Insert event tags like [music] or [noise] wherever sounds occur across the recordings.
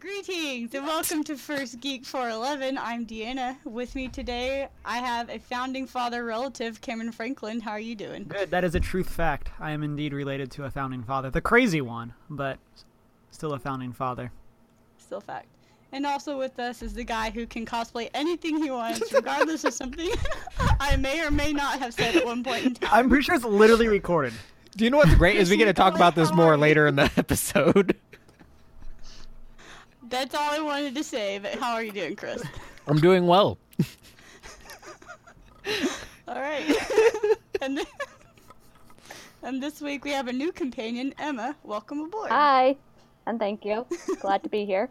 Greetings and welcome to First Geek 411. I'm Deanna. With me today, I have a founding father relative, Cameron Franklin. How are you doing? Good. That is a truth fact. I am indeed related to a founding father, the crazy one, but still a founding father. Still fact. And also with us is the guy who can cosplay anything he [laughs] wants, regardless of something I may or may not have said at one point in time. I'm pretty sure it's literally recorded. Do you know what's great is we get to talk about this more later in the [laughs] episode. That's all I wanted to say, but how are you doing, [laughs] Chris? I'm doing well. All [laughs] right. and, [laughs] th- and this week we have a new companion, Emma. Welcome aboard. Hi, and thank you. Glad to be here.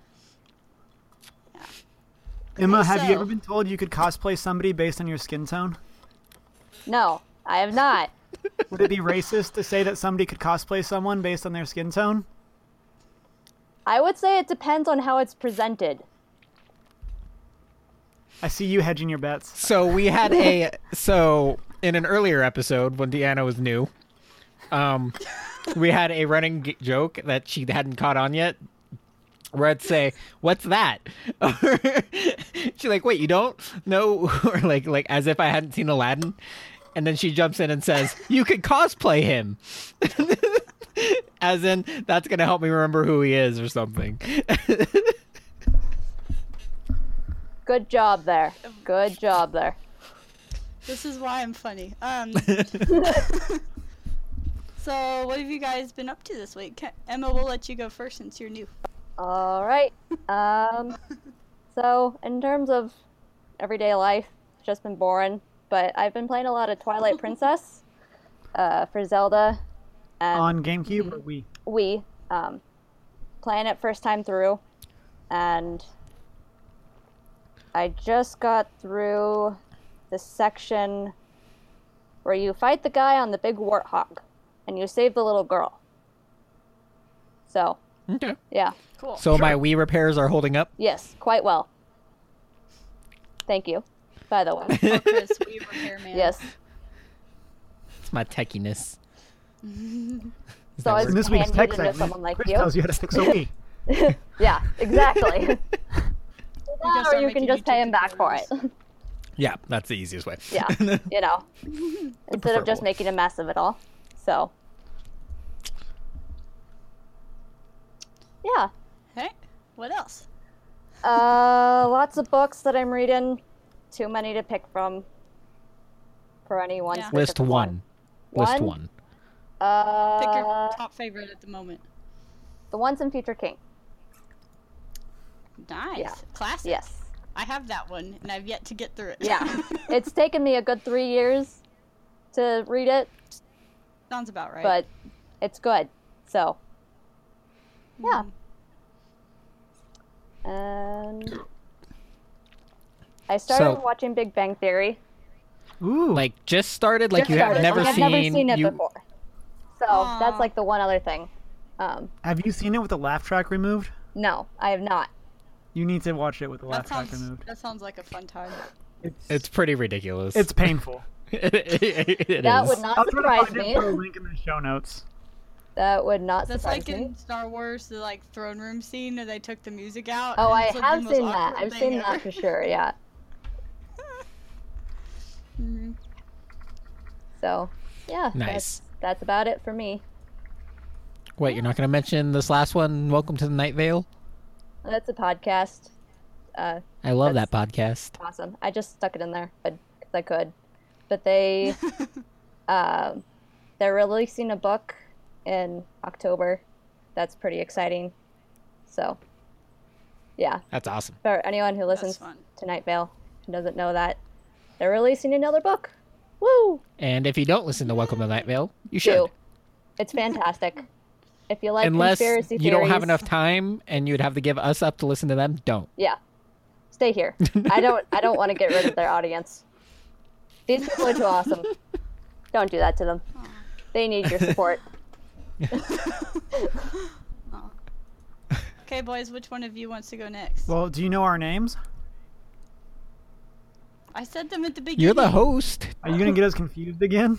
Emma, have you so. ever been told you could cosplay somebody based on your skin tone? No, I have not. Would it be racist to say that somebody could cosplay someone based on their skin tone? I would say it depends on how it's presented. I see you hedging your bets. So we had a so in an earlier episode when Deanna was new, um, we had a running g- joke that she hadn't caught on yet. Where I'd say, "What's that?" [laughs] She's like, "Wait, you don't know?" [laughs] or like, like as if I hadn't seen Aladdin, and then she jumps in and says, "You could cosplay him," [laughs] as in that's gonna help me remember who he is or something. [laughs] Good job there. Good job there. This is why I'm funny. Um, [laughs] so, what have you guys been up to this week? Ca- Emma, we'll let you go first since you're new. All right. Um, so in terms of everyday life, it's just been boring. But I've been playing a lot of Twilight Princess uh, for Zelda, and On GameCube or Wii? we um, playing it first time through, and I just got through the section where you fight the guy on the big warthog, and you save the little girl. So okay. yeah, Cool. So my Wii repairs are holding up. [laughs] yes, quite well. Thank you, by the way. Oh, Chris, we repairman. yes, It's my [laughs] techiness. Is So that I- word? In this week's tech Handed it to segment, someone like Chris you. tells you how to fix a [laughs] Wii. yeah, exactly. [laughs] just or start you can making just pay YouTube him back for it. tutorials. yeah, that's the easiest way. yeah, you know, instead of preferable. just making a mess of it all. So, yeah, Hey, what else? uh, [laughs] lots of books that I'm reading. Too many to pick from for any one. Yeah. [laughs] specific List one. List one. Uh, Pick your top favorite at the moment. the ones in Future King. Nice. yeah. Classic. Yes. I have that one, and I've yet to get through it. Yeah. it's taken me a good three years to read it, [laughs] Sounds about right. but it's good. So, yeah. Mm-hmm. [clears throat] And I started So- watching Big Bang Theory. Ooh, Like just started. Like Just you started. have never I've seen. never seen it you, before. So Aw. that's like the one other thing. Um, have you seen it with the laugh track removed? no, I have not. You need to watch it with the that laugh track sounds removed. that sounds like a fun time. It's pretty ridiculous. It's painful. [laughs] it that is. would not I'll try to surprise find it me. and put a link in the show notes. That would not That's surprise like me. in Star Wars, the like throne room scene where they took the music out. Oh, and I it's, like, the have most seen that. awkward I've thing seen ever. that for sure. Yeah. Mhm. So, yeah. Nice. That's, that's about it for me. Wait, you're not going to mention this last one? Welcome to the Night Vale. That's a podcast. Uh, I love that podcast. awesome. I just stuck it in there because I could. But they, um, they're releasing a book in October. That's pretty exciting. So, yeah, That's awesome. for anyone who listens fun. to Night Vale and doesn't know that, they're releasing another book. Woo! And if you don't listen to Welcome to the Night Vale, you should. Do. It's fantastic. If you like Unless conspiracy you don't have theories- enough time and you'd have to give us up to listen to them, don't. Yeah. Stay here. I don't I don't want to get rid of their audience. These people are too awesome. Don't do that to them. They need your support. Okay, boys, which one of you wants to go next? Well, do you know our names? I said them at the beginning. You're [laughs] the host. Are you gonna get us confused again?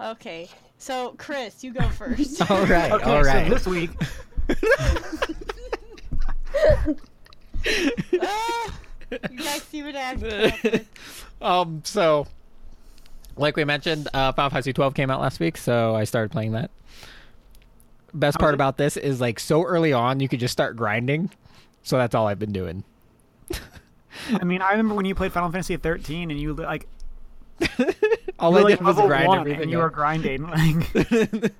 Okay, So, Chris, you go [laughs] first. All right, Okay, all right. so this week, [laughs] Ah, you guys see what I have to come up with. [laughs] um, so, like we mentioned, uh, Final Fantasy 12 came out last week, so I started playing that. How Best was part it? about this is like so early on, you could just start grinding. So that's all I've been doing. I mean, I remember when you played Final Fantasy 13 and you like All you were, I like did was level grind one everything. and you were up. grinding. [laughs] Like,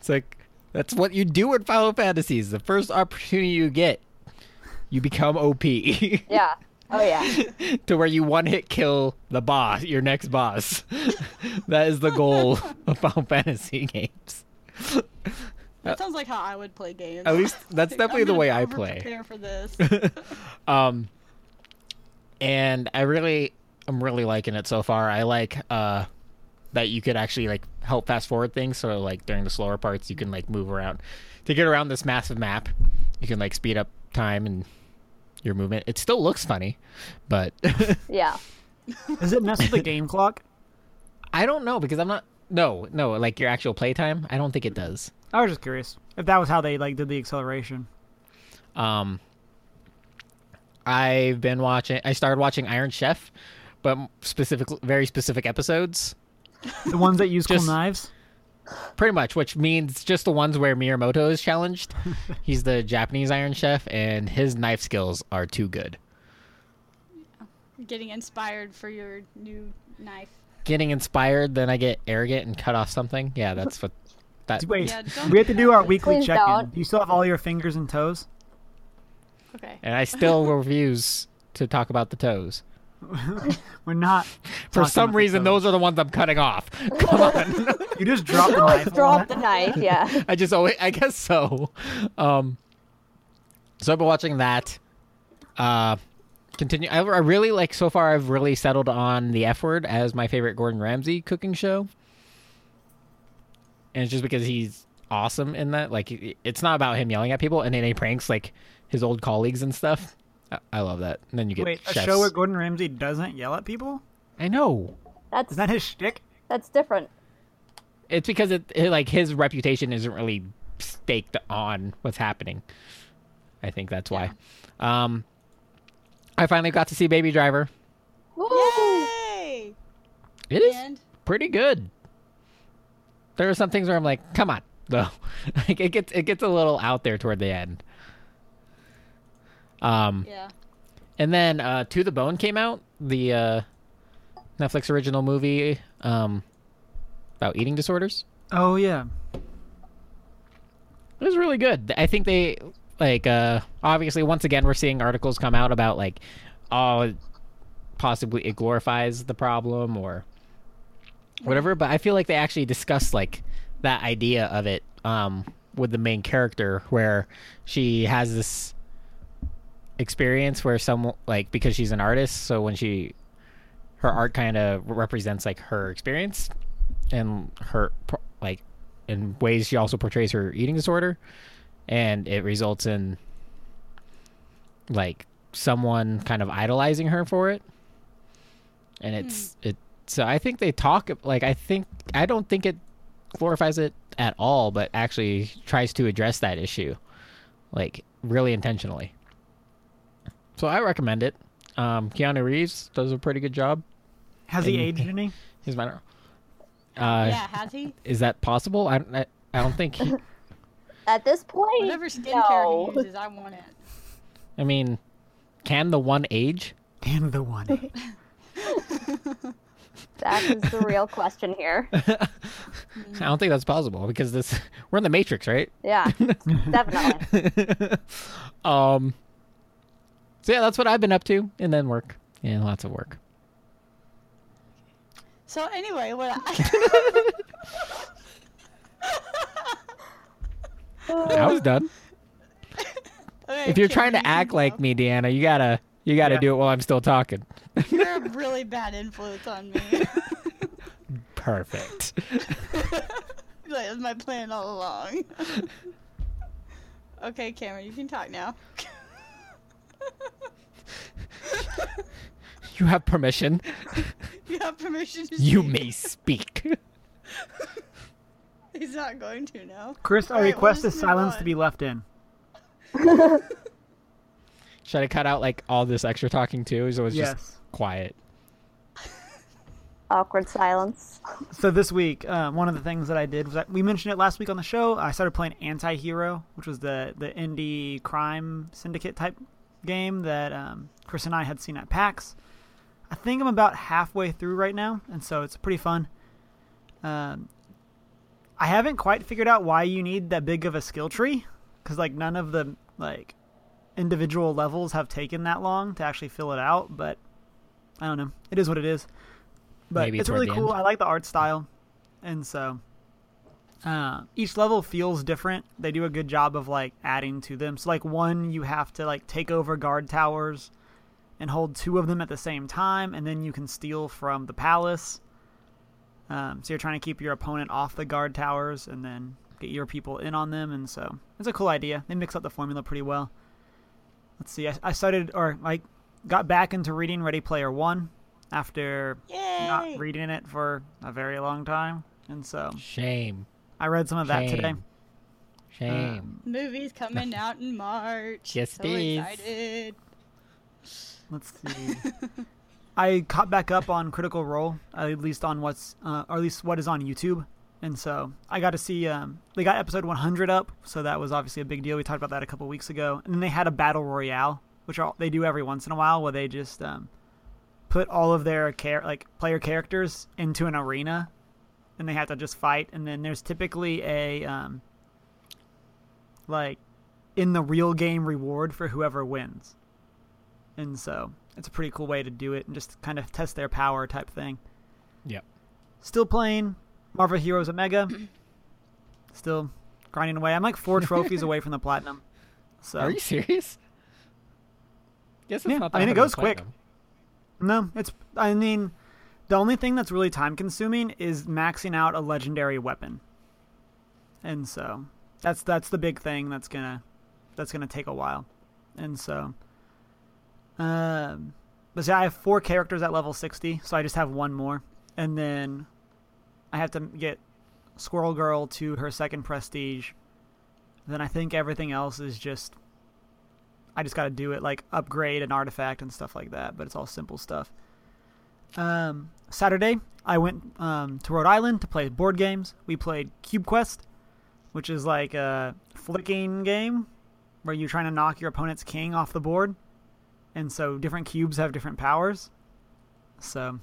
it's like that's what you do in Final Fantasies. The first opportunity you get, you become OP [laughs] to Yeah. Oh yeah. where you one hit kill the boss, your next boss. [laughs] that is the goal of Final Fantasy games. That sounds like how I would play games. At least [laughs] that's Like, definitely I'm the gonna way I play. Prepare for [laughs] this. Um, and I really, I'm really liking it so far. I like uh, that you could actually like help fast forward things. So like during the slower parts, you can like move around to get around this massive map. You can like speed up time and your movement. It still looks funny, but [laughs] Yeah. does it mess with the game clock? I don't know because I'm not. No, no, like your actual playtime. I don't think it does. I was just curious if that was how they like did the acceleration. Um, I've been watching. I started watching Iron Chef, but specific, very specific episodes. The ones that use Just- cool knives. pretty much which means just the ones where miyamoto is challenged [laughs] he's the japanese iron chef and his knife skills are too good Getting inspired for your new knife. getting inspired then i get arrogant and cut off something yeah that's [laughs] what that Wait, Yeah, don't we have to do our weekly Please check-in. don't. You still have all your fingers and toes. Okay. and [laughs] i still refuse to talk about the toes We're not. for talking about some the reason toes. those are the ones i'm [laughs] cutting off come on you just dropped the knife. Drop the knife. Yeah. [laughs] I just always, I guess so. Um, so I've been watching that. Uh, continue. I, I really like so far. I've really settled on the F word as my favorite Gordon Ramsay cooking show, and it's just because he's awesome in that. Like, it- it's not about him yelling at people, and then he pranks like his old colleagues and stuff. I, I love that. And then you get Wait, a chefs. show where Gordon Ramsay doesn't yell at people? I know. That's Is that his shtick? that's different. It's because it, it like his reputation isn't really staked on what's happening. I think that's why. Um, I finally got to see Baby Driver. Woo! Yay! It is And pretty good. There are some things where I'm like, come on, [laughs] though. like it gets it gets a little out there toward the end. Um, yeah, and then uh, To the Bone came out, the uh, Netflix original movie um, about eating disorders. Oh yeah. It was really good. I think they like uh obviously once again we're seeing articles come out about like oh possibly it glorifies the problem or whatever, but I feel like they actually discussed like that idea of it um with the main character where she has this experience where some like because she's an artist, so when she her art kind of represents like her experience and her pro- like in ways she also portrays her eating disorder and it results in like someone kind of idolizing her for it and it's it so i think they talk like i think i don't think it glorifies it at all but actually tries to address that issue like really intentionally so i recommend it um keanu reeves does a pretty good job Has he And- aged [laughs] any? He's my. Uh, yeah. Has he? [laughs] Is that possible? I don't. I, I don't think. He, At this point, Whatever skincare no. he uses, I want it. I mean, can the one age? And the one. age. That is the real question here. I don't think that's possible because this [laughs] we're in the Matrix, right? [laughs] [laughs] Yeah, definitely. um. So yeah, that's what I've been up to, and then work, and lots of work. So anyway, what I, [laughs] I was done. [laughs] Okay, If you're Karen, trying you to act go. like me, Deanna, you gotta you gotta Yeah. do it while I'm still talking. you're a really bad influence on me. [laughs] Perfect. [laughs] like, that's my plan all along. [laughs] okay, Cameron, you can talk [laughs] now. You have permission. you have permission to You speak. may speak. He's not going to now. Chris, I All right, we'll request just this move silence to on. be left in. Should I cut out like all this extra talking too? So it's just Yes. quiet. Awkward silence. So this week, uh, one of the things that I did was I, we mentioned it last week on the show. I started playing Anti-Hero, which was the the indie crime syndicate type game that um, Chris and I had seen at PAX. I think I'm about halfway through right now, and so it's pretty fun. Um, I haven't quite figured out why you need that big of a skill tree, because like none of the like individual levels have taken that long to actually fill it out. But I don't know. It is what it is. But Maybe it's toward really the cool. end. I like the art style, and so uh, each level feels different. They do a good job of like adding to them. So like one, you have to like take over guard towers and hold two of them at the same time, and then you can steal from the palace. Um, so you're trying to keep your opponent off the guard towers and then get your people in on them, and so it's a cool idea. They mix up the formula pretty well. Let's see. I, I started or like got back into reading Ready Player One after Yay! not reading it for a very long time, and so Shame. I read some of that today. Shame. Shame. Movies coming out in March. Yes, so it is. excited. [laughs] Let's see. I caught back up on Critical Role, at least on what's, uh, or at least what is on YouTube, and so I got to see. Um, they got episode 100 up, so that was obviously a big deal. We talked about that a couple weeks ago, and then they had a battle royale, which are, they do every once in a while, where they just um, put all of their char- like player characters into an arena, and they have to just fight. And then there's typically a um, like in the real game reward for whoever wins and so it's a pretty cool way to do it and just kind of test their power type thing. Yep. Still playing Marvel Heroes Omega. Still grinding away. I'm like four trophies away from the platinum. So Are you serious? Guess it's Yeah, not I that mean, it hard of a goes quick. platinum. no, it's I mean the only thing that's really time consuming is maxing out a legendary weapon. And so that's that's the big thing that's gonna that's gonna take a while. And so um but see I have four characters at level sixty, so I just have one more. And then I have to get Squirrel Girl to her second prestige. Then I think everything else is just I just gotta do it like upgrade an artifact and stuff like that, but it's all simple stuff. Um, Saturday, I went um, to Rhode Island to play board games. We played Cube Quest, which is like a flicking game where you're trying to knock your opponent's king off the board. And so different cubes have different powers. So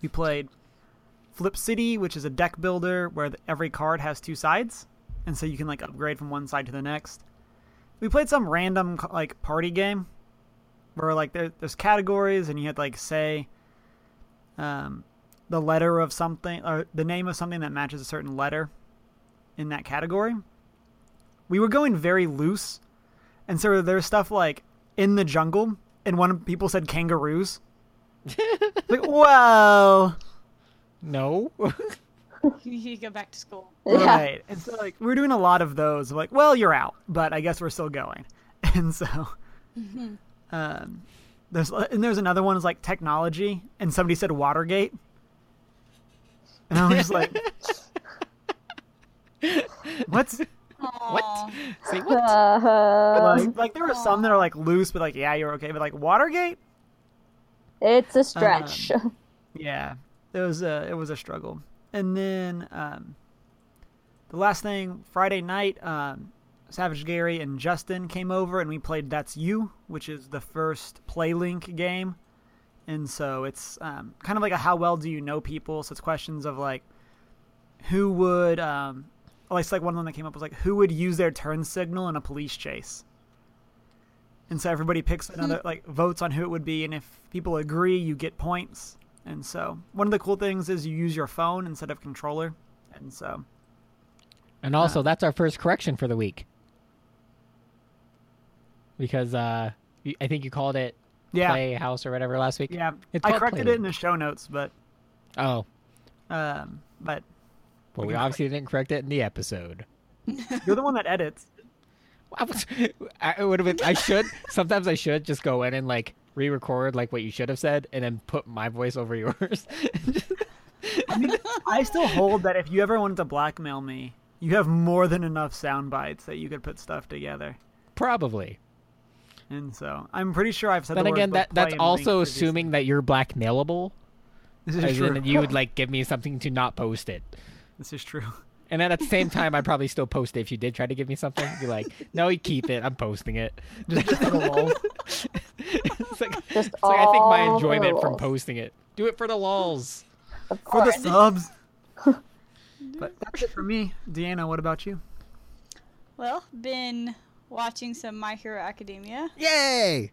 we played Flip City, which is a deck builder where th- every card has two sides. And so you can like upgrade from one side to the next. We played some random c- like party game where like there, there's categories and you had to, like say um, the letter of something or the name of something that matches a certain letter in that category. We were going very loose, and so there's stuff like in the jungle, and one of people said kangaroos. like whoa, No. [laughs] You go back to school. [laughs] Yeah. right? And so like we were doing a lot of those. Like, well, you're out, but I guess we're still going. [laughs] And so, um, there's and there's another one is like technology, and somebody said Watergate, and I was just like, what's Aw. Say what? Uh, like, like there are some that are like loose, but like yeah, you're okay, but like Watergate, it's a stretch. Uh-huh. yeah, it was a it was a struggle. And then um, the last thing Friday night, um, Savage Gary and Justin came over and we played That's You, which is the first PlayLink game. And so it's um, kind of like a how well do you know people. So it's questions of like who would um, at least like one of them that came up was like who would use their turn signal in a police chase. And so everybody picks another Mm-hmm. like votes on who it would be, and if people agree, you get points. And so one of the cool things is you use your phone instead of controller. And so And also, that's our first correction for the week. Because uh, you- I think you called it yeah, Playhouse or whatever last week. yeah, It's I called corrected it in the show notes, but Oh, um, [laughs] but well, we obviously didn't correct it in the episode. you're the one that edits. I was, [laughs] I would have been. I should [laughs] sometimes I should just go [laughs] in and like re-record like what you should have said, and then put my voice over yours. I, mean, I still hold that if you ever wanted to blackmail me, you have more than enough sound bites that you could put stuff together. Probably. And so I'm pretty sure I've said. Then the words again, both that play that's and also link previously. assuming that you're blackmailable, This [laughs] as is true. in you would like give me something to not post it. This is true. And then at the same time, I'd probably still post it if you did try to give me something. Be like, no, you keep it. I'm posting [laughs] it. Just for the lulz. [laughs] it's like, Just it's like I think my all for the enjoyment from lulz. posting it. Do it for the lols. Of for the course. [laughs] subs. but that's it for me. Deanna, what about you? Well, been watching some My Hero Academia. [laughs] Yay!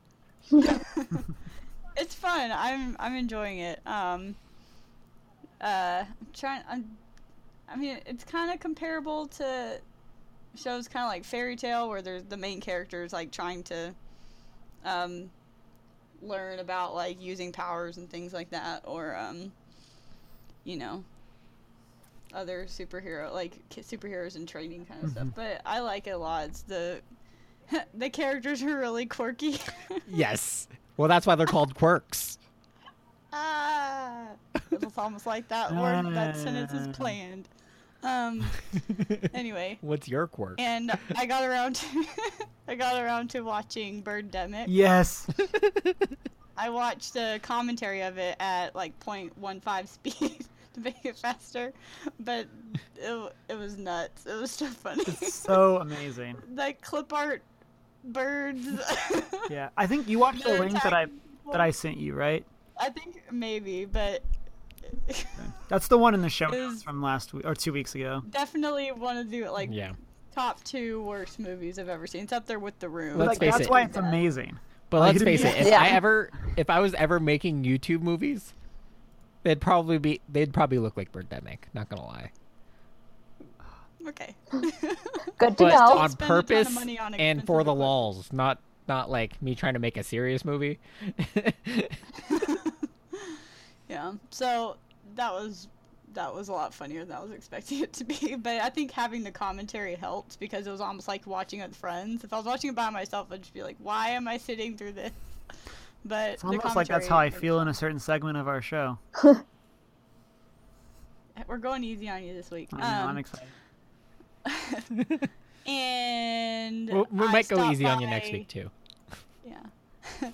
It's fun. I'm I'm enjoying it. Um, uh, I'm trying. I'm, I mean, it's kind of comparable to shows kind of like Fairy Tale, where there's the main character is like trying to um, learn about like using powers and things like that, or um, you know, other superhero like ki- superheroes and training kind of stuff. But I like it a lot. It's the [laughs] the characters are really quirky. Yes. Well, that's why they're called quirks. [laughs] ah, it's almost like [laughs] that word. That sentence Ah. is planned. Um. Anyway, What's your quirk? and I got around to [laughs] I got around to watching Birdemic. Yes. I watched the commentary of it at like 0.15 speed [laughs] to make it faster, but it, w- it was nuts. It was so funny. [laughs] so amazing. like clip art [laughs] birds. [laughs] Yeah. I think you watched the They're link that I attacking people. that I sent you, right? I think maybe, but That's the one in the show It notes is- from last week or two weeks ago. definitely one of the like yeah. top two worst movies I've ever seen. It's up there with The Room. Let's Like, face that's it. why it's amazing. But Like, let's it'd face be- it, if Yeah. I ever if I was ever making YouTube movies, they'd probably be they'd probably look like Birdemic, not gonna lie. okay. Good to But know. on Spend a ton of purpose money on and expensive for the equipment. lols, not not like me trying to make a serious movie. [laughs] Yeah. So that was that was a lot funnier than I was [laughs] expecting it to be. But I think having the commentary helped because it was almost like watching it with friends. If I was watching it by myself, I'd just be like, "Why am I sitting through this?" [laughs] But It's almost like that's how I feel in a certain segment of our show. We're going easy on you this week. I know, I'm Um, excited. and We'll- we I might go stopped easy on you next by- week too. Yeah. [laughs] and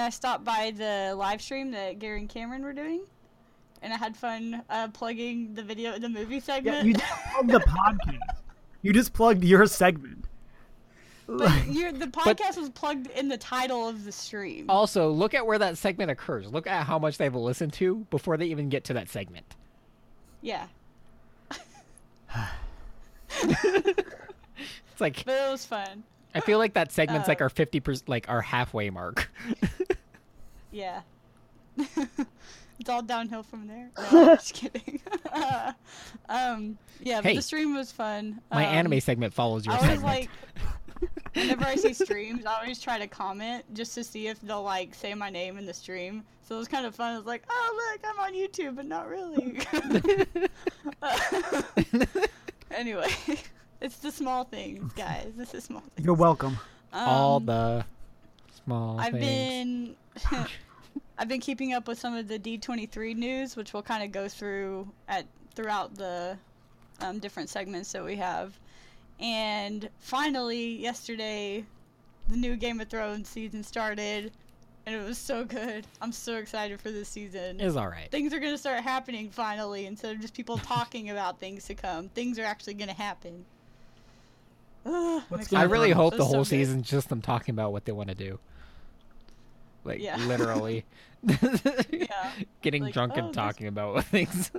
I stopped by the live stream that Gary and Cameron were doing, and I had fun uh, plugging the video, the movie segment. Yeah, you didn't plug the podcast. You just plugged your segment. [laughs] But your the But- Oh. podcast was plugged in the title of the stream. Also, look at where that segment occurs. Look at how much they've listened to before they even get to that segment. Yeah, It's like but it was fun. I feel like that segment's like Uh, our fifty percent, like our halfway mark. [laughs] Yeah, [laughs] it's all downhill from there. [laughs] No, I'm just kidding. [laughs] Uh, um, yeah, but Hey. the stream was fun. My Um, anime segment follows your I always segment. like whenever I see streams, I always try to comment just to see if they'll like say my name in the stream. So it was kind of fun. I was like, oh look, I'm on YouTube, but not really. [laughs] [laughs] anyway, [laughs] it's the small things, guys. It's the small things. [laughs] You're welcome. all Um, the small I've been things. [laughs] [laughs] I've been keeping up with some of the D23 news, which we'll kind of go through at throughout the um, different segments that we have. And finally, yesterday, the new Game of Thrones season started, and it was so good. I'm so excited for this season. is all right. things are going to start happening finally instead of just people talking about things to come. Things are actually going to happen. [sighs] Ugh, I'm What's excited. I gonna really happen? hope It the was so whole good. season's just them talking about what they want to do. Like Yeah. [laughs] literally. Yeah. Getting Like, drunk "Oh, and this- talking about [laughs] things.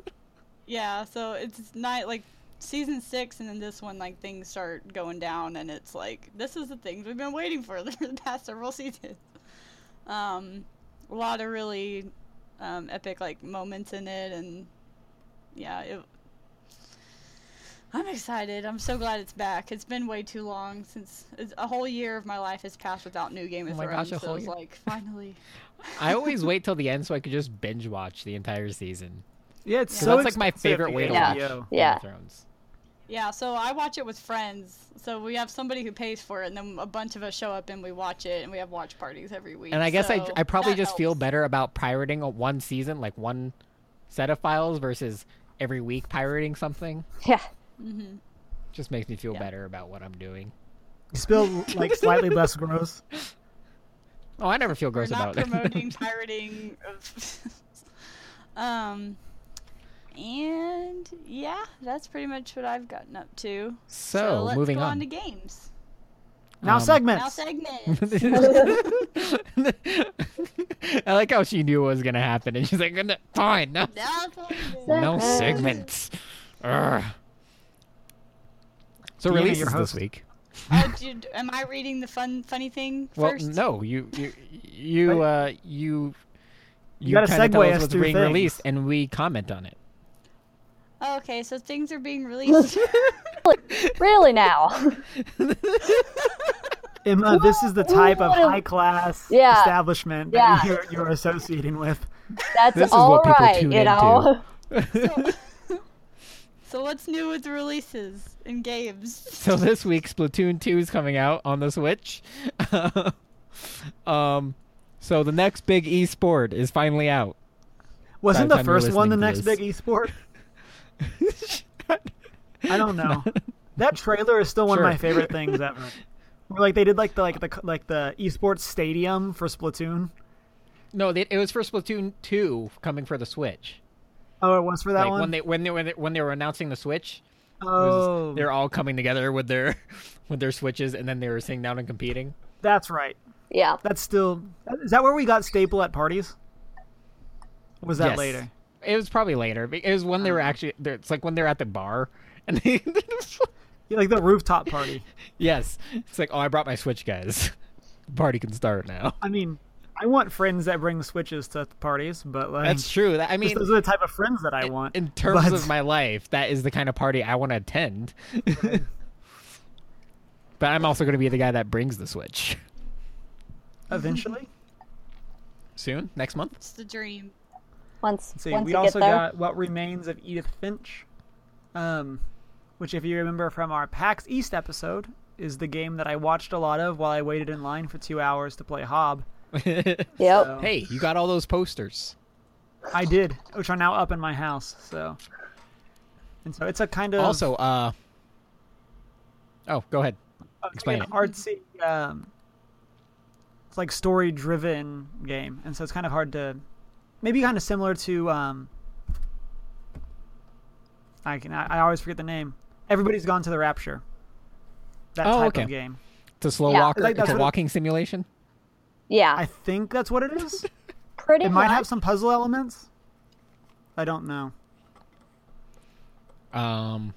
Yeah, so it's not like season six, and then this one, like things start going down, and it's like this is the things we've been waiting for [laughs] the past several seasons. Um, a lot of really um, epic like moments in it, and yeah, it, I'm excited. I'm so glad it's back. It's been way too long since it's, a whole year of my life has passed without new Game of Oh my Thrones. gosh, a so whole it's year. like finally, I always wait till the end so I could just binge watch the entire season. Yeah, it's 'Cause so that's like my expensive favorite way to Yeah. watch HBO. Game Yeah. of Thrones. Yeah, so I watch it with friends. So we have somebody who pays for it, and then a bunch of us show up and we watch it, and we have watch parties every week. And I guess I, so I probably that just feel helps. better about pirating a one season, like one set of files versus every week pirating something. Yeah. Mm-hmm. Just makes me feel Yeah. better about what I'm doing. Still like slightly less gross. Oh, I never feel We're gross not about it. [laughs] promoting pirating of. [laughs] um, and yeah, that's pretty much what I've gotten up to. so, let's moving go on. on. to games. Now Um, Now segments. segments. [laughs] [laughs] I like how she knew what was gonna happen, and she's like, "No, "Fine, no, Now segments. no Segments. segments." Ugh. So Deanna, releases your this host. week. [laughs] Oh, dude, am I reading the fun, funny thing Well, first? no, you you you uh, you you, gotta kinda tell segue us us what's through being released, things. and we comment [laughs] on it. [laughs] Oh, okay, so things are being released. [laughs] Really now. Emma, this is the type of would've- high class Yeah. establishment that Yeah. you're, you're associating with. That's This is all what people right, tune you know. [laughs] so what's new with the releases and games? So this week, Splatoon 2 is coming out on the Switch. [laughs] um, so the next big esport is [laughs] finally out. Wasn't By the the time you're first one the listening next to this. big esport? I don't [laughs] know. that trailer is still one Sure. of my favorite things [laughs] ever. Where, like they did like the like the like the esports stadium for Splatoon. no, they, it was for Splatoon 2 coming for the Switch. Oh, it was for that like one. when they when they when they, when they were announcing the Switch, it was- oh, they're all coming together with their [laughs] with their Switches, and then they were sitting down and competing. that's right. Yeah. That's still is that where we got staple at parties? Or was that Yes. later? It was probably later. but It was when they were actually. they're- It's like when they're at the bar, [laughs] and they. Yeah, like the rooftop party. yes, it's like oh, I brought my Switch, guys. [laughs] Party can start now. I mean, I want friends that bring switches to parties, but like That's true. That, I mean, those are the type of friends that I want. in terms but- of my life, that is the kind of party I want to attend. [laughs] but I'm also going to be the guy that brings the Switch eventually. soon, next month. It's the dream. Once Let's see, once we you also get there. got what remains of Edith Finch, um, which, if you remember from our PAX East episode, is the game that I watched a lot of while I waited in line for two hours to play Hob. Yep. So, [laughs] hey, you got all those posters. I did, which are now up in my house. So, and so it's a kind of Also, uh, oh, go ahead. uh, it's explain like an artsy. Um, it's like story-driven game, and so it's kind of hard to, maybe kind of similar to. Um, I can I, I always forget the name. Everybody's gone to the Rapture. That Oh, type okay. of game. It's a slow Yeah. walker. Like, it's that's a what it- walking simulation. Yeah. I think that's what it is. pretty it might much. have some puzzle elements. I don't know. Um,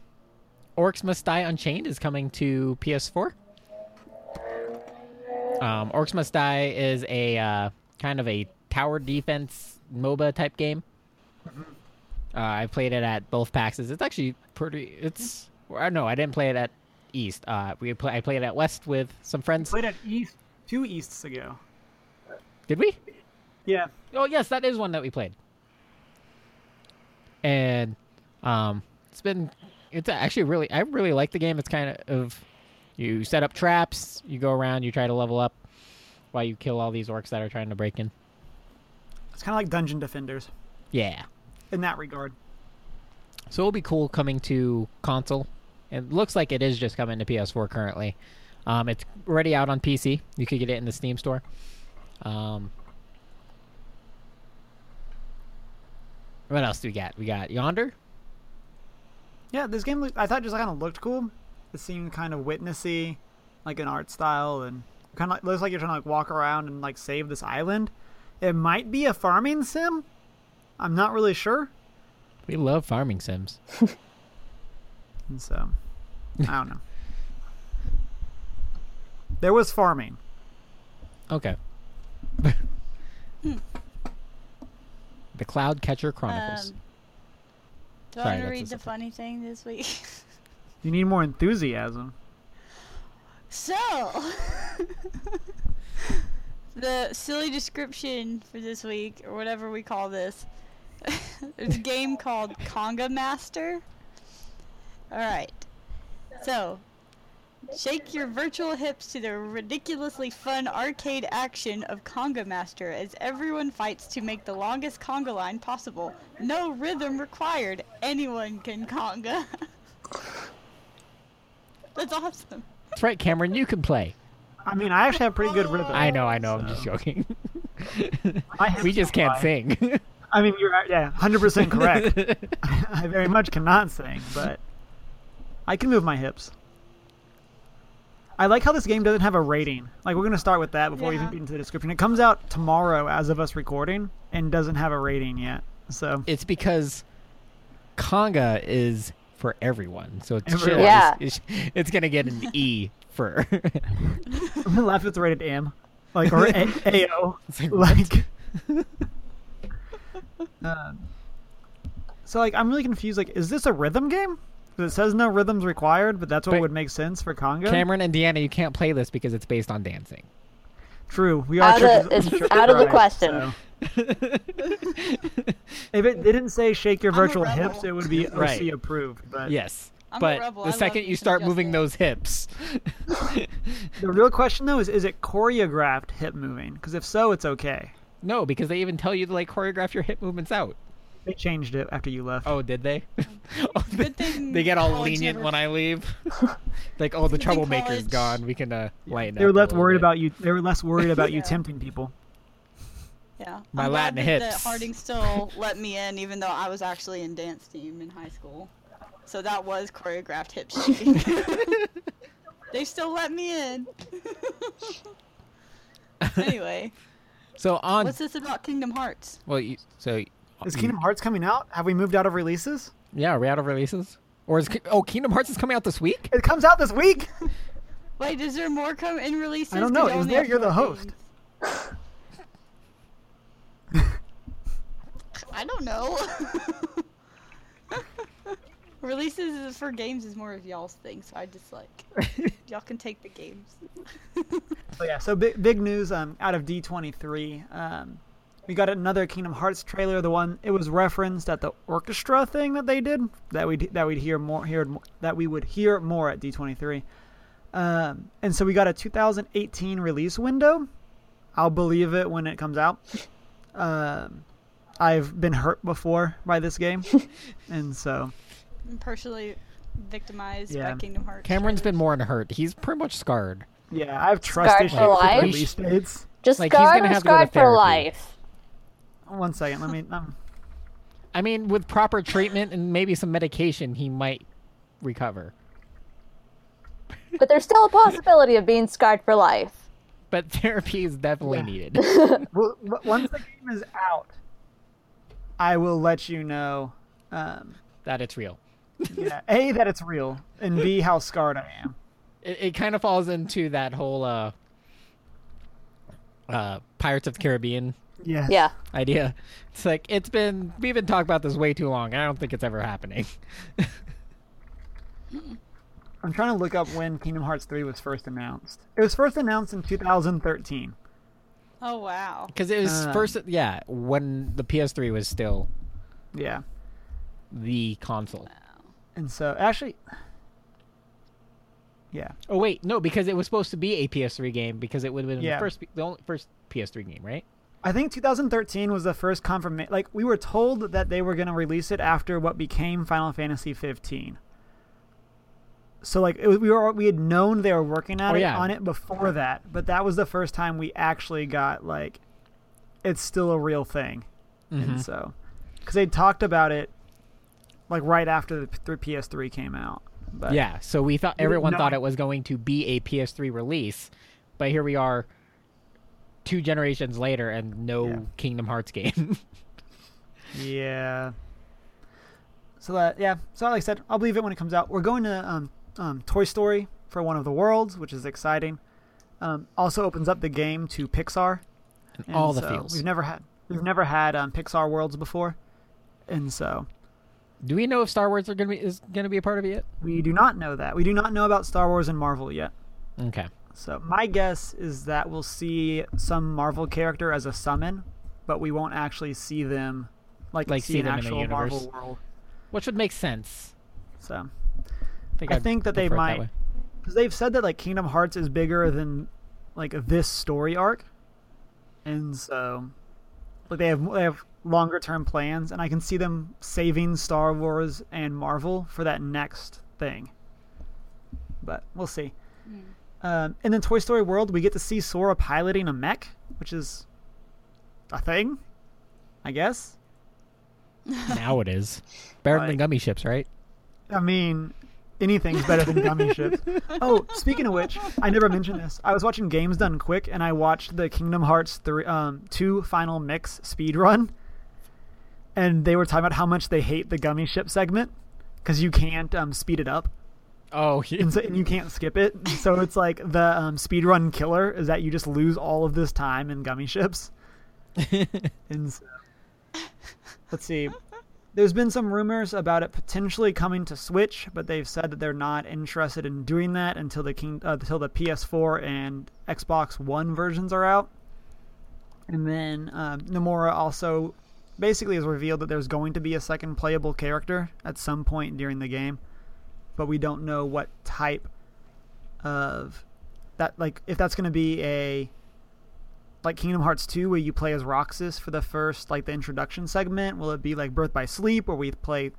Orcs Must Die Unchained is coming to PS4. Um, Orcs Must Die is a uh, kind of a tower defense MOBA type game. Uh, I played it at both PAXs. It's actually pretty. It's or, no, I didn't play it at East. Uh, we play, I played it at West with some friends. Played at East two Easts ago. Did we? Yeah. Oh yes, that is one that we played. And um, it's been it's actually really I really like the game. It's kind of you set up traps, you go around, you try to level up while you kill all these orcs that are trying to break in. It's kind of like Dungeon Defenders Yeah. in that regard. So it'll be cool coming to console. It looks like it is just coming to PS4 currently. Um, it's already out on PC. You could get it in the Steam store. Um, what else do we got? We got Yonder. Yeah, this game look- I thought just kind of looked cool. It seemed kind of witnessy, like an art style, and kind of looks like you're trying to like walk around and like save this island. It might be a farming sim. I'm not really sure, We love farming sims. and so I don't [laughs] know. There was farming. Okay. the Cloud Catcher Chronicles. Um, do Sorry, I want to that's read the a funny thing this week? [laughs] You need more enthusiasm. so, [laughs] the silly description for this week, or whatever we call this, [laughs] there's a game called Conga Master. All right. So, Shake your virtual hips to the ridiculously fun arcade action of Conga Master as everyone fights to make the longest conga line possible. No rhythm required. Anyone can conga. [laughs] That's awesome. That's right, Cameron. You can play. I mean, I actually have pretty good rhythm. I know, I know. I'm just joking. [laughs] I have we just can't some- sing. [laughs] I mean, you're yeah, hundred percent correct. [laughs] I very much cannot sing, but I can move my hips. I like how this game doesn't have a rating. Like we're gonna start with that before we even Yeah. get into the description. It comes out tomorrow as of us recording and doesn't have a rating yet. So [laughs] it's because conga is for everyone, so it's Everyone. chill. Yeah. It's, it's- it's gonna get an E for. [laughs] I'm gonna laugh if it's rated M. Like or A- AO. It's like, like [laughs] Um, [laughs] so like i'm really confused like is this a rhythm game 'Cause it says no rhythms required but that's what But- would make sense for congo [laughs] Cameron and Deanna, you can't play this because it's based on dancing. [laughs] true we are Out of, churches- it's out of the right, question. so. if it didn't say shake your I'm a virtual rebel. hips it would be oc Right. approved but yes, I'm a but rebel. I the love second me you some start Just moving Dance. those hips, [laughs] the real question though is is it choreographed hip moving because if so it's okay no, because they even tell you to like choreograph your hip movements out. they changed it after you left Oh, did they? [laughs] Oh, Good they- thing [laughs] they get all college lenient never- when [laughs] I leave. like, oh, the Good thing troublemaker's college- gone. We can uh, lighten they were up a less little worried bit. about you they were less worried about you Yeah. tempting people Yeah. My I'm glad Latin that- That hips. Harding [laughs] still let me in, even though I was actually in dance team in high school. So that was choreographed [laughs] hip shaking. they still let me in. [laughs] anyway, So [laughs] on. what's this about Kingdom Hearts? Well, you, so is you- kingdom hearts coming out have we moved out of releases Yeah, are we out of releases? Or is Ki- oh Kingdom Hearts is coming out this week? it comes out this week Wait, is there more come in releases? I don't 'Cause know. you Is only there- have you're four the host. things. I don't know. [laughs] releases is- for games is more of y'all's thing, so I just like [laughs] y'all can take the games. But yeah, so big big news um, out of D23. Um, we got another Kingdom Hearts trailer. The one it was referenced at the orchestra thing that they did that we that we'd hear more hear more- that we would hear more at D23. Um, and so we got a 2018 release window. I'll believe it when it comes out. Um, I've been hurt before by this game, and so I'm partially victimized Yeah. by Kingdom Hearts. Cameron's been trailers. more than hurt. He's pretty much scarred. yeah, I have trust Scarred issues for with life? release dates. Just Like, he's scarred gonna or have to go to scarred for therapy. life. One second, let me. Um, I mean, with proper treatment and maybe some medication, he might recover. But there's still a possibility of being scarred for life. But [laughs] therapy is definitely Yeah. needed. Well, w- once the game is out, I will let you know. Um, that it's real. yeah, a that it's real, and b how scarred I am. It, it kind of falls into that whole uh, uh, Pirates of the Caribbean Yes. Yeah. idea. [laughs] It's like it's been we've been talking about this way too long, and I don't think it's ever happening. [laughs] I'm trying to look up when Kingdom Hearts 3 was first announced. It was first announced in 2013. Oh wow. Because it was Um. first, yeah, when the PS3 was still Yeah. the console. And so actually, yeah, Oh wait, no, because it was supposed to be a PS3 game because it would have been Yeah. the first, the only first PS3 game, right? I think 2013 was the first confirmation. Like we were told that they were going to release it after what became Final Fantasy 15. So like it was, we were we had known they were working on Oh, it yeah. on it before that, but that was the first time we actually got like it's still a real thing, Mm-hmm. and so because they talked about it like right after the p- PS3 came out. But Yeah. So we thought everyone No. thought it was going to be a PS3 release, but here we are, two generations later, and no Yeah. Kingdom Hearts game. [laughs] Yeah. So that yeah. So like I said, I'll believe it when it comes out. We're going to um, um, Toy Story for one of the worlds, which is exciting. Um, also opens up the game to Pixar. And all the so feels. We've never had we've never had um, Pixar worlds before, and so Do we know if Star Wars are gonna be is gonna be a part of it yet? we do not know that. We do not know about Star Wars and Marvel yet. Okay. So my guess is that we'll see some Marvel character as a summon, but we won't actually see them like, Like, see, see an them in a actual universe. Marvel world. Which would make sense. So I think, I I'd think that they prefer it might. way. because they've said that like Kingdom Hearts is bigger than like this story arc, and so like they have they have longer term plans, and I can see them saving Star Wars and Marvel for that next thing. But we'll see. Um, and then Toy Story World, we get to see Sora piloting a mech, which is a thing, I guess. now [laughs] it is. Better than Like- gummy [laughs] ships, right? I mean, anything's better than gummy ships. Oh, speaking of which, I never mentioned this. I was watching Games Done Quick, and I watched the Kingdom Hearts three, um, two final mix speed run, and they were talking about how much they hate the gummy ship segment because you can't um, speed it up. Oh, [laughs] and, so, and you can't skip it. So it's like the um, speedrun killer is that you just lose all of this time in gummy ships. And so, let's see. There's been some rumors about it potentially coming to Switch, but they've said that they're not interested in doing that until the King, uh, until the PS4 and Xbox One versions are out. And then um, Nomura also basically has revealed that there's going to be a second playable character at some point during the game but we don't know what type of that like if that's going to be a like Kingdom Hearts 2 where you play as Roxas for the first like the introduction segment will it be like Birth by Sleep where we play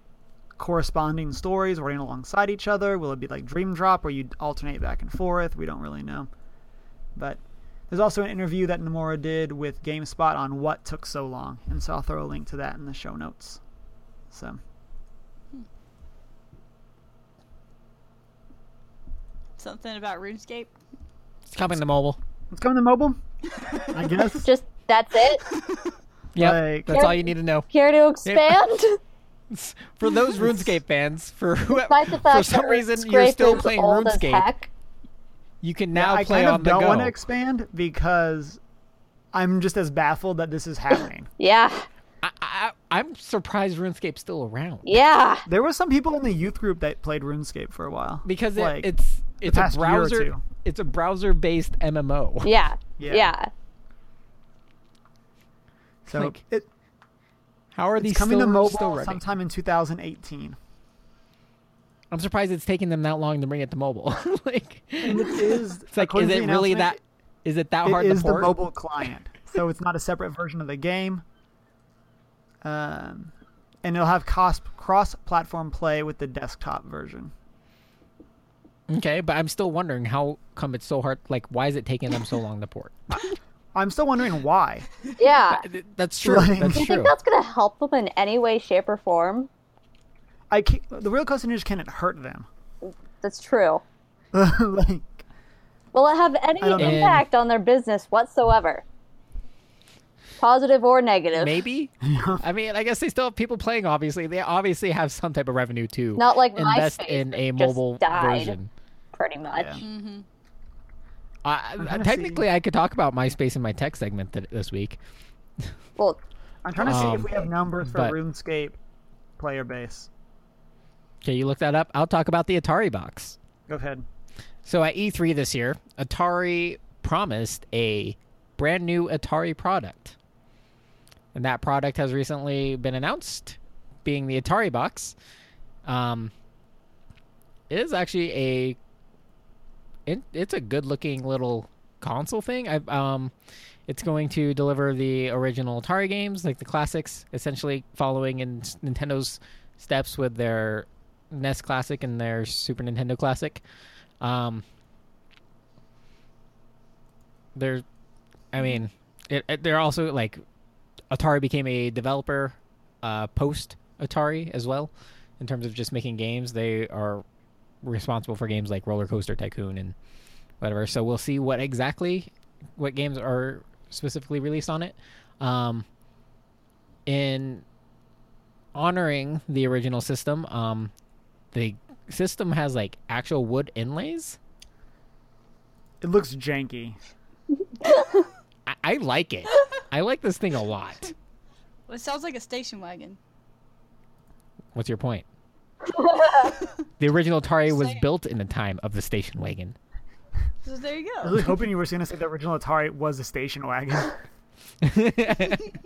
corresponding stories running alongside each other will it be like Dream Drop where you alternate back and forth we don't really know but there's also an interview that Nomura did with GameSpot on what took so long and so I'll throw a link to that in the show notes so Something about RuneScape. it's [laughs] coming to mobile. it's coming to mobile I guess [laughs] Just that's it. Yeah, Like- that's all you need to know. [laughs] Care to expand? [laughs] For those RuneScape fans, for whoever, Despite the fact for some that reason you're Scrape still is playing old as RuneScape, heck. you can now I play kind on of the don't go. want to expand because I'm just as baffled that this is happening. Yeah, I, I, I'm surprised RuneScape's still around yeah. there were some people in the youth group that played RuneScape for a while because it, Like, it's it's a past year or browser two. it's a browser based MMO. Yeah. Yeah. Yeah. so like, it, How are it's these coming to still, mobile still running? sometime in 2018. I'm surprised it's taking them that long to bring it to mobile. [laughs] like, And it is [laughs] it's like, is it really that? Is it that hard it to is the port? mobile [laughs] client, so it's not a separate version of the game. Um, and it'll have cost, cross-platform play with the desktop version. Okay, but I'm still wondering how come it's so hard. Like, why is it taking them so long to port? I'm still wondering why. [laughs] Yeah. Th- That's true. Like- That's Do you true. [laughs] think that's gonna help them in any way, shape, or form? I can the real question is, can it hurt them? [laughs] That's true. like, Will it have any I don't know. impact on their business whatsoever? Positive or negative? Maybe. I mean, I guess they still have people playing. Obviously, they obviously have some type of revenue to Not like invest MySpace, in a which just mobile died. version. Pretty much. yeah. I, trying to technically, see. I could talk about MySpace in my tech segment th- this week. Well, I'm trying to see if Um, we have numbers for but- RuneScape player base. Okay, you look that up. I'll talk about the Atari box. Go ahead. So at E3 this year, Atari promised a brand new Atari product. And that product has recently been announced, being the Atari box. Um, it is actually a it, it's a good looking little console thing. I um it's going to deliver the original Atari games, like the classics, essentially following in s- Nintendo's steps with their NES Classic and their Super Nintendo Classic. Um, there, I mean, it, it, they're also like Atari became a developer uh, post Atari as well, in terms of just making games. They are responsible for games like Roller Coaster Tycoon and whatever. So we'll see what exactly what games are specifically released on it. Um, in honoring the original system, um, the system has like actual wood inlays. It looks janky. I, I like it. I like this thing a lot. Well, it sounds like a station wagon. What's [laughs] your point? the original Atari was built in the time of the station wagon. [laughs] So there you I go. [laughs] was hoping you were going to say the original Atari was a station wagon. [laughs]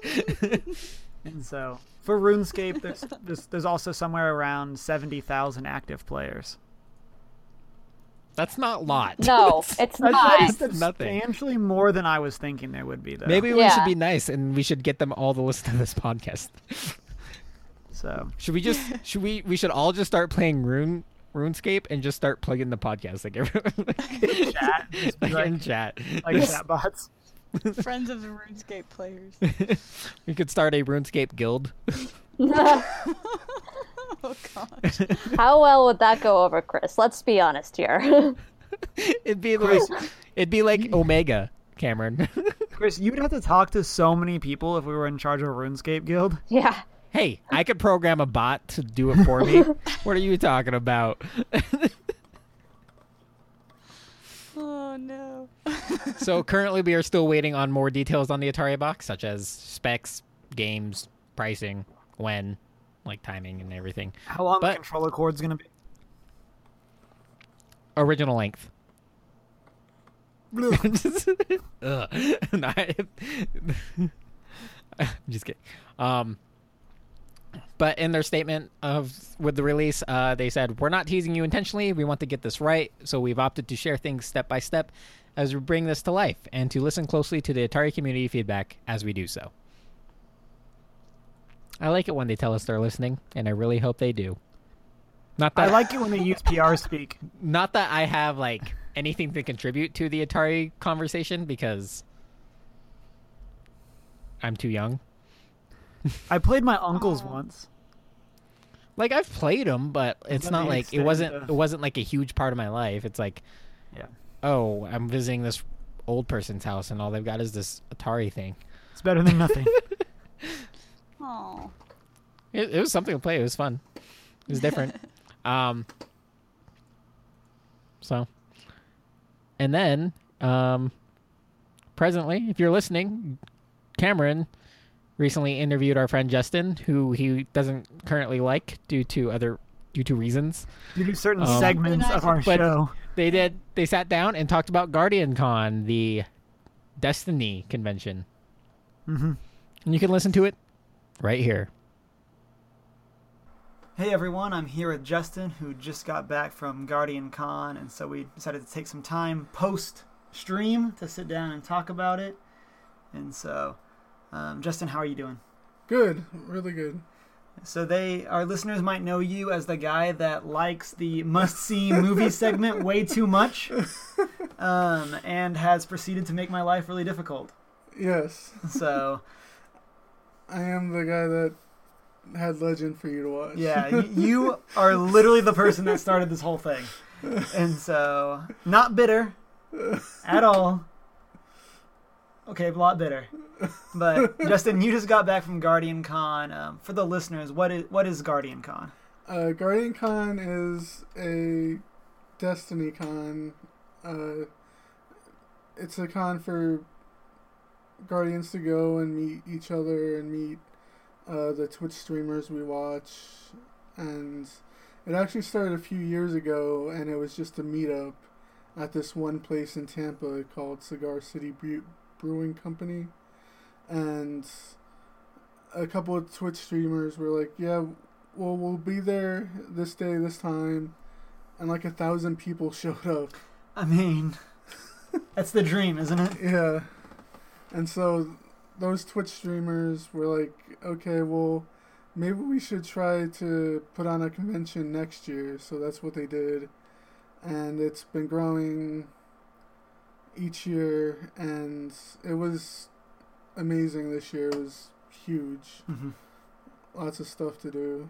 and so for RuneScape, there's, there's, there's also somewhere around 70,000 active players. That's not lot. [laughs] No, it's That's not. that's Nothing. substantially more than I was thinking there would be, though. Maybe we should Yeah. be nice and we should get them all to listen to this podcast. so. Should we just should we we should all just start playing Rune RuneScape and just start plugging the podcast like everyone like, Chat, just be like [laughs] like- [laughs] in chat. Like chatbots. Friends of the RuneScape players. [laughs] we could start a RuneScape guild. [laughs] oh [laughs] gosh. How well would that go over, Chris? Let's be honest here. [laughs] [laughs] It'd be like it'd be like Omega, Cameron. [laughs] Chris, you'd have to talk to so many people if we were in charge of a RuneScape guild. yeah. hey, I could program a bot to do it for me. what are you talking about? [laughs] Oh no. so currently we are still waiting on more details on the Atari box, such as specs, games, pricing, when, like timing and everything. How long But- the controller cord's gonna be? Original length. [laughs] Ugh. [laughs] No, I- I'm just kidding. Um, but in their statement of with the release, uh, they said, "We're not teasing you intentionally. We want to get this right, so we've opted to share things step by step as we bring this to life, and to listen closely to the Atari community feedback as we do so." I like it when they tell us they're listening, and I really hope they do. Not that I like it when they use PR speak. not that I have like anything to contribute to the Atari conversation because I'm too young. I played my uncle's once. Like I've played them, but it's Let not me like it extend wasn't the- it wasn't like a huge part of my life. It's like, Yeah, oh, I'm visiting this old person's house and all they've got is this Atari thing. it's better than [laughs] nothing. Oh. It, it was something to play. It was fun. It was different. um, so, and then, um, presently, if you're listening, Cameron recently interviewed our friend Justin, who he doesn't currently like due to other due to reasons. You do certain Um, segments But of our but- show. They did. They sat down and talked about Guardian Con, the Destiny convention, Mhm. and you can listen to it right here. Hey everyone, I'm here with Justin, who just got back from Guardian Con, and so we decided to take some time post stream to sit down and talk about it. And so, um, Justin, how are you doing? Good, really good. So they, our listeners might know you as the guy that likes the must-see movie segment way too much, um, and has proceeded to make my life really difficult. Yes, So I am the guy that had Legend for you to watch. yeah, y- you are literally the person that started this whole thing, and so not bitter at all. Okay, a lot bitter. But Justin, you just got back from Guardian Con. Um, for the listeners, what is what is Guardian Con? Uh, Guardian Con is a Destiny Con. Uh, it's a con for Guardians to go and meet each other and meet uh, the Twitch streamers we watch. And it actually started a few years ago, and it was just a meetup at this one place in Tampa called Cigar City Bre- Brewing Company. And a couple of Twitch streamers were like, Yeah, well, we'll be there this day, this time, and like a thousand people [laughs] showed up. I mean, that's the dream, isn't it? Yeah, and so those Twitch streamers were like, okay, well, maybe we should try to put on a convention next year. So that's what they did, and it's been growing each year, and it was amazing this year. It was huge, hmm lots of stuff to do.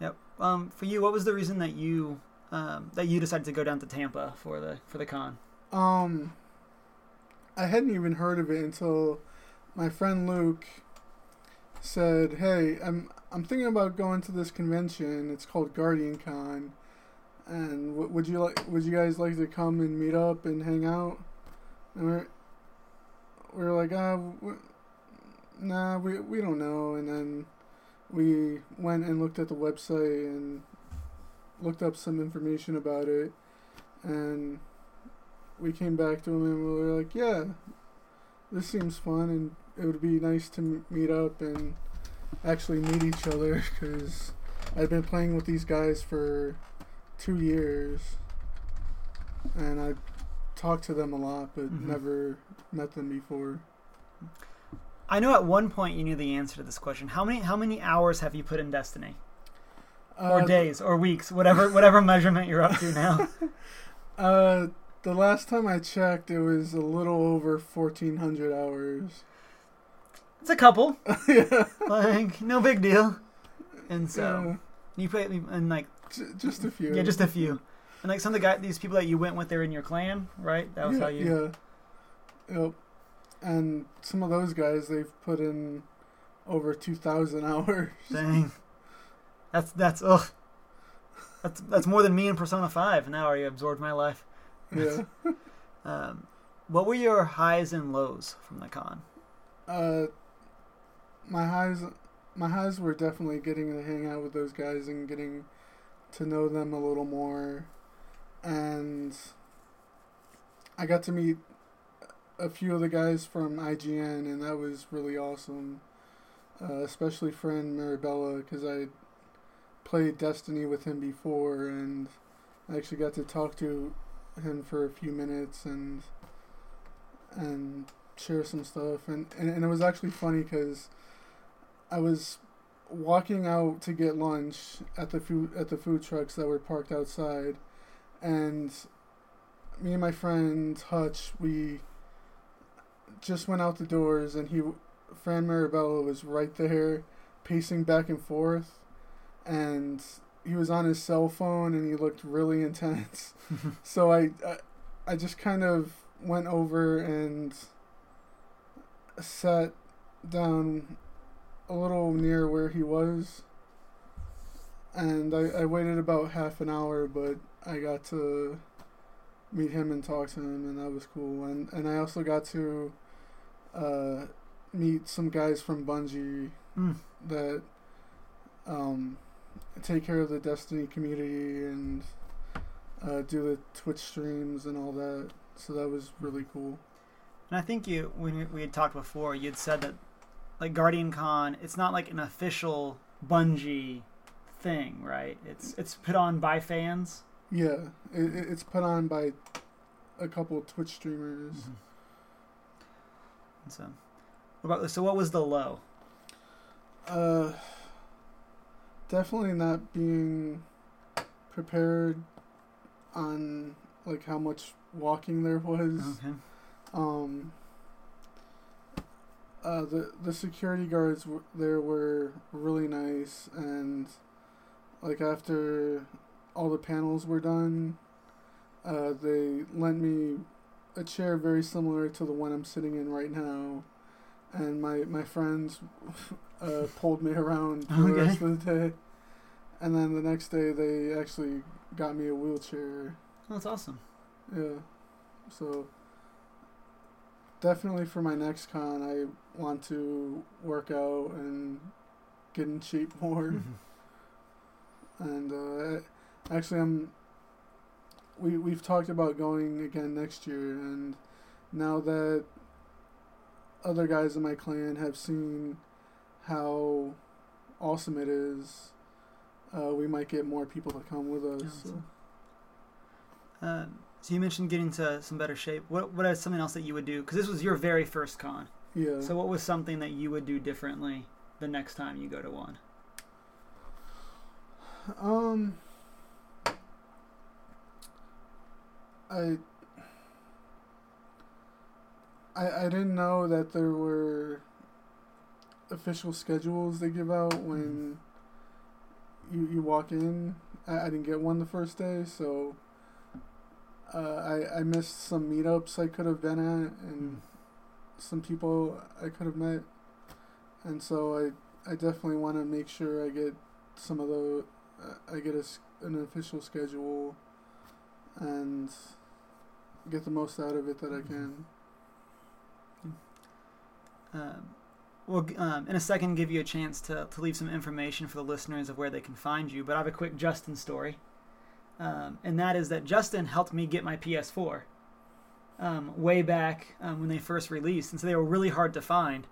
Yep. Um, for you, what was the reason that you um, that you decided to go down to Tampa for the for the con? Um, I hadn't even heard of it until my friend Luke said, "Hey, I'm I'm thinking about going to this convention. It's called Guardian Con, and w- would you like would you guys like to come and meet up and hang out?" And we're we were like, "Ah, w- nah, we we don't know." And then we went and looked at the website and looked up some information about it, and we came back to him and we were like, yeah, this seems fun and it would be nice to m- meet up and actually meet each other [laughs] because I've been playing with these guys for two years. and I talked to them a lot, but Mhm. never met them before. I know at one point you knew the answer to this question. How many how many hours have you put in Destiny, or Uh, days, or weeks, whatever [laughs] whatever measurement you're up to now? Uh, the last time I checked, it was a little over fourteen hundred hours. It's a couple, yeah. like no big deal. And Yeah. so you put and like J- just a few. yeah, just a few. And like some of the guy, these people that you went with, they were in your clan, right? That was yeah, how you. Yeah. Yep. And some of those guys, they've put in over two thousand [laughs] hours. Dang. That's that's ugh. That's that's more than me in Persona Five. Now you absorbed my life. yeah. Um, what were your highs and lows from the con? Uh, my highs, my highs were definitely getting to hang out with those guys and getting to know them a little more, and I got to meet a few of the guys from IGN, and that was really awesome. Uh, especially friend Maribella, because I played Destiny with him before, and I actually got to talk to him for a few minutes, and and share some stuff and, and, and it was actually funny because i was walking out to get lunch at the food at the food trucks that were parked outside and me and my friend hutch we just went out the doors and he fran marabella was right there pacing back and forth and he was on his cell phone and he looked really [laughs] intense so I, I i just kind of went over and sat down a little near where he was, and I, I waited about half an hour, but I got to meet him and talk to him, and that was cool. And and I also got to uh, meet some guys from Bungie Mm. that um, take care of the Destiny community and uh, do the Twitch streams and all that. So that was really cool. And I think you, when you- we had talked before, you'd said that, like Guardian Con, it's not like an official Bungie thing, right? It's it's put on by fans. Yeah, it, it- it's put on by a couple Twitch streamers. And so, what about so what was the low? Uh, definitely not being prepared on like how much walking there was. Okay. Um, uh, the the security guards w- there were really nice, and like after all the panels were done, uh, they lent me a chair very similar to the one I'm sitting in right now, and my my friends [laughs] uh, pulled me around for the Okay. rest of the day, and then the next day they actually got me a wheelchair. That's awesome. Yeah. So definitely for my next con, I want to work out and get in shape [laughs] more. and uh, actually, I'm. We we've talked about going again next year, and now that other guys in my clan have seen how awesome it is, uh, we might get more people to come with us. Awesome. Uh, so you mentioned getting to some better shape. What what is something else that you would do? Because this was your very first con. Yeah. So what was something that you would do differently the next time you go to one? Um, I, I I didn't know that there were official schedules they give out when you you walk in. I, I didn't get one the first day, so uh, I I missed some meetups I could have been at and some people I could have met, and so I I definitely want to make sure I get some of the I- I get a s an official schedule and get the most out of it that I can. Um, we'll um, in a second give you a chance to, to leave some information for the listeners of where they can find you. But I have a quick Justin story, um, and that is that Justin helped me get my PS4 um, way back um, when they first released, and so they were really hard to find.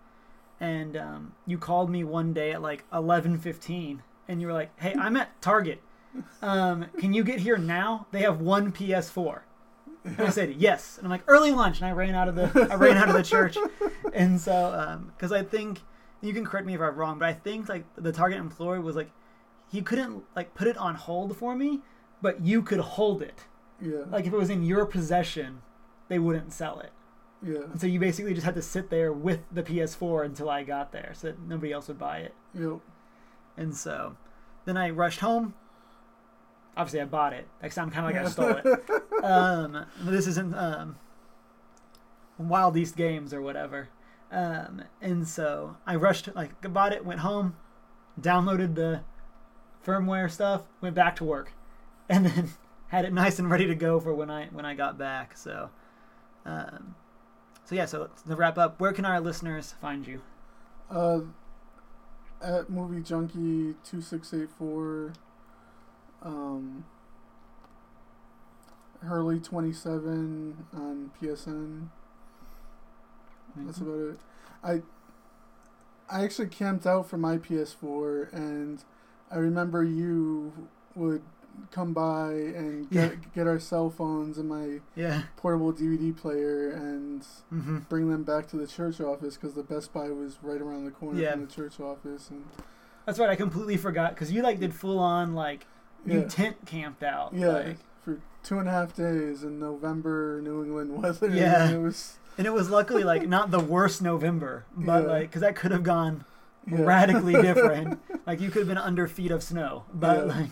And um, you called me one day at like eleven fifteen, and you were like, "Hey, I'm at Target. Um, can you get here now? They have one PS4." And I said yes, and I'm like early lunch, and I ran out of the I ran out of the church, and so because I think you can correct me if I'm wrong, but I think like the target employee was like he couldn't like put it on hold for me, but you could hold it. Yeah. Like if it was in your possession, they wouldn't sell it. yeah. And so you basically just had to sit there with the PS4 until I got there, so that nobody else would buy it. Yep. And so then I rushed home. Obviously, I bought it. Next time, kind of like I stole it. Um, but this isn't um, Wild East Games or whatever. Um, and so I rushed, like, bought it, went home, downloaded the firmware stuff, went back to work, [laughs] and then had it nice and ready to go for when I when I got back. So, um, so yeah. So to wrap up, where can our listeners find you? Uh, at movie junkie two six eight four, um, Hurley twenty seven on PSN. That's about it. I I actually camped out for my PS4, and I remember you would come by and get, get our cell phones and my Yeah. portable DVD player and Mm-hmm. bring them back to the church office because the Best Buy was right around the corner Yeah. from the church office. And That's right. I completely forgot because you like did full on like you yeah, tent camped out. yeah, like- for two and a half days in November New England [laughs] weather. Yeah. and it was and it was luckily like not the worst November, but Yeah. like because that could have gone [laughs] yeah. radically different. Like you could have been under feet of snow, but Yeah. like,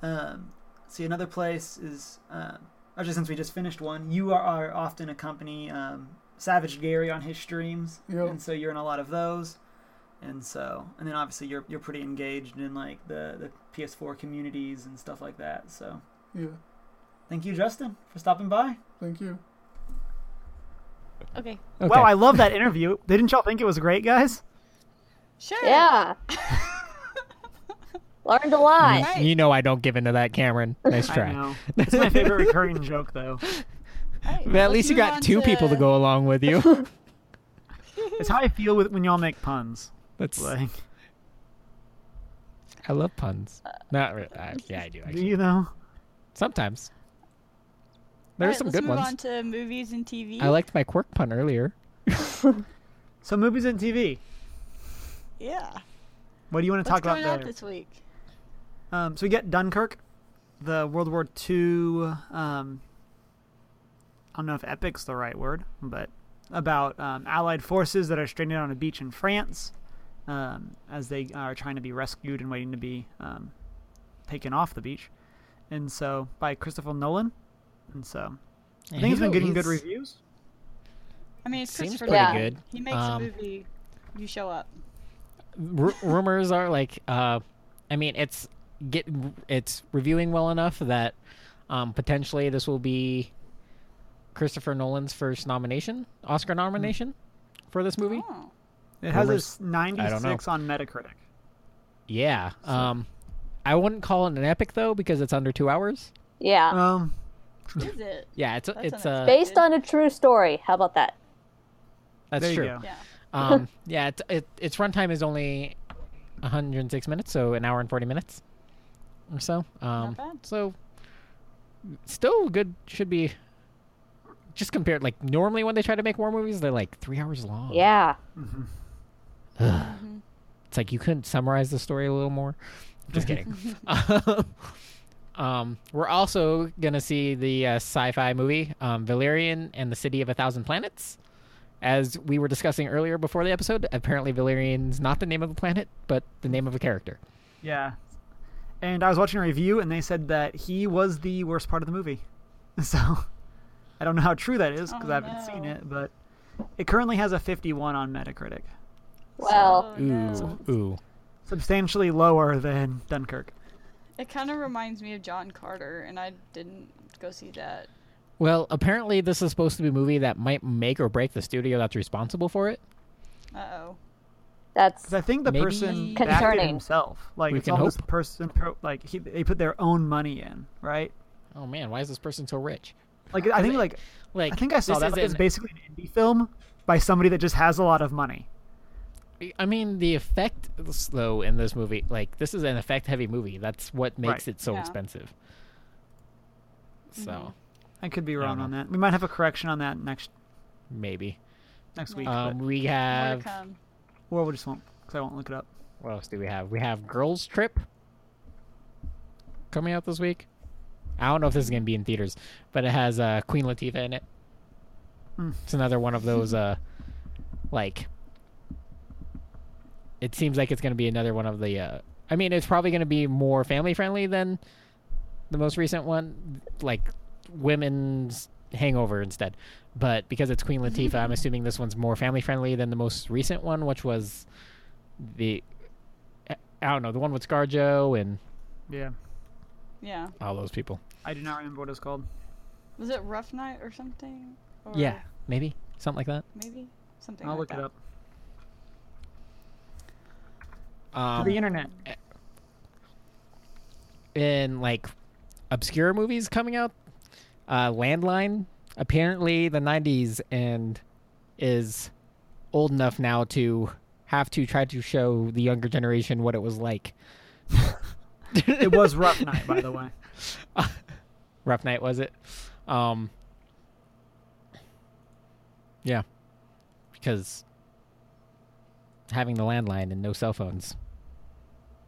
um, see another place is uh, actually since we just finished one, you are, are often accompany um, Savage Gary on his streams, Yep. and so you're in a lot of those, and so and then obviously you're you're pretty engaged in like the the PS4 communities and stuff like that. So Yeah, thank you, Justin, for stopping by. thank you. Okay. Okay. Wow, I love that interview. Didn't y'all think it was great, guys? Sure. Yeah. Learned a lot. Right. You know I don't give into that, Cameron. Nice I try. know. It's my favorite recurring joke, though. Alright, But at let's least you move on got two people to go along with [laughs] you. It's how I feel with when y'all make puns. That's Like, I love puns. Not re- I, yeah, I do. Uh, do Actually. you know? Sometimes there's Alright, some let's good move ones. on to movies and TV. I liked my quirk pun earlier. So movies and TV. Yeah. What do you want to What's talk going about out there? this week? Um, so we get Dunkirk, the World War II. Um, I don't know if epic's the right word, but about um, Allied forces that are stranded on a beach in France um, as they are trying to be rescued and waiting to be um, taken off the beach. And so by Christopher Nolan. And so I think it's been getting good reviews. I mean, it's Seems Christopher pretty Yeah. Nolan. good. He makes Um, a movie. You show up. Ru rumors are like, uh, I mean, it's get it's reviewing well enough that um, potentially this will be Christopher Nolan's first nomination, Hmm. Oscar nomination, for this movie. Oh. It has Rumors. a 96 on Metacritic. Yeah. Um, I wouldn't call it an epic though because it's under two hours. Uh, Yeah. Um, Is it? Yeah, it's That's it's uh, Based on a true story. How about that? that's there true. you go. [laughs] Yeah. um, yeah, it, it, its runtime is only 106 minutes, so an hour and 40 minutes or so. Um, bad. So, still good. Should be just compared. Like normally when they try to make war movies, they're like three hours long. Yeah. it's like you couldn't summarize the story a little more. Just kidding. [laughs] um, we're also gonna see the uh, sci-fi movie um, Valerian and the City of a Thousand Planets. As we were discussing earlier before the episode, apparently Valerian's not the name of a planet, but the name of a character. Yeah. And I was watching a review and they said that he was the worst part of the movie. [laughs] So I don't know how true that is because Oh, I haven't seen no. it, but it currently has a 51 on Metacritic, Well, Oh, no. ooh. substantially lower than Dunkirk. It kind of reminds me of John Carter, and I didn't go see that. Well, apparently this is supposed to be a movie that might make or break the studio that's responsible for it. Uh oh. that's Because I think the Maybe- person backed it Concerning. himself. Like We it's can all this hope. person pro- like he, they put their own money in, right? Oh man, why is this person so rich? Like I think like Like I think I saw this that. is Like, it's an- basically an indie film by somebody that just has a lot of money. I mean, the effect though in this movie, like this is an effect-heavy movie. That's what makes Right. it so Yeah. Mm-hmm. expensive. So, I could be don't wrong know. on that. We might have a correction on that next maybe. next week. Um, but, More we to have come. or we just won't because I won't look it up. what else do we have? We have Girls Trip coming out this week. I don't know if this is gonna be in theaters, but it has uh, Queen Latifah in it. Mm. It's another one of those uh, like. It seems like it's gonna be another one of the. Uh, I mean, it's probably gonna be more family friendly than the most recent one, like women's Hangover instead. But because it's Queen Latifah, I'm assuming this one's more family friendly than the most recent one, which was the I I don't know the one with ScarJo and Yeah, Yeah. all those people. I do not remember what it's called. Was it Rough Night or something? Or Yeah, maybe something like that. Maybe something. I'll like look that. it up. Um, the internet. in like obscure movies coming out. Uh, Landline, apparently the '90s, and is old enough now to have to try to show the younger generation what it was like. [laughs] It was [laughs] Rough Night, by the way. Rough night, was it? Um, yeah, because having the landline and no cell phones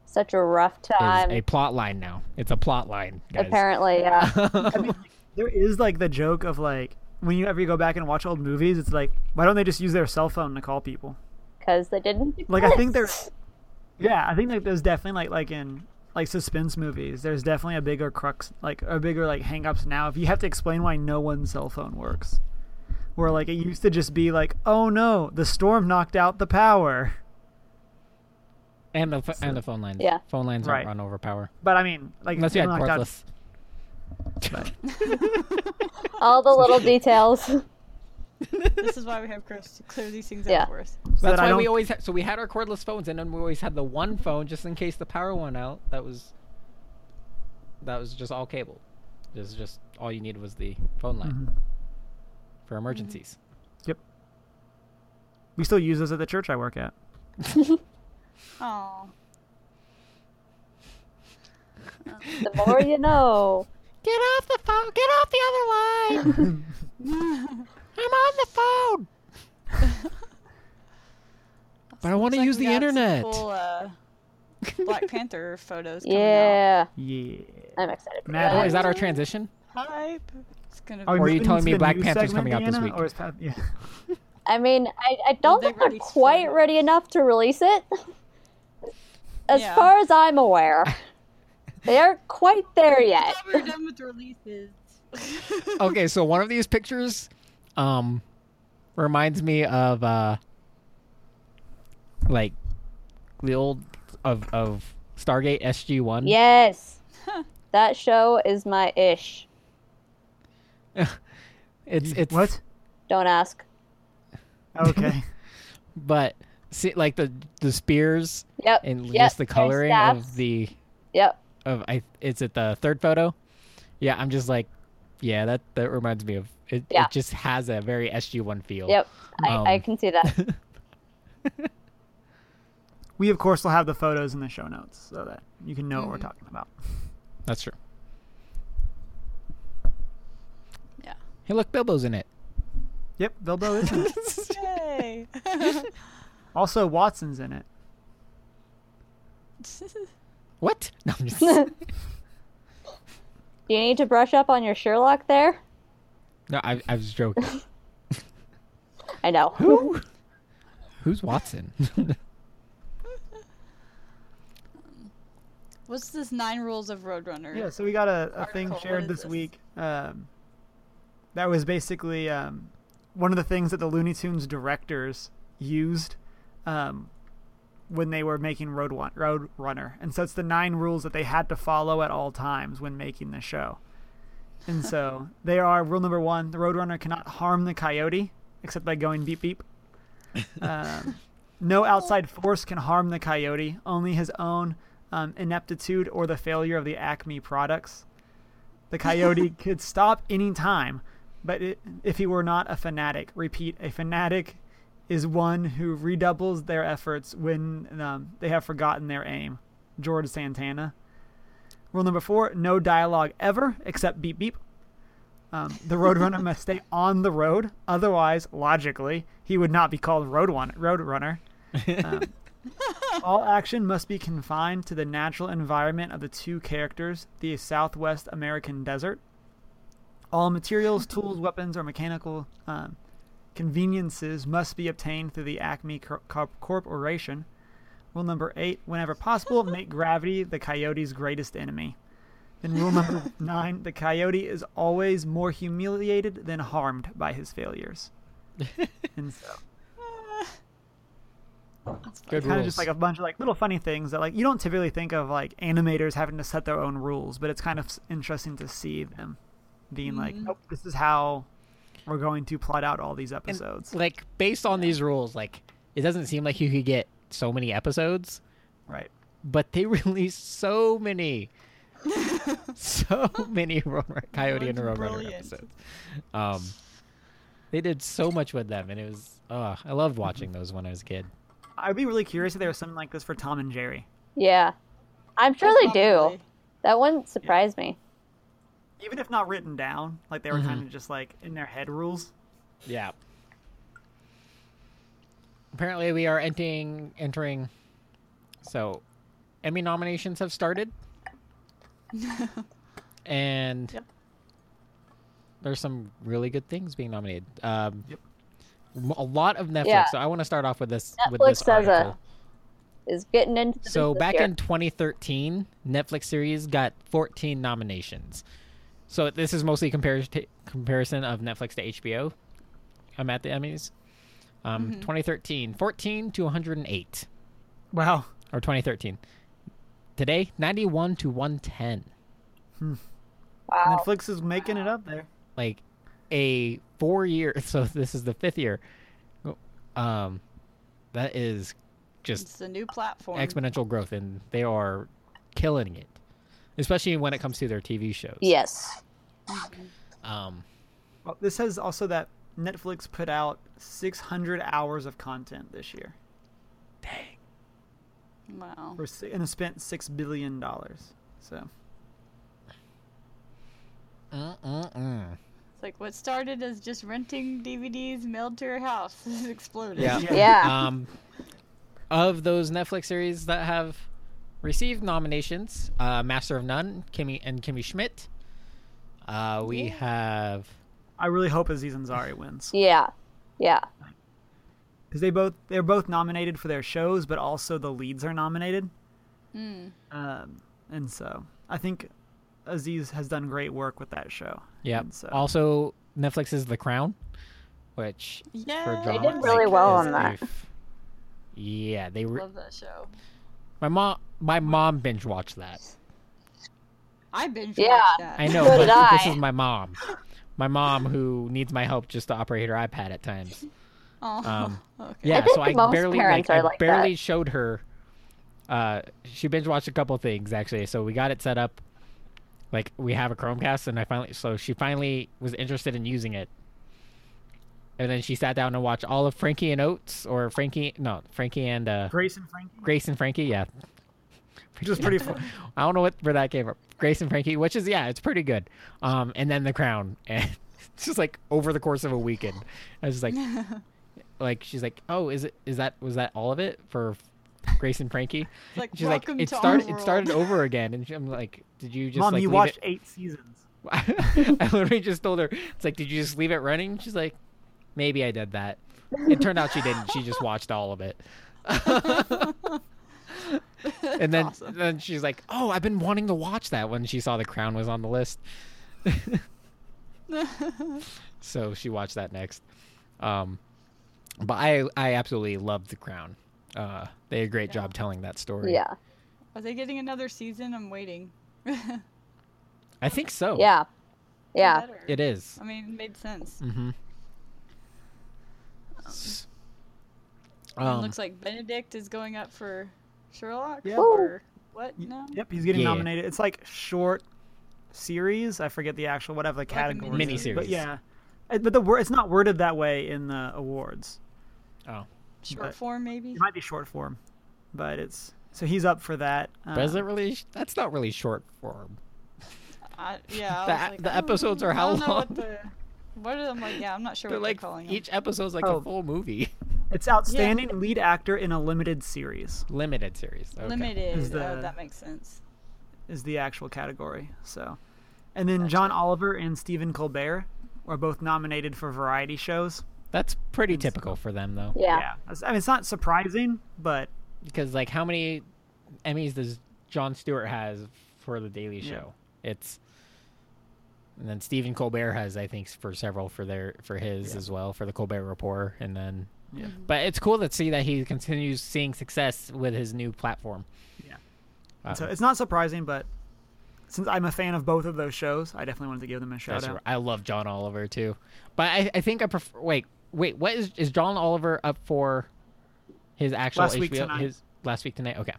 Such a rough time. is a plot line now. It's a plot line, guys. Apparently, yeah. [laughs] I mean, there is like the joke of like when you ever go back and watch old movies, it's like why don't they just use their cell phone to call people? Because they didn't. Like I think exist. [laughs] there's, yeah, I think like there's definitely like like in like suspense movies, there's definitely a bigger crux, like a bigger like hangups now. If you have to explain why no one's cell phone works, where like it used to just be like, oh no, the storm knocked out the power. and the ph and the phone lines. Yeah. phone lines Right. don't run over power But I mean, like unless you had knocked out- cordless. [laughs] all the little details. [laughs] This is why we have Chris to clear these things Yeah. out for us. so That's that I why we don't- always had, so we had our cordless phones, and then we always had the one phone just in case the power went out. That was that was just all cable. Just just all you needed was the phone line Mm-hmm. for emergencies. we still use those at the church I work at. Oh. the more you know. Get off the phone! Get off the other line! [laughs] [laughs] I'm on the phone. but I want to use the internet. Cool, uh, Black [laughs] Panther photos. Coming Yeah. Yeah. I'm excited for Mad Oh, that. is that our transition? Out. Hype. It's gonna we be. Or are [laughs] you moving telling to me the Black news Panther's segment, coming out this Deanna, week? Or is Pat- yeah. I mean, I, I don't they think they're ready soon? quite ready enough to release it. As Yeah. far as I'm [laughs] aware, they aren't quite there yet. We're done with the [laughs] releases. okay, so one of these pictures um reminds me of uh like the old of of Stargate SG1. Yes. That show is my ish. [laughs] It's it's Mm, What? Don't ask. [laughs] Okay. but see like the the spears Yep. and yep. just the their coloring staffs. of the Yep. of I is it the third photo? Yeah, I'm just like yeah, that that reminds me of it, Yeah. it just has a very SG1 feel. Yep. I, I Um, can [laughs] see that. we of course will have the photos in the show notes so that you can know what we're Mm-hmm. talking about. That's true. Yeah. Hey, look, Bilbo's in it. Yep, Bilbo [laughs] is in it. [laughs] Yay. Also, Watson's in it. What? [laughs] No, I'm [laughs] just Do you need to brush up on your Sherlock there? No, I, I was joking. I know. Who? Who's [laughs] Watson? [laughs] What's this nine rules of Roadrunner? Yeah, so we got a, a Article, thing what shared is this, this? week um, that was basically um, one of the things that the Looney Tunes directors used um, when they were making Road, One, Road Runner. And so it's the nine rules that they had to follow at all times when making the show. And [laughs] so they are rule number one the Roadrunner cannot harm the coyote except by going beep [laughs] beep. Um, no outside force can harm the coyote, only his own um, ineptitude or the failure of the Acme products. The coyote [laughs] could stop any time, but it, if he were not a fanatic, repeat, a fanatic is one who redoubles their efforts when um, they have forgotten their aim. George Santana. Rule number four no dialogue ever except beep beep. Um, the Roadrunner must stay on the road, otherwise, logically, he would not be called Road one, Roadrunner. Um, all action must be confined to the natural environment of the two characters, the Southwest American desert. All materials, tools, weapons, or mechanical um, conveniences must be obtained through the Acme Cor- Cor- Corporation. Rule number eight: Whenever possible, make gravity the coyote's greatest enemy. Then rule number nine: The coyote is always more humiliated than harmed by his failures. And so, Good kind of rules. just like a bunch of like little funny things that like you don't typically think of like animators having to set their own rules, but it's kind of s- interesting to see them being like, nope, this is how we're going to plot out all these Mm-hmm. And, episodes. like based on these rules, like it doesn't seem like you could get so many episodes, right. but they [laughs] released so many, so many [laughs] Roadrunner, Coyote and That's Roadrunner brilliant. episodes. Um, they did so much with them, and it was uh, I loved watching those when I was a kid. I'd be really curious if there was something like this for Tom and Jerry. Yeah. I'm sure they do. Probably. That wouldn't surprise me. Even if not written down, like they were kind of just like in their head rules. Yeah. Apparently, we are entering entering. So, Emmy nominations have [laughs] started, and Yep. there's some really good things being nominated. Um, Yep. m- A lot of Netflix. Yeah. So I want to start off with this. with Netflix this does a- article. Is getting into the So business back here. in 2013, Netflix series got 14 nominations. So this is mostly compar- comparison of Netflix to HBO. I'm at the Emmys. Um, Mm-hmm. 2013, 14 to 108, Wow. or 2013. Today, 91 to 110. wow. Netflix is making it up there. Like a four year. [laughs] So this is the fifth year. Um, that is just It's a new platform. exponential growth, and they are killing it, especially when it comes to their TV shows. Yes. Um, Well, this says also that Netflix put out 600 hours of content this year, dang. wow. for, si- and it spent six billion dollars. So Mm-mm-mm. It's like what started as just renting DVDs mailed to your house [laughs] has exploded. Yeah. Yeah. [laughs] Um, of those Netflix series that have received nominations, uh, Master of None, Kimmy and Kimmy Schmidt. Uh, we have I really hope Aziz Ansari wins yeah. Yeah. because they both they're both nominated for their shows, but also the leads are nominated. Mm. Um, and so I think Aziz has done great work with that show. yeah. And so- Also, Netflix is The Crown, which for Yeah. drama, did really like, well is on a that. f- yeah, they were. Love that show. My mom, my mom binge watched that. I binge Yeah. watched that. I [laughs] know, So but did this I. is my mom. My mom who needs my help just to operate her iPad at times. [laughs] Oh, Um, [laughs] okay. Yeah, I think so I most barely parents like, I are like barely that. showed her. Uh, she binge watched a couple things actually, so we got it set up. Like we have a Chromecast, and I finally so she finally was interested in using it. And then she sat down and watched all of Frankie and Oates, or Frankie no Frankie and uh, Grace and Frankie, Grace and Frankie, yeah. Which is pretty fun. I don't know what where that came from. Grace and Frankie, which is yeah, it's pretty good. Um, and then The Crown, [laughs] and it's just like over the course of a weekend, I was just like, like she's like, oh, is it is that was that all of it for Grace and Frankie? It's like, She's like, "Welcome it to our started it world." [laughs] started over again, and she- I'm like, did you just Mom, like you leave watched it? eight seasons. [laughs] I literally just told her, it's like, did you just leave it running? She's like, maybe I did that. It turned out she didn't. She just watched all of it. [laughs] [laughs] and then, awesome. then she's like, "Oh, I've been wanting to watch that." When she saw The Crown was on the list, so she watched that next. Um, but I, I absolutely loved The Crown. Uh, they did a great job telling that story. Yeah. [laughs] Are they getting another season? I'm waiting. [laughs] Better. I think so. Yeah. Yeah. it is. I mean, it made sense. Mm-hmm. it Um, looks like Benedict is going up for Sherlock. Yeah. Or what? No. Yep, he's getting Yeah. nominated. It's like short series. I forget the actual whatever the a category. mini is, series. but yeah, Uh, but the wor- it's not worded that way in the awards. oh, Short But- form, maybe. It might be short form, but it's so he's up for that. Um, but is it really? That's not really short form. I, [laughs] yeah. I The was a- like, the I don't- episodes are how I don't know long? [laughs] What, the, what are them like? Yeah, I'm not sure They're what they're like calling each episode's like Oh. a full movie. [laughs] It's outstanding lead actor in a limited series Limited series. Okay. them. Limited. Is the- oh, that makes sense. is the actual category. So, and then John Oliver and Stephen Colbert were both nominated for variety shows. That's pretty typical for them though. Yeah. I mean it's not surprising, but Because like how many Emmys does John Stewart has for the Daily Yeah. Show? It's and then Stephen Colbert has I think for several for their for his as well for the Colbert Report and then Yeah. But it's cool to see that he continues seeing success with his new platform. Yeah. Um, so it's not surprising. But since I'm a fan of both of those shows, I definitely wanted to give them a shout That's out. r- I love John Oliver too, but I, I think I prefer. Wait, wait, what is is John Oliver up for? His actual Last HBO, Week Tonight. his last week tonight. Okay,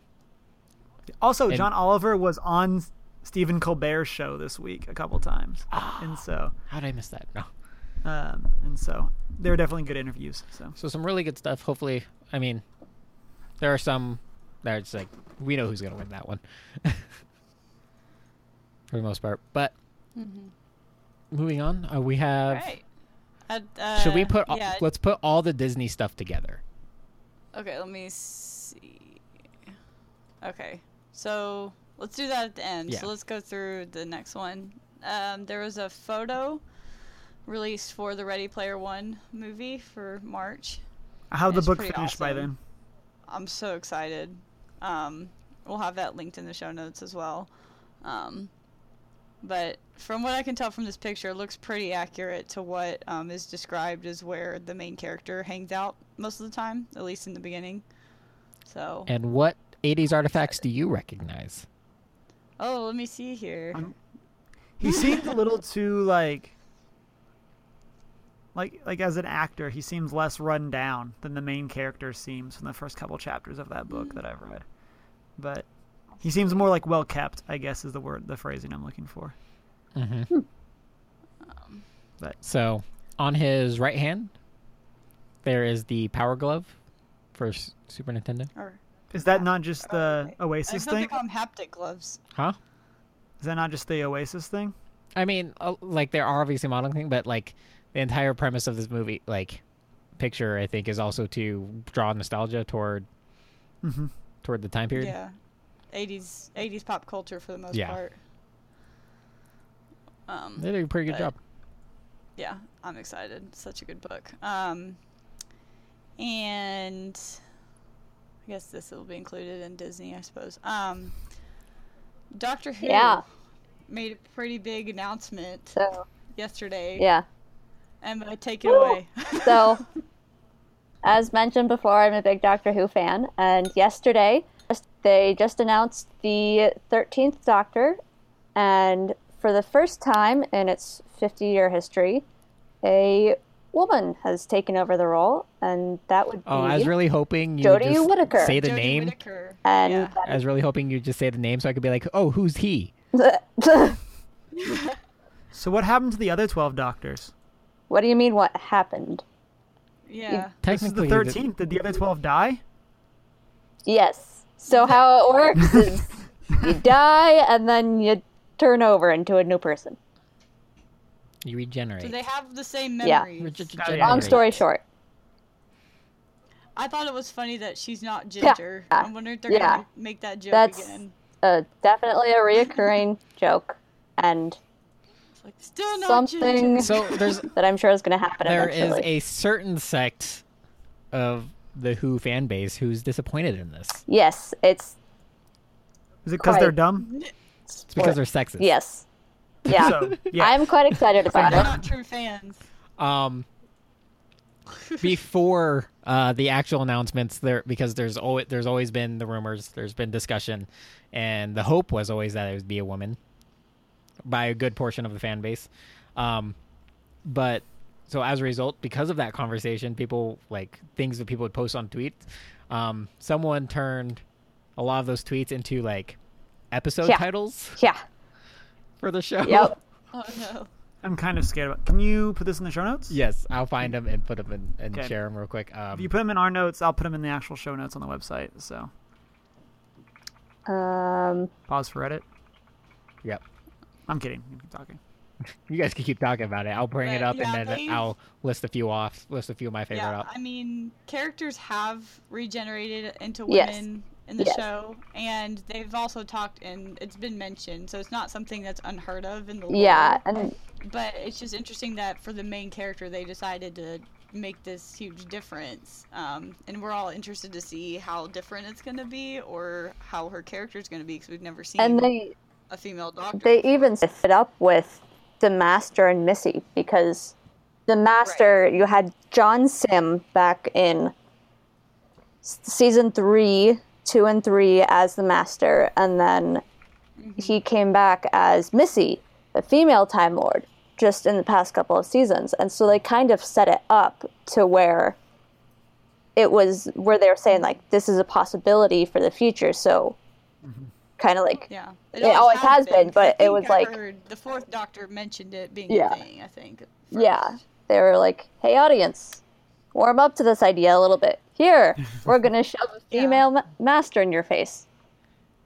Also, And- John Oliver was on Stephen Colbert's show this week a couple times, Ah. and so how did I miss that? No, um, and so they were definitely good interviews. So so some really good stuff. Hopefully, I mean, there are some that's like we know who's gonna win that one [laughs] for the most part. But moving on, uh, we have. Right. I'd, Uh, Should we put? all- Yeah. let's put all the Disney stuff together. Okay. Let me see. Okay. So let's do that at the end. Yeah. So let's go through the next one. Um, there was a photo released for the Ready Player One movie for March. I have the It's book pretty finished by awesome. then. I'm so excited. Um, we'll have that linked in the show notes as well. Um, but from what I can tell from this picture, it looks pretty accurate to what um, is described as where the main character hangs out most of the time, at least in the beginning. So, And what '80s artifacts do you recognize? oh, let me see here. I'm- He seemed a little too like. Like, like as an actor, he seems less run down than the main character seems from the first couple chapters of that Mm. book that I've read. But he seems more like well kept, I guess, is the word, the phrasing I'm looking for. Mm-hmm. Um, So on his right hand, there is the Power Glove for S- Super Nintendo. Or, Is that not just the I Uh, Oasis thought they thing? call 'em haptic gloves. Huh? Is that not just the Oasis thing? I mean, uh, like there are obviously modeling thing, but like the entire premise of this movie, like picture, I think, is also to draw nostalgia toward Mm-hmm. toward the time period. Yeah. 80s 80s pop culture for the most Yeah. part. Um, They did a pretty good But- job. yeah, I'm excited. Such a good book. Um, and I guess this will be included in Disney, I suppose. Um, Doctor Who Yeah. made a pretty big announcement So yesterday. yeah. Emma, take it away. So, as mentioned before, I'm a big Doctor Who fan, and yesterday just- they just announced the 13th Doctor, and for the first time in its 50 year history, a woman has taken over the role, and that would be. Oh, I was really hoping you Jodie just Whittaker. say the [laughs] Jodie name. Whittaker. and yeah. I was really hoping you just say the name so I could be like, oh, who's he? that- So what happened to the other twelve doctors? [laughs] what do you mean? What happened? yeah. This is the Technically, thirteenth. Did the other twelve die? Yes. So how it works is you die and then you turn over into a new person. you regenerate. Do they have the same Yeah. memories? Regenerate. Long story short. I thought it was funny that she's not ginger. Yeah. I'm wondering if they're Yeah. gonna make that joke That's- again. uh, definitely a reoccurring joke, and It's like still not something ginger. [laughs] So there's [laughs] that I'm sure is going to happen There is eventually. a certain sect of the Who fan base who's disappointed in this. Yes, it's Is it because they're Quite. dumb? It's because they're sexist. yes, [laughs] yeah. So yeah, [laughs] I'm quite excited [laughs] about They're it. not true fans. [laughs] Um, before uh, the actual announcements, there because there's always there's always been the rumors, there's been discussion, and the hope was always that it would be a woman by a good portion of the fan base. Um, but so as a result, because of that conversation, people like things that people would post on tweets. Um, someone turned a lot of those tweets into like episode Yeah. titles Yeah, for the show. yep. Oh no. I'm kind of scared about. Can you put this in the show notes? [laughs] Yes, I'll find them and put them in, and share 'em Okay. share them real quick. Um, If you put them in our notes, I'll put them in the actual show notes on the website. So Um, pause for edit. Yep. I'm kidding. You keep talking. You guys can keep talking about it. I'll bring it But, up yeah, and then they- I'll list a few off. List a few of my favorite yeah, up. I mean, characters have regenerated into Yes. women in the Yes. show, and they've also talked, and it's been mentioned, so it's not something that's unheard of in the lore. Yeah, and But it's just interesting that for the main character, they decided to make this huge difference, um, and we're all interested to see how different it's going to be or how her character's going to be because we've never seen and they a female doctor. they even set it up with the master and Missy because the master you had John Sim back in s- season three, two and three as the master, and then Mm-hmm. he came back as Missy, the female Time Lord, just in the past couple of seasons, and so they kind of set it up to where it was where they were saying like this is a possibility for the future, so. Kind of like yeah, It always has 'cause been, I but it think was I like- heard the fourth Doctor mentioned it being Yeah. a thing. I think. Yeah. They were like, hey, audience, warm up to this idea a little bit. Here, we're [laughs] going to shove a Yeah. female ma- master in your face.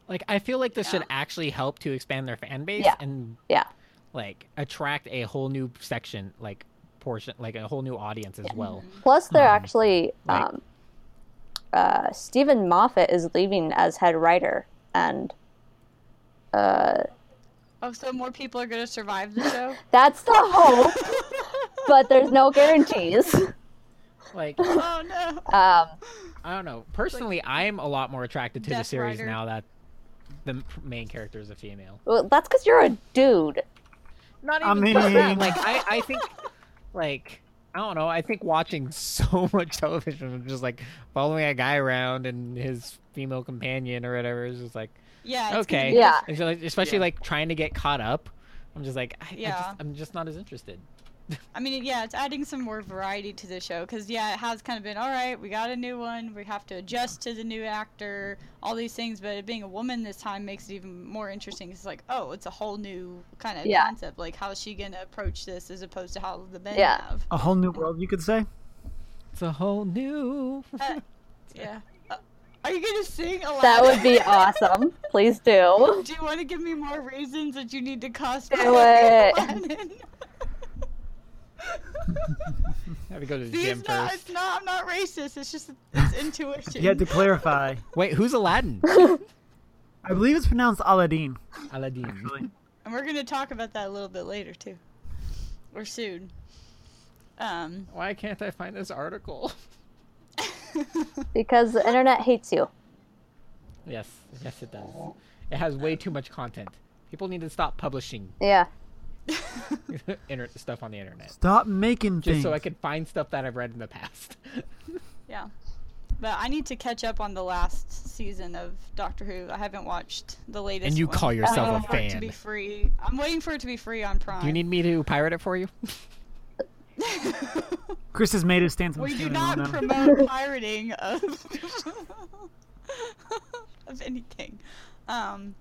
Like I feel like this should Yeah. actually help to expand their fan base Yeah. and Yeah. like attract a whole new section, like portion, like a whole new audience as well. Mm-hmm. Plus, they're Uh-huh. actually, Right. um, uh, Stephen Moffat is leaving as head writer. And uh, Oh, so more people are going to survive the show? [coughs] that's [laughs] the hope, but there's no guarantees. Mm-hmm. [laughs] Like oh no. Um, I don't know. Personally, I'm a lot more attracted to the Death series Rider. now that the m- main character is a female. well, that's because you're a dude. Not I even just that. mean- [laughs] Like I, I think, like I don't know. I think watching so [laughs] much television, and just like following a guy around and his female companion or whatever, is just like Yeah. it's gonna okay, be Yeah. And so, like, especially Yeah. like trying to get caught up. I'm just like, I, I Yeah. just, I'm just not as interested. I mean, yeah, it's adding some more variety to the show because yeah, it has kind of been all right. We got a new one. We have to adjust to the new actor, all these things. But it being a woman this time makes it even more interesting. 'cause It's like, oh, it's a whole new kind of Yeah. concept. Like, how is she gonna approach this as opposed to how the men Yeah. have? A whole new world, you [laughs] could say. It's a whole new. [laughs] Uh, yeah. Uh, are you gonna sing a lot? That would be awesome. Please do. [laughs] Do you want to give me more reasons that you need to cosplay? Do it. [laughs] [laughs] Lennon? Have to go to the See, gym it's not, first. it's not. I'm not racist. It's just [laughs] it's intuition. You had to clarify. Wait, who's Aladdin? I believe it's pronounced Aladdin. Aladdin. Really. And we're gonna talk about that a little bit later too, or soon. Um, [laughs] Why can't I find this article? Because the internet hates you. [laughs] Yes, yes, it does. It has way too much content. People need to stop publishing [laughs] Yeah. inter- stuff on the internet Stop making just things. so I can find stuff that I've read in the past. yeah. But I need to catch up on the last season of Doctor Who. I haven't watched the latest. you one. call yourself I'm a waiting for it To fan. be free, I'm waiting for it to be free on Prime. Do you need me to pirate it for you? [laughs] Chris has made his stance. on we do streaming not on that. [laughs] promote pirating of [laughs] of anything. Um,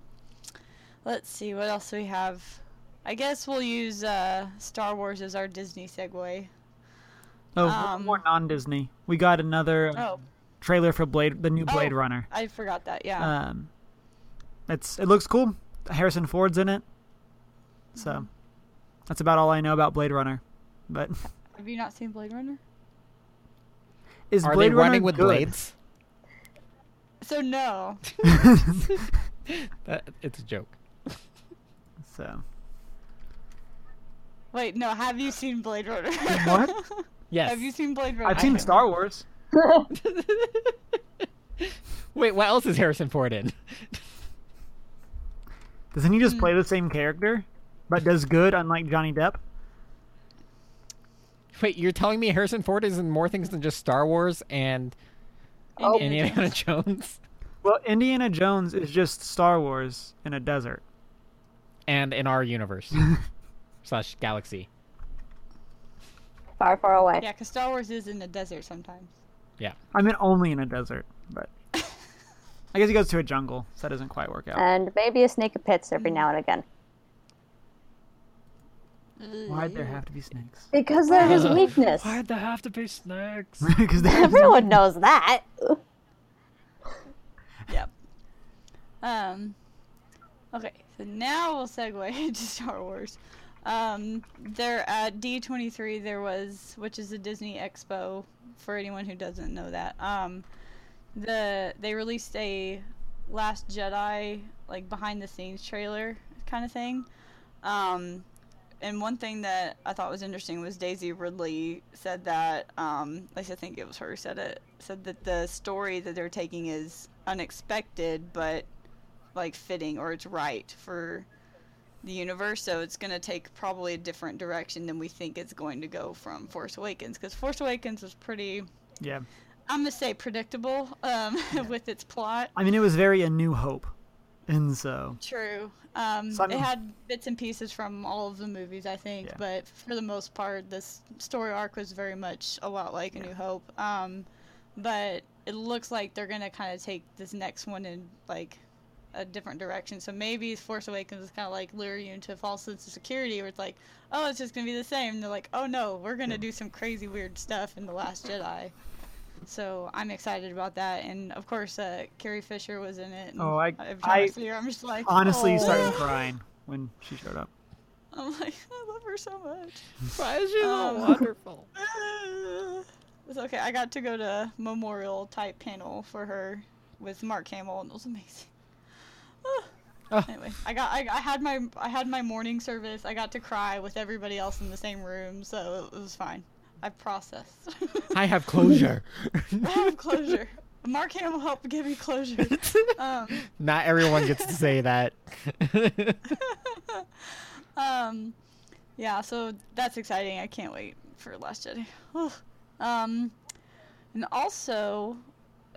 let's see what else we have. I guess we'll use uh, Star Wars as our Disney segue. Oh, um, more non-Disney. We got another Oh, trailer for Blade, the new Blade Oh. Runner. I forgot that. Yeah. Um, it's it looks cool. Harrison Ford's in it, Mm-hmm. so that's about all I know about Blade Runner. But Have you not seen Blade Runner? is Are Blade they Runner running with good? blades? So no. [laughs] [laughs] That, it's a joke. So Wait, no. Have you seen Blade Runner? what? Yes. [laughs] have you seen Blade Runner? I've seen haven't. Star Wars. Wait, what else is Harrison Ford in? [laughs] Doesn't he just play the same character, but does good, unlike Johnny Depp? Wait, you're telling me Harrison Ford is in more things than just Star Wars and Oh, Indiana [laughs] Jones Well, Indiana Jones is just Star Wars in a desert. and in [laughs] our universe slash galaxy? Far, far away. Yeah, because Star Wars is in the desert sometimes. I mean, only in a desert, [laughs] but I guess he goes to a jungle, so that doesn't quite work out. And maybe a snake of pits every now and again. Why'd there have to be [laughs] snakes? Because they're his weakness. there have to be snakes? Because [laughs] they [laughs] Everyone knows that. Yep. Um. Okay, So now we'll segue [laughs] into Star Wars. Um, there at D23 there was, which is a Disney Expo for anyone who doesn't know that. Um, the they released a Last Jedi like behind the scenes trailer kind of thing. Um, and one thing that I thought was interesting was Daisy Ridley said that, um, at least I think it was her who said it, said that the story that they're taking is unexpected but like fitting or it's right for the universe. So it's going to take probably a different direction than we think it's going to go from Force Awakens because Force Awakens was pretty, Yeah. I'm going to say predictable um, [laughs] with its plot. I mean, it was very A New Hope. And so, True. Um, So, I it mean- had bits and pieces from all of the movies, I think, Yeah. but for the most part, this story arc was very much a lot like A New Hope. Um, but it looks like they're gonna kind of take this next one in like a different direction. So maybe Force Awakens is kind of like lure you into a false sense of security, where it's like, oh, it's just gonna be the same. And they're like, oh no, we're gonna do some crazy weird stuff in the Last Jedi. So I'm excited about that, and of course, uh, Carrie Fisher was in it. and Oh, I- every time I, I- see her, I'm just like honestly, "Aw." you started [laughs] crying when she showed up. I'm like, I love her so much. Why is she so Um, wonderful? it's okay. I got to go to memorial type panel for her with Mark Hamill, and it was amazing. [sighs] Ah. Oh. Anyway, I got I, I had my I had my morning service. I got to cry with everybody else in the same room, so it was fine. I processed. [laughs] [laughs] I [laughs] have closure. I have closure. Mark Hamill helped give me [laughs] closure. Um, Not everyone gets to say that. um, yeah, so that's exciting. I can't wait for Last Jedi. Ugh. um, and also,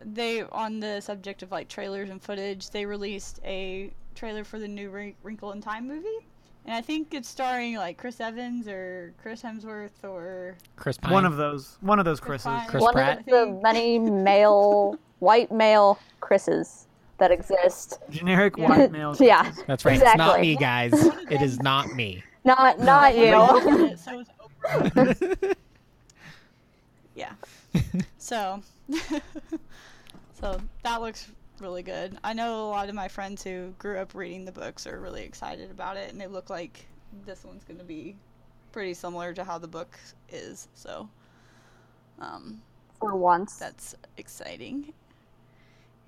they on the subject of like trailers and footage, they released a trailer for the new Wrin- Wrinkle in Time movie, and I think it's starring like Chris Evans or Chris Hemsworth or [laughs] Chris Pine. One of those, one of those Chris Chris's. Pine. Chris One Pratt. of the many male, white male Chris's that exist. Generic Yeah. [laughs] white [laughs] males. yeah, That's right. It's not Exactly. me, guys. It is not me. not not Like, you. [laughs] open it, so it's open. yeah. So, [laughs] so that looks really good. I know a lot of my friends who grew up reading the books are really excited about it, and they look like this one's going to be pretty similar to how the book is. So, um, For once, that's exciting.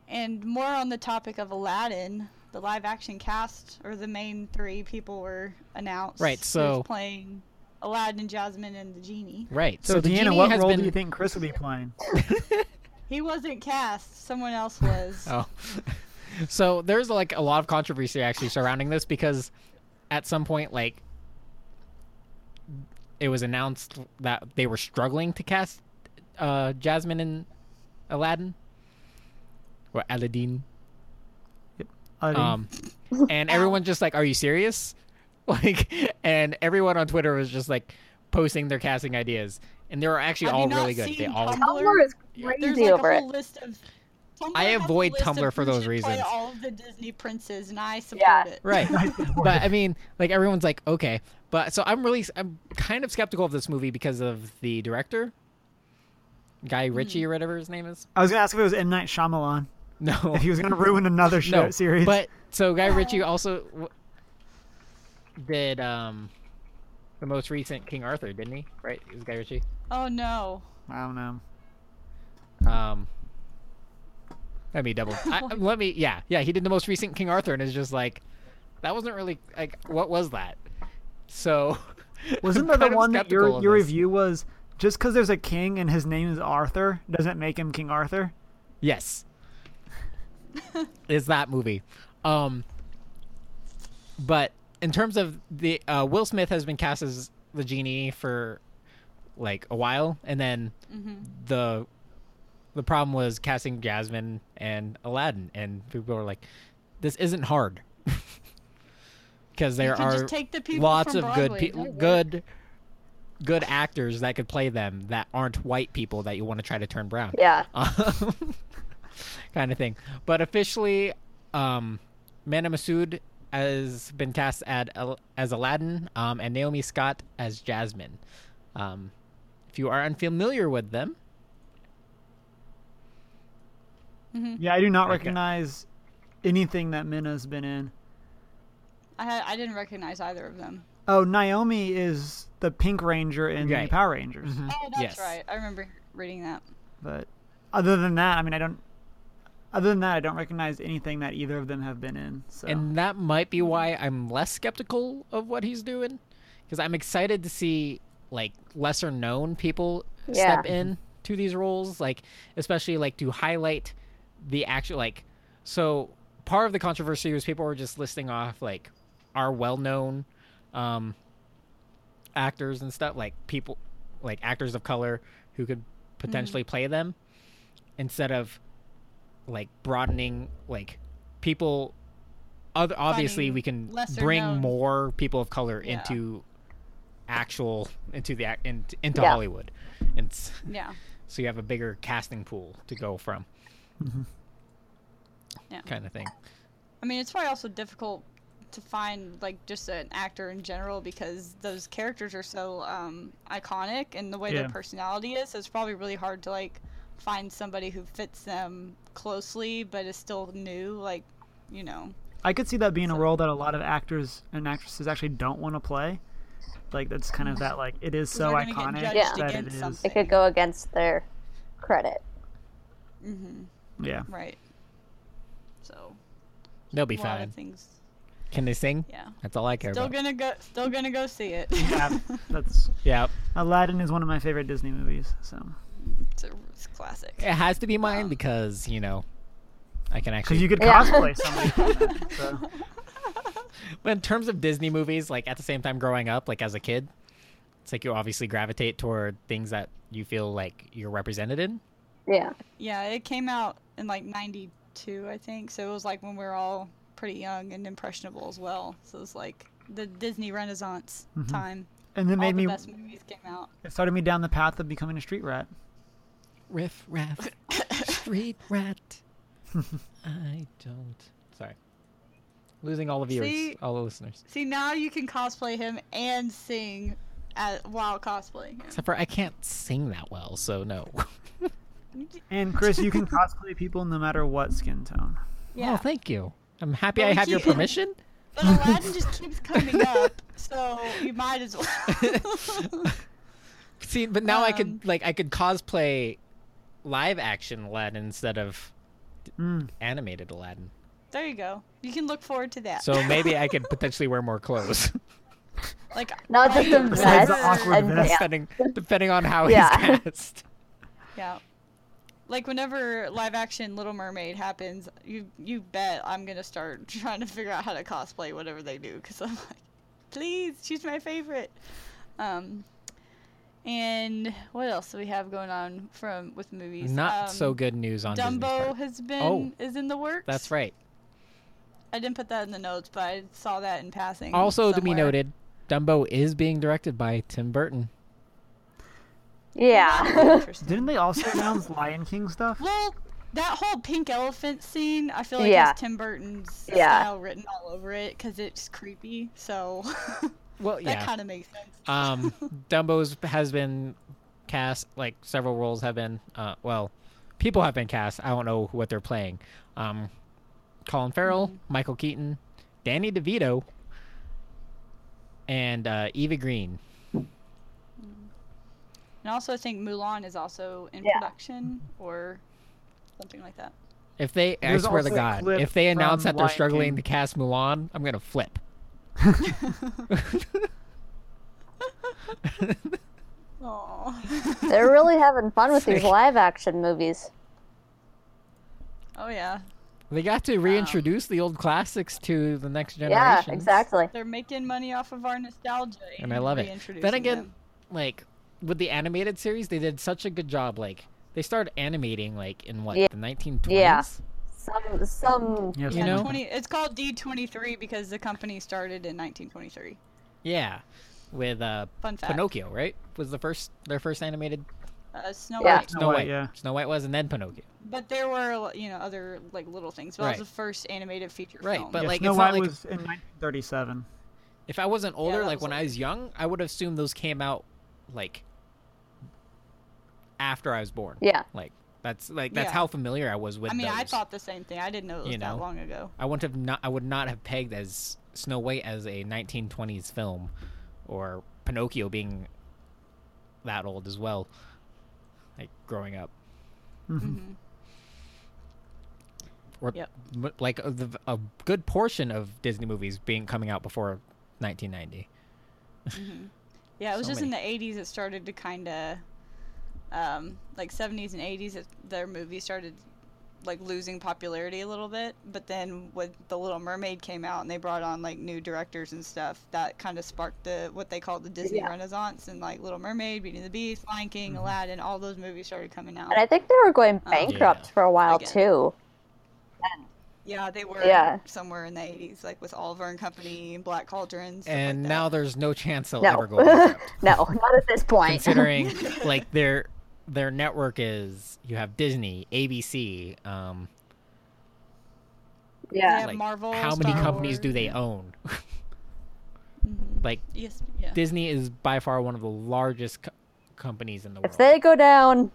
And more on the topic of Aladdin, the live action cast or the main three people were announced. Right, Who's so- Mm-hmm. playing Aladdin, Jasmine, and the genie. Right. So, So, the Deanna, genie what has role been... do you think Chris would be playing? He wasn't cast. Someone else was. [laughs] Oh. so there's like a lot of controversy actually surrounding this because at some point like it was announced that they were struggling to cast uh, Jasmine and Aladdin or Aladdin. I mean, Um, and everyone just like, "Are you serious?" [laughs] Like, and everyone on Twitter was just like posting their casting ideas, and they were actually Have you all not really good. They seen all Tom- Tumblr is Yeah. There's crazy like over a it. whole list of. Tumblr I has a avoid list of Tumblr for who those should play reasons. all of the Disney princes, and I support Yeah. it. right. [laughs] I- but I mean, like everyone's like, okay, but so I'm really, I'm kind of skeptical of this movie because of the director, Guy Ritchie or whatever his name is. I was gonna ask if it was M Night Shyamalan. No, If he was gonna ruin another show [laughs] no series. But so Guy Ritchie also w- did um the most recent King Arthur, didn't he? Right, it was Guy Ritchie. Oh no. I don't know. Um, let me double. I, let me, yeah, yeah. He did the most recent King Arthur, and it's just like that wasn't really like what was that? So. [laughs] Wasn't I'm there the kind of one that skeptical your of your this. review was just because there's a king and his name is Arthur doesn't make him King Arthur? Yes. is that movie. Um but in terms of the uh Will Smith has been cast as the genie for like a while and then Mm-hmm. the the problem was casting Jasmine and Aladdin and people were like this isn't hard. [laughs] Cuz there can are just take the people lots from of Broadway, good that pe- works. good good actors that could play them that aren't white people that you want to try to turn brown Yeah, um, [laughs] kind of thing. But officially, um, Mana Masood has been cast at, Al- as Aladdin, um, and Naomi Scott as Jasmine. Um, if you are unfamiliar with them, Yeah, I do not Okay. recognize anything that Minna's been in. I had, I didn't recognize either of them. Oh, Naomi is the Pink Ranger in the Right. Mm-hmm. Power Rangers. Oh, that's Yes. right. I remember reading that. But other than that, I mean, I don't. Other than that, I don't recognize anything that either of them have been in. So And that might be why I'm less skeptical of what he's doing because I'm excited to see like lesser known people step Yeah. in to these roles, like especially like to highlight the actual like so part of the controversy was people were just listing off like our well-known um actors and stuff like people like actors of color who could Mm. potentially play them instead of like broadening like people other, obviously Finding we can lesser bring known- more people of color Yeah. into actual into the ac- in, into Yeah. hollywood and s- Yeah. so you have a bigger casting pool to go from Yeah. kind of thing I mean, it's probably also difficult to find like just an actor in general because those characters are so um, iconic and the way Yeah. their personality is. So it's probably really hard to like find somebody who fits them closely but is still new. Like, you know. I could see that being a role that a lot of actors and actresses actually don't want to play. Like that's kind of that like it is so they're gonna iconic get Yeah. judged that it against is. something. It could go against their credit. [laughs] Yeah. Right. So they'll be a lot fine of things. can they sing Yeah. that's all i care Still about gonna go. Still gonna go see it. yeah, that's yeah Aladdin is one of my favorite Disney movies. So [laughs] it's, a, it's classic. it has to be Oh. mine because you know i can actually because you could [laughs] Yeah. cosplay somebody. from that, so. But in terms of Disney movies, like at the same time growing up, like as a kid, it's like you obviously gravitate toward things that you feel like you're represented in. Yeah. Yeah, it came out in like '92, I think. So it was like when we were all pretty young and impressionable as well. So it was like the Disney Renaissance time. And it all Mm-hmm. made the me best movies came out. it started me down the path of becoming a street rat. Riff raff, [coughs] street rat. [laughs] I don't. Sorry, losing all of yours, See? all the listeners. See, now you can cosplay him and sing at, while cosplaying him. Except for I can't sing that well, so no. [laughs] Oh, And Chris, you [laughs] can cosplay people no matter what skin tone. Yeah, Oh, thank you. I'm happy But I we have your keep it- permission. [laughs] but Aladdin just keeps coming up, so you might as well. [laughs] [laughs] See, but now I Um, could like I could cosplay live action Aladdin instead of Mm. animated Aladdin. there you go. You can look forward to that. So maybe [laughs] I could potentially wear more clothes, like, No, just I- a Besides vest. the awkward and, vest. yeah. depending depending on how Yeah. [laughs] he's cast. Yeah. Like whenever live action Little Mermaid happens, you you bet I'm gonna start [laughs] trying to figure out how to cosplay whatever they do because I'm like, please, she's my favorite. Um, and what else do we have going on from with movies? Not Um, so good news on Disney's Dumbo part. has been Oh. is in the works. That's right. I didn't put that in the notes, but I saw that in passing. Also to be somewhere. noted, Dumbo is being directed by Tim Burton. [laughs] yeah. [laughs] Interesting. Didn't they also announce Lion King stuff? Well, that whole pink elephant scene, I feel like Yeah. has Tim Burton's Yeah. style written all over it because it's creepy. So [laughs] that Well, yeah. kind of makes sense. [laughs] Um, Dumbo's has been cast like several roles have been. Uh, well, people have been cast. I don't know what they're playing. Um, Colin Farrell, Mm-hmm. Michael Keaton, Danny DeVito, and uh, Eva Green. and also, I think Mulan is also in Yeah. production or something like that. If they, There's I swear to also a God, clip if they announce from that they're Lion struggling King. to cast Mulan, I'm gonna flip. [laughs] [laughs] Oh, They're really having fun with these Sick. live action movies. [laughs] oh yeah, They got to reintroduce the old classics to the next Yeah, generation. exactly. they're making money off of our nostalgia, And I love it. Then reintroducing again, them. like with the animated series, they did such a good job. Like they started animating like in what Yeah. the 1920s. Yeah. Some some Yes. You yeah, know? 20, it's called D23 because the company started in 1923. Yeah. With uh, Fun fact. Pinocchio, right? Was the first their first animated Uh, Snow Yeah. White. Snow White, yeah. Snow White was, and then Pinocchio. But there were, you know, other like little things. But that Right. was the first animated feature Right, film. but- yeah, like, Snow it's not White like- was in 1937. If I wasn't older, that like was when I older. was young, I would have assumed those came out like after I was born. Yeah. Like That's like that's Yeah. how familiar I was with. I mean, I those. thought the same thing. I didn't know it was You that know? long ago. I wouldn't have not I would not have pegged as Snow White as a 1920s film, or Pinocchio being that old as well. Like growing up, Mm-hmm. hmm or Yep. m- like a, the, a good portion of Disney movies being coming out before 1990. Yeah, it was So just in the 80s it started to kind of, um, like 70s and 80s, it, their movies started like losing popularity a little bit. But then when The Little Mermaid came out and they brought on like new directors and stuff, that kind of sparked the what they call the Disney Yeah. Renaissance and like Little Mermaid, Beauty and the Beast, Lion King, Mm-hmm. Aladdin, all those movies started coming out. And I think they were going bankrupt Yeah. for a while Again. too. Yeah, they were Yeah. somewhere in the 80s, like with Oliver and Company and Black Cauldron. stuff And like that. now there's no chance they'll No. ever go bankrupt. [laughs] No, not at this point. considering [laughs] like their their network is you have Disney, ABC. Um, Yeah, [laughs] yeah. like, Marvel, how many Star companies do Wars. they own? Mhm. like Yes, yeah. Disney is by far one of the largest co- companies in the world. If they go down,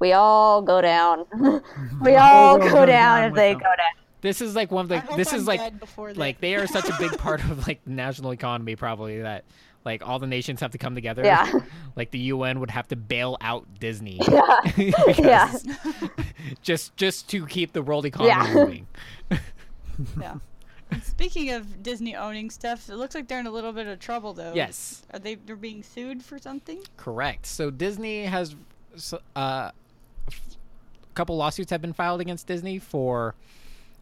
we all go down. [laughs] we all all go down go down if with they them. go down. This is like one of I the. hope This I'm is like dead before that. like they are such a [laughs] big part of like the national economy probably that like all the nations have to come together. Yeah. [laughs] Like the UN would have to bail out Disney. Yeah. because- Yeah. Just just to keep the world economy Yeah. [laughs] moving. [laughs] Yeah. Speaking of Disney owning stuff, it looks like they're in a little bit of trouble though. Yes. Are they they're being sued for something? Correct. So Disney has s- uh, f- a couple lawsuits have been filed against Disney for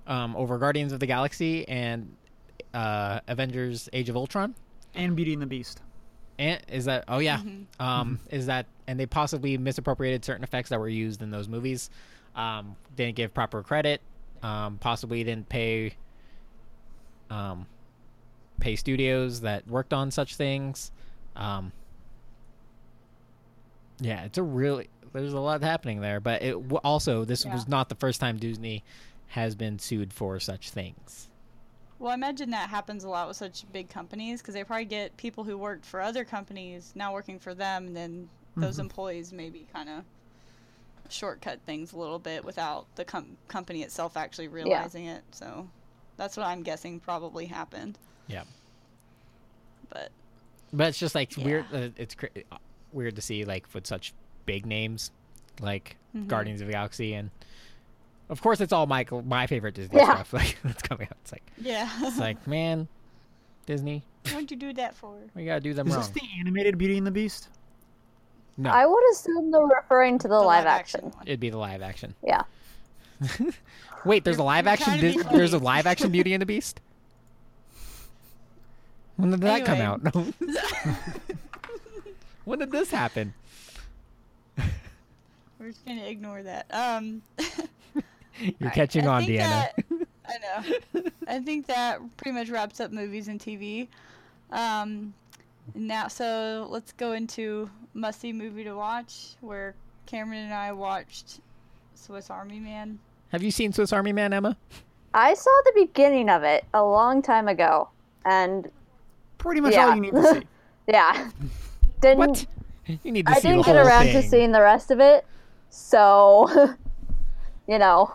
um, over Guardians of the Galaxy and uh, Avengers: Age of Ultron. and Beauty and the Beast. And is that? Oh yeah. Um, is that? And they possibly misappropriated certain effects that were used in those movies. Um, didn't give proper credit. Um, possibly didn't pay. Um, pay studios that worked on such things. Um, yeah, it's a really there's a lot happening there, but it w- also this was not the first time Disney has been sued for such things. Well, I imagine that happens a lot with such big companies because they probably get people who worked for other companies now working for them, and then Mm-hmm. those employees maybe kind of shortcut things a little bit without the com- company itself actually realizing it. So that's what I'm guessing probably happened. Yeah. But But it's just like Yeah. weird. Uh, it's cr- uh, weird to see like with such big names like Mm-hmm. Guardians of the Galaxy, and of course it's all Michael, my favorite Disney Yeah. stuff. [laughs] Like that's coming out. It's like yeah, it's like man, Disney, [laughs] what'd you do that for? we gotta do them Is wrong. this the animated Beauty and the Beast? no, I would assume they're referring to the, live action. one. it'd be the live action. Yeah. Wait, there's a You're- live you're action. trying to be Dis- funny. there's a live action Beauty and the Beast. When did that come out? [laughs] Anyway. [laughs] when did this happen? [laughs] We're just gonna ignore that. Um, [laughs] You're catching I on, think uh, Deanna. that- [laughs] I know. I think that pretty much wraps up movies and TV. Um, now, so let's go into must see movie to watch, where Cameron and I watched Swiss Army Man. Have you seen Swiss Army Man, Emma? I saw the beginning of it a long time ago, and Pretty much Yeah. all you need to [laughs] see. yeah, didn't What? You need to I see the didn't get whole around to thing. seeing the rest of it, so [laughs] you know,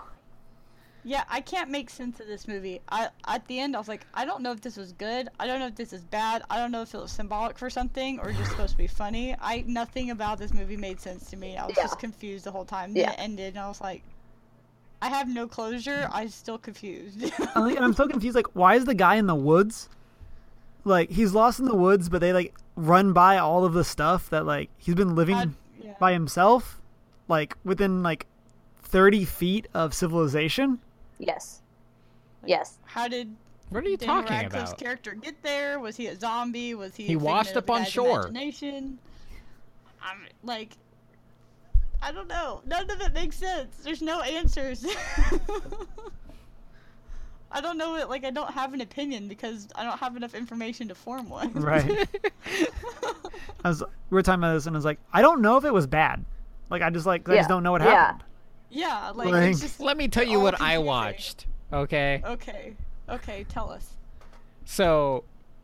Yeah, I can't make sense of this movie. I at the end, I was like, I don't know if this was good. I don't know if this is bad. I don't know if it was symbolic for something or just supposed to be funny. I nothing about this movie made sense to me. I was Yeah. just confused the whole time. Then Yeah. it ended, and I was like, I have no closure. I'm still confused. I'm like- and I'm so confused. Like, why is the guy in the woods? Like, he's lost in the woods, but they like run by all of the stuff that like he's been [laughs] living I'd- yeah. by himself, like within like thirty feet of [laughs] civilization. yes, yes, How did What are you Daniel talking Radcliffe's about? character get there? Was he a zombie? Was he? He a figment washed of the up on guy's shore. Imagination. I'm like, I don't know. None of it makes sense. There's no answers. [laughs] I don't know it. Like I don't have an opinion because I don't have enough information to form one. Right. I was we were talking about this, and I was like, I don't know if it was bad. Like, I just like I Yeah. just don't know what Yeah. happened. [laughs] Yeah. Like, Like- it's just Let me tell you all what Oh, I confusing. watched. Okay. Okay. Okay. Tell us. So,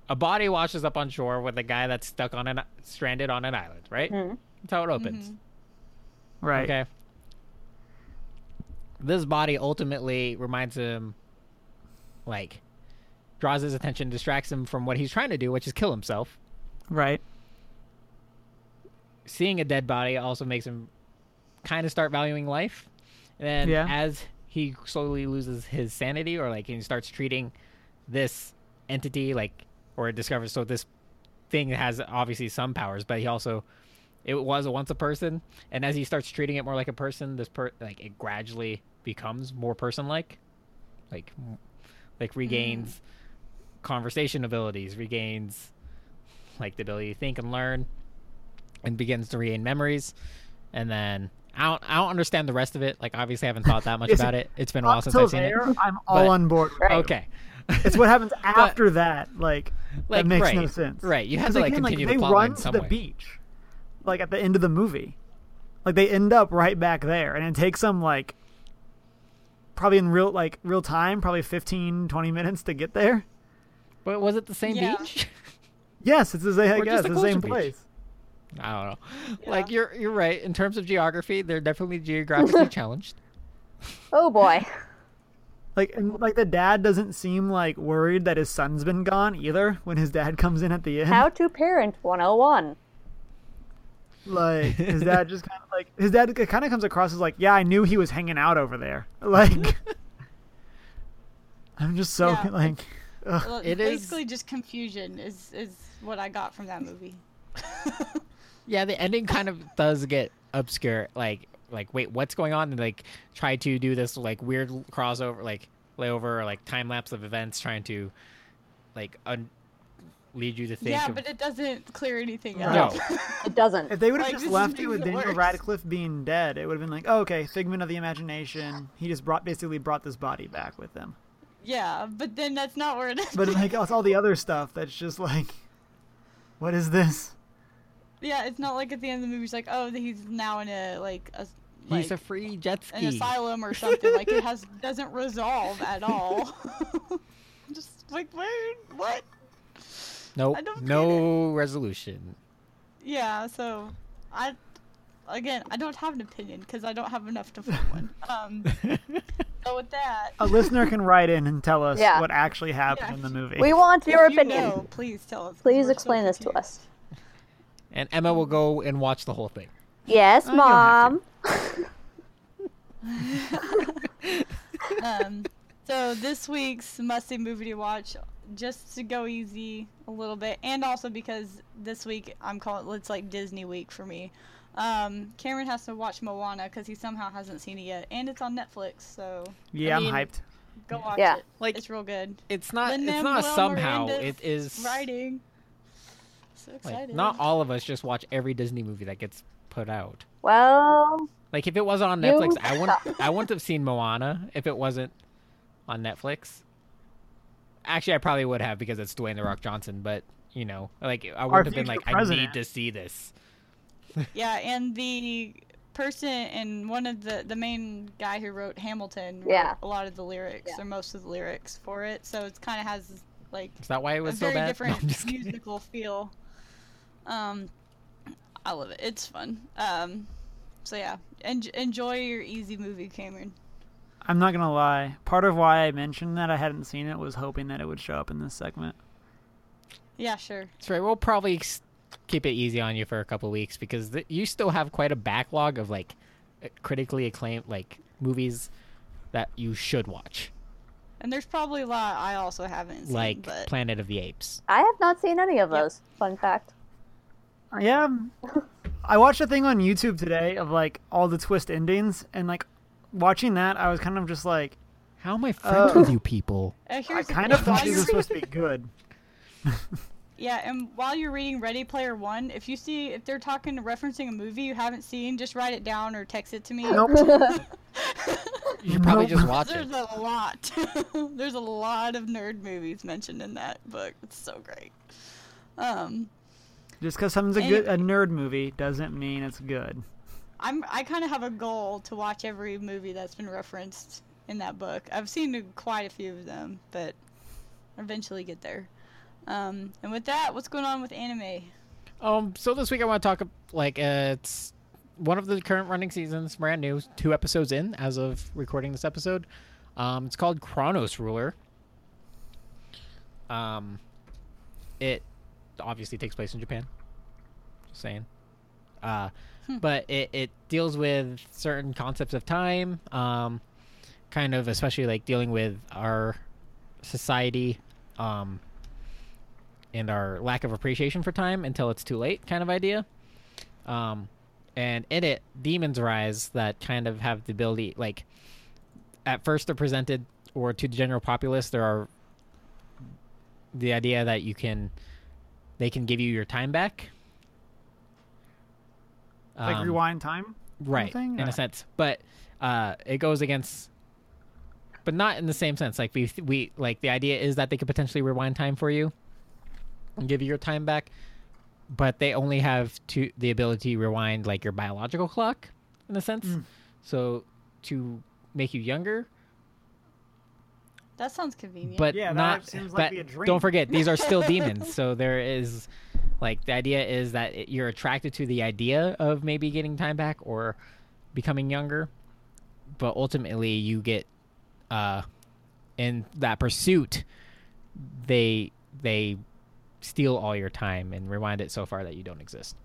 a body washes up on shore with a guy that's stuck on an Mm-hmm. stranded on an island, Mm-hmm. right? That's how it opens. Right. Okay. this body ultimately reminds him, like, draws his attention, distracts him from what he's trying to do, which is kill himself. Right. Seeing a dead body also makes him kind of start valuing life. And then Yeah. as he slowly loses his sanity, or like he starts treating this entity like, or discovers so this thing has obviously some powers, but he also it was once a person, and as he starts treating it more like a person, this per like it gradually becomes more person-like, like m- Mm. like regains conversation abilities, regains like the ability to think and learn, and begins to regain memories, and then. I don't, I don't understand the rest of it. Like, obviously, I haven't thought [laughs] that much Is it- about it. It's been a Up while since till I've seen there, it. I'm all but- on board. with you. Okay. It's what [laughs] happens after that. Like, Like, that makes right, no sense. right. You have 'Cause to, like, again, continue the they plot line run in to some the way. beach, like at the end of the movie. Like they end up right back there, and it takes them like probably in real like real time, probably 15, 20 minutes to get there. But was it the same Yeah. beach? [laughs] Yes, it's the same. I Or just guess the the same Culture Beach. place. I don't know. Like you're you're right in terms of geography, [laughs] they're definitely geographically challenged. Oh boy. Like and like the dad doesn't seem like worried that his son's been gone either when his dad comes in at the end. How to Parent 101. Like his dad just kind of like his dad kind of comes across as like, yeah, I knew he was hanging out over there. [laughs] Like I'm just so Yeah. like, ugh. Well, It is- basically just confusion is is what I got from that movie. [laughs] Yeah, the ending kind of does get obscure. Like like wait, what's going on? And like try to do this like weird l- crossover, like layover, or, like time lapse of events, trying to like un- lead you to think. yeah, of- but it doesn't clear anything No. up. no, It doesn't. if they would have Like, just this left just it makes with it Daniel worse. Radcliffe being dead, it would have been like, oh, okay, figment of the imagination. He just brought basically brought this body back with him. [laughs] Yeah, but then that's not where it is. [laughs] But like it's all the other stuff that's just like, what is this? yeah, it's not like at the end of the movie, it's like, oh, he's now in a like a he's like, a free jet ski. an asylum or something. like [laughs] it has doesn't resolve at all. [laughs] just like where what? Nope, I don't get no resolution. Yeah, so I again I don't have an opinion because I don't have enough to form one. [laughs] Um, so with that, A listener can write in and tell us Yeah. what actually happened Yeah. in the movie. We want your if you opinion. know, please tell us. 'cause we're Please so explain this to confused. us. And Emma will go and watch the whole thing. Oh, Yes, you don't have mom. um, so this week's must-see movie to watch, just to go easy a little bit, and also because this week I'm calling it's like Disney week for me. Um, Cameron has to watch Moana because he somehow hasn't seen it yet, and it's on Netflix. So yeah, I mean, I'm hyped. go watch Yeah. it. Like- it's real good. It's not. it's not Lin-Manuel somehow. Miranda's It is Writing. So excited. Like, not all of us just watch every Disney movie that gets put out. Well, Like if it wasn't on You Netflix, I wouldn't I wouldn't have seen Moana if it wasn't on Netflix. Actually, I probably would have because it's Dwayne the Rock Johnson, but you know, like I would have been future like I president. need to see this. Yeah, and the person and one of the the main guy who wrote Hamilton wrote Yeah. a lot of the lyrics Yeah. or most of the lyrics for it. So it kind of has like Is that why it a was so very bad? [laughs] No, different I'm just kidding. musical feel. Um, I love it. It's fun. Um, so yeah, en- enjoy your easy movie, Cameron. I'm not gonna lie. Part of why I mentioned that I hadn't seen it was hoping that it would show up in this segment. Yeah, sure. That's right. We'll probably s- keep it easy on you for a couple weeks because th- you still have quite a backlog of like critically acclaimed like movies that you should watch, And there's probably a lot I also haven't seen. like but Planet of the Apes. I have not seen any of those. Fun fact. Yeah. I watched a thing on YouTube today of like all the twist endings and like watching that I was kind of just like How am I friends Oh. with you people? Uh, I here's the kind thing, of while thought these you're were supposed to be good. Yeah, and while you're reading Ready Player One, if you see if they're talking referencing a movie you haven't seen, just write it down or text it to me. Nope. You [laughs] should probably Nope. just watch it. There's a lot. [laughs] There's a lot of nerd movies mentioned in that book. It's so great. Um, Just because something's a Any- good a nerd movie doesn't mean it's good. I'm I kind of have a goal to watch every movie that's been referenced in that book. I've seen quite a few of them, but eventually get there. Um, and with that, what's going on with anime? Um, so this week I want to talk like uh, it's one of the current running seasons, brand new, two episodes in as of recording this episode. Um, it's called Chronos Ruler. Um, it obviously takes place in Japan. Just saying. Uh, But it, it deals with certain concepts of time, um, kind of especially like dealing with our society um, and our lack of appreciation for time until it's too late kind of idea. Um, and in it, demons rise that kind of have the ability, like, at first they're presented, or to the general populace, there are the idea that you can, they can give you your time back. Like Um, rewind time. right thing, in or- a sense but uh it goes against but not in the same sense like we we like the idea is that they could potentially rewind time for you and give you your time back but they only have to the ability to rewind like your biological clock in a sense Mm. so to make you younger That sounds convenient. but Yeah, that not seems but like be a dream. don't forget these [laughs] are still demons so there is like the idea is that it- you're attracted to the idea of maybe getting time back or becoming younger but ultimately you get uh in that pursuit they they steal all your time and rewind it so far that you don't exist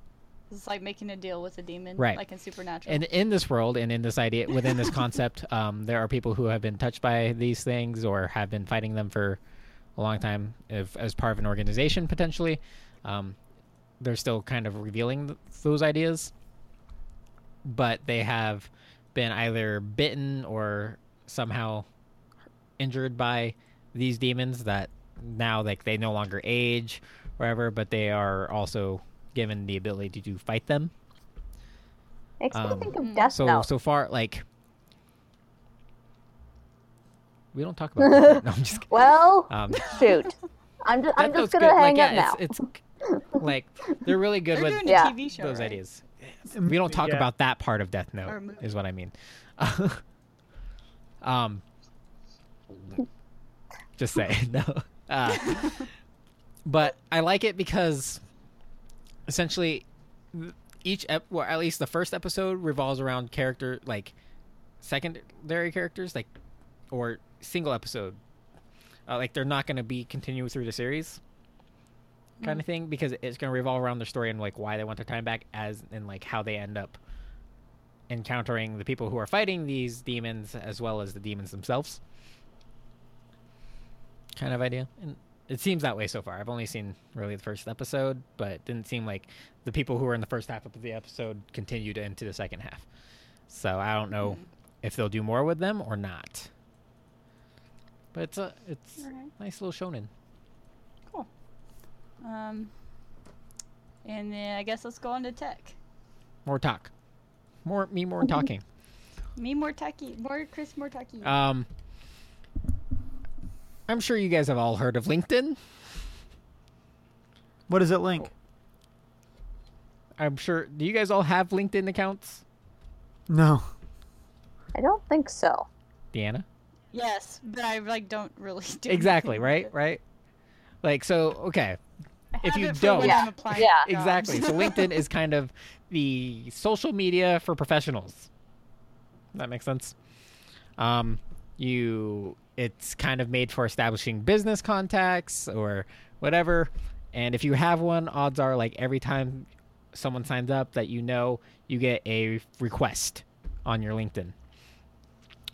it's like making a deal with a demon, Right. Like in Supernatural. and in this world and in this idea within this concept um, there are people who have been touched by these things or have been fighting them for a long time if, as part of an organization potentially um, they're still kind of revealing th- those ideas but they have been either bitten or somehow injured by these demons that now like they no longer age wherever but they are also given the ability to fight them Makes me Um, think hmm. of Death so Note. so far, like we don't [laughs] talk about. That. No, I'm just kidding. well, [laughs] Um, shoot. [laughs] I'm just, I'm that- that's just good. gonna hang like, up yeah, now. It's, it's like they're really good [laughs] They're with doing Yeah. a TV show. those right? ideas. We don't talk Yeah. about that part of Death Or a Note, movie. is what I mean. [laughs] um, just saying [laughs] no. Uh, but I like it because essentially each ep- well at least the first episode revolves around character like secondary characters like or single episode uh, like they're not going to be continuing through the series kind of thing because it's going to revolve around their story and like why they want their time back as and like how they end up encountering the people who are fighting these demons as well as the demons themselves kind of idea and it seems that way so far i've only seen really the first episode but it didn't seem like the people who were in the first half of the episode continued into the second half so i don't know if they'll do more with them or not but it's a it's Alright. nice little shonen Um, and then I guess let's go on to tech. more talk more me more Mm-hmm. talking Me more techie, more Chris more techie. um i'm sure you guys have all heard of linkedin What does it link? i'm sure do you guys all have linkedin accounts No. I don't think so. deanna yes, but I like don't really [laughs] do exactly anything right with right like so okay it. I If have you it for when don't- I'm applying Yeah. for jobs. exactly [laughs] so linkedin is kind of the social media for professionals that makes sense um you it's kind of made for establishing business contacts or whatever and if you have one odds are like every time someone signs up that you know you get a request on your linkedin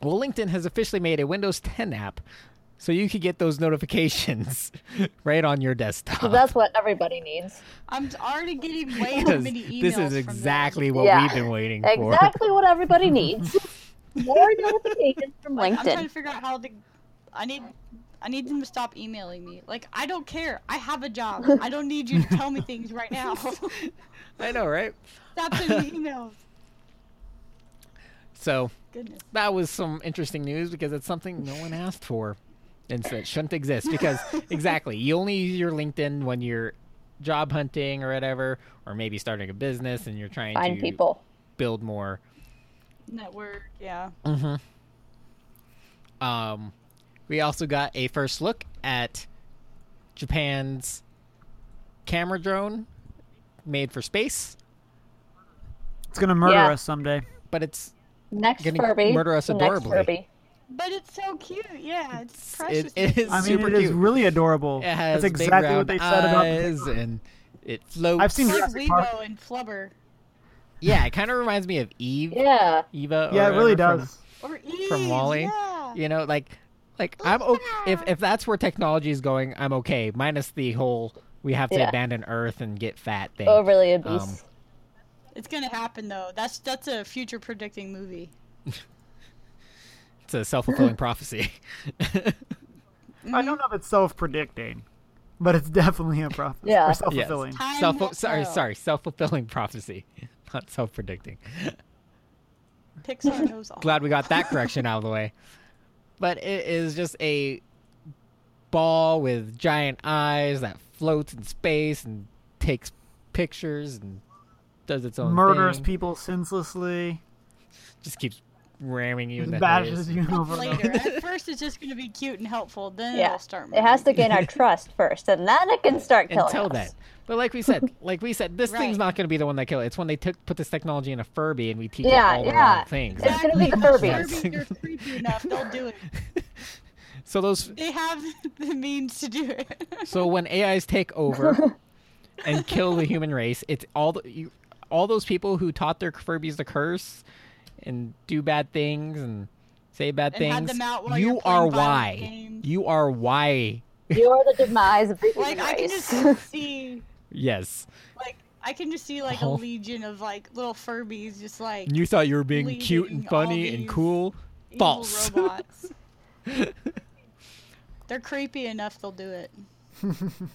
well linkedin has officially made a windows 10 app so you could get those notifications [laughs] right on your desktop So that's what everybody [laughs] needs. I'm already getting way too because many emails. this from is them. exactly what Yeah. we've been waiting for. Exactly what [laughs] everybody needs. More notifications from Like, I'm trying LinkedIn. to figure out how to. I need. I need them to stop emailing me. Like I don't care. I have a job. I don't need you to tell me things right [laughs] now. [laughs] stop I know, right? sending me emails. So Goodness. that was some interesting news because it's something no one asked for, and so it shouldn't exist [laughs] because exactly you only use your LinkedIn when you're job hunting or whatever, or maybe starting a business and you're trying Find to people. build more Mm-hmm. Network. Yeah. Um, we also got a first look at Japan's camera drone made for space. It's gonna murder Yeah. us someday. But it's Next Gonna Furby. murder us the adorably. Next Furby. But it's so cute. Yeah, it's precious. it, it is I mean, super it is cute. really adorable. It has That's big exactly round what they said about the eyes and it floats. I've seen- It's like Jurassic Park. Weibo and Flubber. Yeah, it kind of reminds me of Eve. Yeah. Eva. [laughs] Yeah, or it really whatever does. Or Eve, From, from Wally. Yeah. You know, like, like I'm okay. If if that's where technology is going, I'm okay. Minus the whole we have to Yeah. abandon Earth and get fat thing. Overly obese. Um, It's gonna happen though. That's that's a future predicting movie. It's a self [laughs] fulfilling prophecy. I Mm-hmm. don't know if it's self-predicting, but it's definitely a prophecy. Yeah. Or Yes. self-fulfilling. Time will Self sorry tell. sorry self fulfilling prophecy, [laughs] not self predicting. Pixar [laughs] knows all. glad we got that correction out of the way. But it is just a ball with giant eyes that floats in space and takes pictures and does its own Murders thing. people senselessly. Just keeps ramming you in the Bashes face. you Help over. later. At first, it's just gonna be cute and helpful. Then Yeah. it'll start. It has to gain [laughs] our trust first, and then it can start killing Until us. then. But like we [laughs] said, like we said, this thing's Right. not going to be the one that kills. It's when they took put this technology in a Furby and we teach Yeah, it all the yeah. wrong things. It's gonna be the Exactly. Furbies. Furbies [laughs] are creepy enough. They'll do it. So those They have [laughs] the means to do it. [laughs] So when AIs take over and kill the human race, it's all the, you, all those people who taught their Furbies to curse and do bad things and say bad And things. had them out while you you're playing are violent why. games. You are why. You're the demise of the human Like I can race. just see, Yes. like I can just see like Oh. a legion of like little Furbies, just like You thought you were being Leading cute and all funny and these cool. evil False. robots. [laughs] They're creepy enough. They'll do it.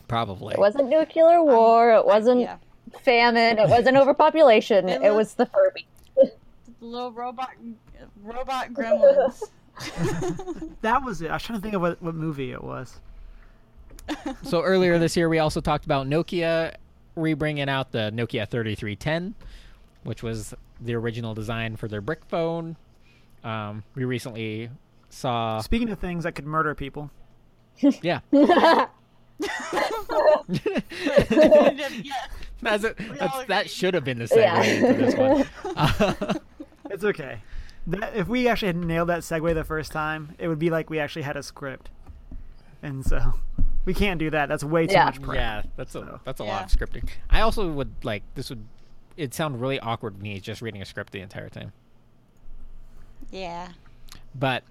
Probably. It wasn't nuclear war. It wasn't Yeah. famine. It wasn't overpopulation. It it was the Furby. Little robot, robot gremlins. [laughs] [laughs] That was it. I was trying to think of what, what movie it was. So earlier this year, we also talked about Nokia re-bringing out the Nokia 3310, which was the original design for their brick phone. Um, we recently saw, Speaking of things that could murder people, yeah, yeah. [laughs] that's a, that's, that should have been the segue Yeah. into this one. it's okay. That, if we actually had nailed that segue the first time, it would be like we actually had a script. And so we can't do that. That's way too Yeah. much prep. Yeah, that's a that's a lot Yeah. of scripting. I also would like this would it sound really awkward me just reading a script the entire time. yeah. But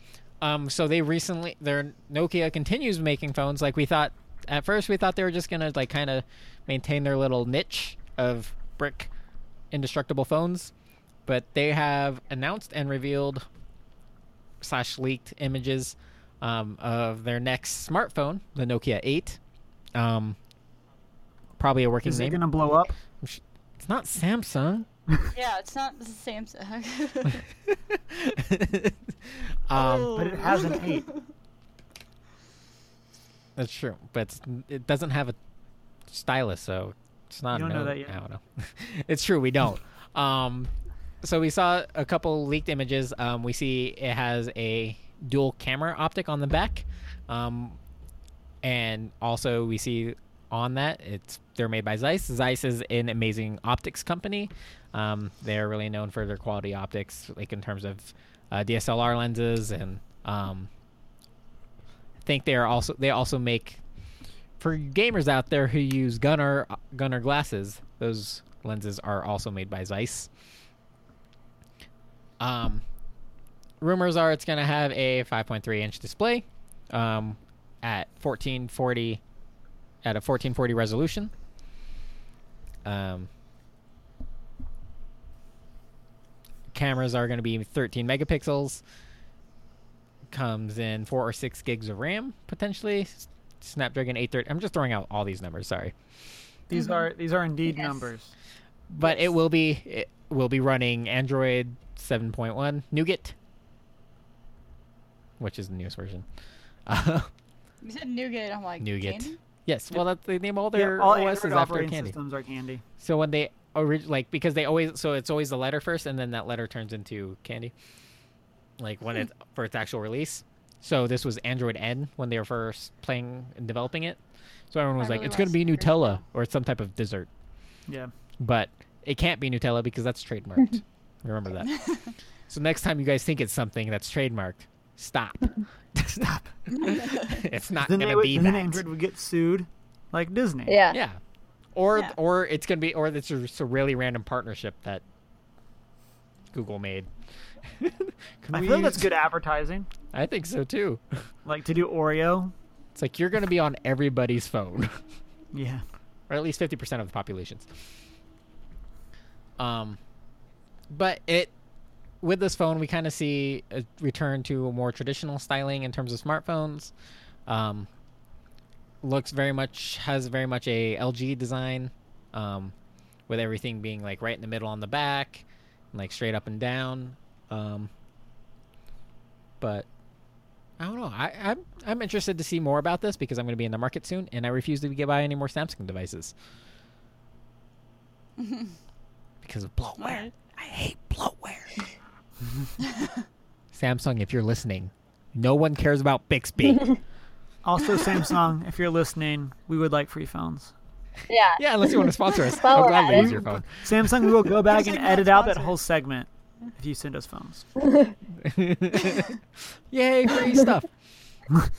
um, so they recently, their Nokia continues making phones. Like we thought at first, we thought they were just gonna like kind of maintain their little niche of brick indestructible phones, but they have announced and revealed slash leaked images um, of their next smartphone, the Nokia 8. Um, probably a working Is it name. going to blow up? It's [laughs] not Samsung. Yeah, it's not the [laughs] Samsung. um, But it has an [laughs] 8. That's true, but it's, it doesn't have a stylus, so it's not. You don't know known- that yet. I don't know. [laughs] it's true, [laughs] we don't. um, so we saw a couple leaked images. Um, we see it has a dual camera optic on the back, um, and also we see on that it's they're made by Zeiss. Zeiss is an amazing optics company. Um, they're really known for their quality optics, like in terms of uh, DSLR lenses and. Um, think they are also they also make for gamers out there who use gunner gunner glasses those lenses are also made by zeiss um rumors are it's going to have a 5.3 inch display um at 1440 at a 1440 resolution um cameras are going to be 13 megapixels comes in four or six gigs of RAM potentially. S- Snapdragon 830. I'm just throwing out all these numbers. Sorry, These are these are indeed Mm-hmm. Yes. numbers. but it will be it will be running Android 7.1 NuGet, which is the newest version. [laughs] Uh, You said nougat. I'm like NuGet. candy? [laughs] Yes. Well, that's, they name all Yeah, their all OSs Android after operating candy. systems are candy. So when they orig- like because they always so it's always the letter first and then that letter turns into candy. Like when it for its actual release. So this was Android N when they were first playing and developing it. So everyone was I like, really it's wanna gonna be see the original. Nutella or some type of dessert. Yeah. But It can't be Nutella because that's trademarked. Remember that. So next time you guys think it's something that's trademarked, stop. [laughs] Stop. it's not Then, they gonna would, be then that. Android would get sued, like Disney. Yeah. Yeah. Or Yeah. or it's gonna be or it's a, it's a really random partnership that Google made. [laughs] Can I we feel like that's use- good advertising. I think so too. Like to do Oreo. It's like you're gonna be on everybody's phone, [laughs] Yeah. or at least fifty percent of the populations. Um, but it with this phone, we kind of see a return to a more traditional styling in terms of smartphones. Um, looks very much has very much a LG design, um, with everything being like right in the middle on the back, and, like straight up and down. Um, but I don't know. I, I'm I'm interested to see more about this because I'm going to be in the market soon, and I refuse to get buy any more Samsung [laughs] devices because of bloatware. Alright. I hate bloatware. [laughs] Samsung, if you're listening, no one cares about Bixby. Also, Samsung, if you're listening, we would like free phones. Yeah. yeah, unless you want to sponsor us, [laughs] Well, I'll gladly I- use your phone. Samsung, we will go back and Hashtag not edit out that sponsored. whole segment if you send us phones. [laughs] Yay, free stuff. But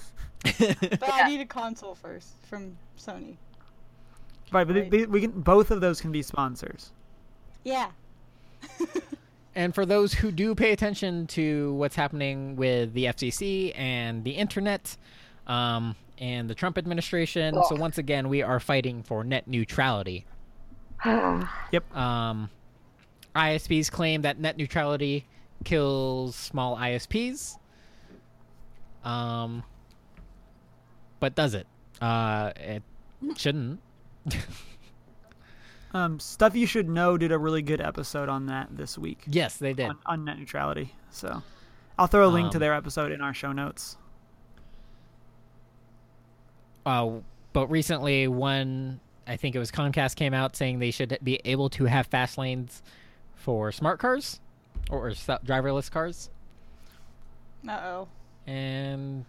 I need a console first from Sony. Right, but Right. They, we can. Both of those can be sponsors. Yeah. And for those who do pay attention to what's happening with the FCC and the internet um, and the Trump administration, so Ugh. once again, we are fighting for net [sighs] neutrality. Um, ISPs claim that net neutrality kills small ISPs. Um, but does it? Uh, it shouldn't. Um, stuff you should know did a really good episode on that this week Yes, they did. on, on net neutrality. So, I'll throw a link to Um, their episode in our show notes. Uh, but recently, one I think it was Comcast came out saying they should be able to have fast lanes for smart cars or, or se- driverless cars, Uh oh. [laughs] and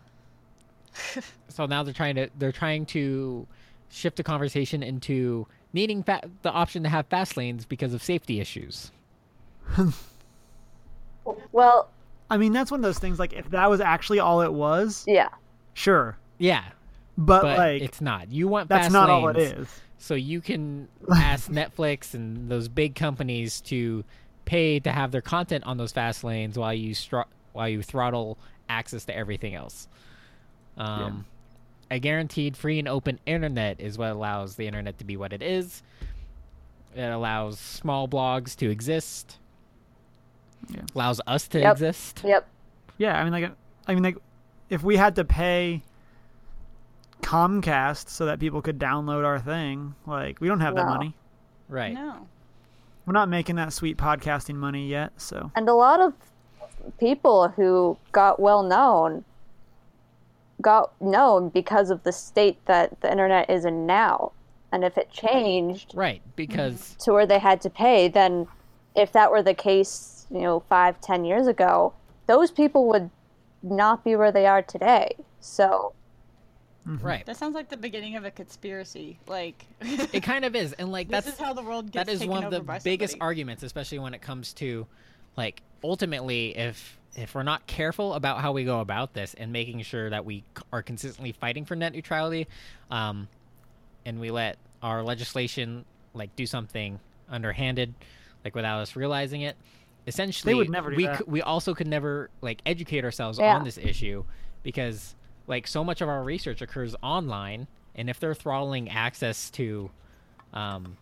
so now they're trying to they're trying to shift the conversation into needing fa- the option to have fast lanes because of safety issues. Well, I mean, that's one of those things. Like, if that was actually all it was, yeah. sure. Yeah, But, but like, it's not. You want that's fast not lanes, all it is. so you can ask Netflix and those big companies to pay to have their content on those fast lanes while you str- while you throttle access to everything else. Um, A guaranteed free and open internet is what allows the internet to be what it is. It allows small blogs to exist. Yeah. Allows us to Yep. exist. Yep. Yeah, I mean, like, I mean, like, if we had to pay Comcast so that people could download our thing, like, we don't have that No. money. Right. No. We're not making that sweet podcasting money yet, so And a lot of people who got well known got known because of the state that the internet is in now. And if it changed Right. Because to where they had to pay, then if that were the case, you know, five, ten years ago, those people would not be where they are today. So right. That sounds like the beginning of a conspiracy. Like [laughs] It kind of is, and like that's this is how the world gets that is taken one of over the by biggest somebody. arguments especially when it comes to like ultimately if if we're not careful about how we go about this and making sure that we c- are consistently fighting for net neutrality um, and we let our legislation like do something underhanded like without us realizing it essentially never do we that. c- we also could never like educate ourselves Yeah. on this issue because like so much of our research occurs online and if they're throttling access to um,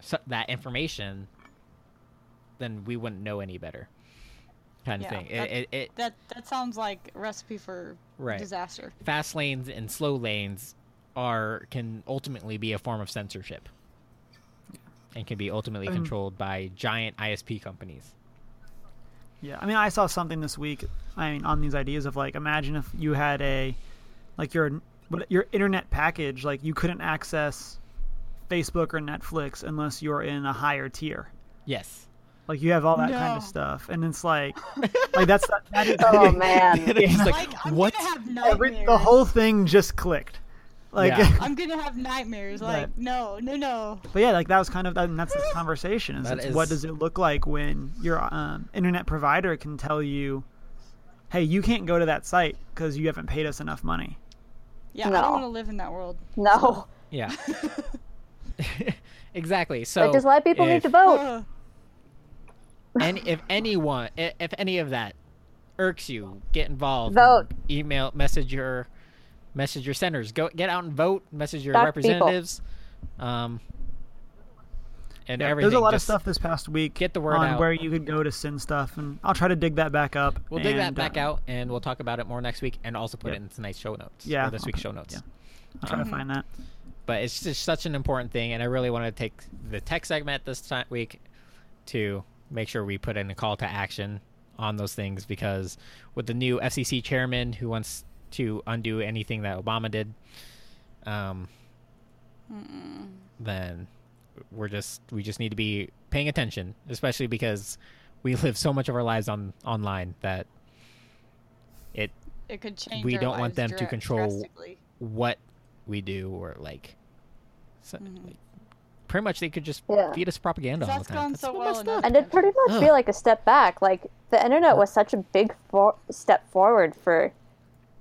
so that information, then we wouldn't know any better. Kind of Yeah, thing. It, that- it, it That that sounds like a recipe for Right. disaster. fast lanes and slow lanes are can ultimately be a form of censorship, and can be ultimately Um, controlled by giant ISP companies. yeah. I mean, I saw something this week. I mean, on these ideas of like, imagine if you had a like your what- your internet package, like you couldn't access Facebook or Netflix unless you're in a higher tier. Yes. Like you have all that kind No. of stuff, and it's like, like that's that is Oh man. It's like, [laughs] Like I'm what? gonna have every, nightmares. the whole thing just clicked. Like, Yeah. I'm gonna have nightmares. Like, That- no, no, no. [laughs] but yeah, like that was kind of and that's this conversation. Is, That it's what is- does it look like when your um, internet provider can tell you, "Hey, you can't go to that site because you haven't paid us enough money." Yeah, I No. don't want to live in that world. No. [laughs] Yeah. [laughs] exactly. So Like, just let people need if- to vote. Ugh. any if anyone i- if any of that irks you get involved Vote. email message your message your senators go get out and vote message your Talk to representatives um and Yeah, everything There's a lot Just- of stuff this past week get the word on out. where you could go to send stuff, and I'll try to dig that back up. we'll dig that and, back uh, out and we'll talk about it more next week and also put Yep. it in tonight's show notes Yeah, or this I'll week's put- show notes yeah. I'll Mm-hmm. try to find that. but it's just such an important thing and i really want to take the tech segment this time week to make sure we put in a call to action on those things because with the new fcc chairman who wants to undo anything that obama did um, then we're just we just need to be paying attention especially because we live so much of our lives on online that it It could change. We our don't lives want them to dra- control- uh, drastically. what we do or like, so, Mm-hmm. like, pretty much they could just Yeah. feed us propaganda all the Mm. That's time. gone That's so so well. messed in up. other And it pretty much be Ugh. like a step back. Like the internet was such a big for- step forward for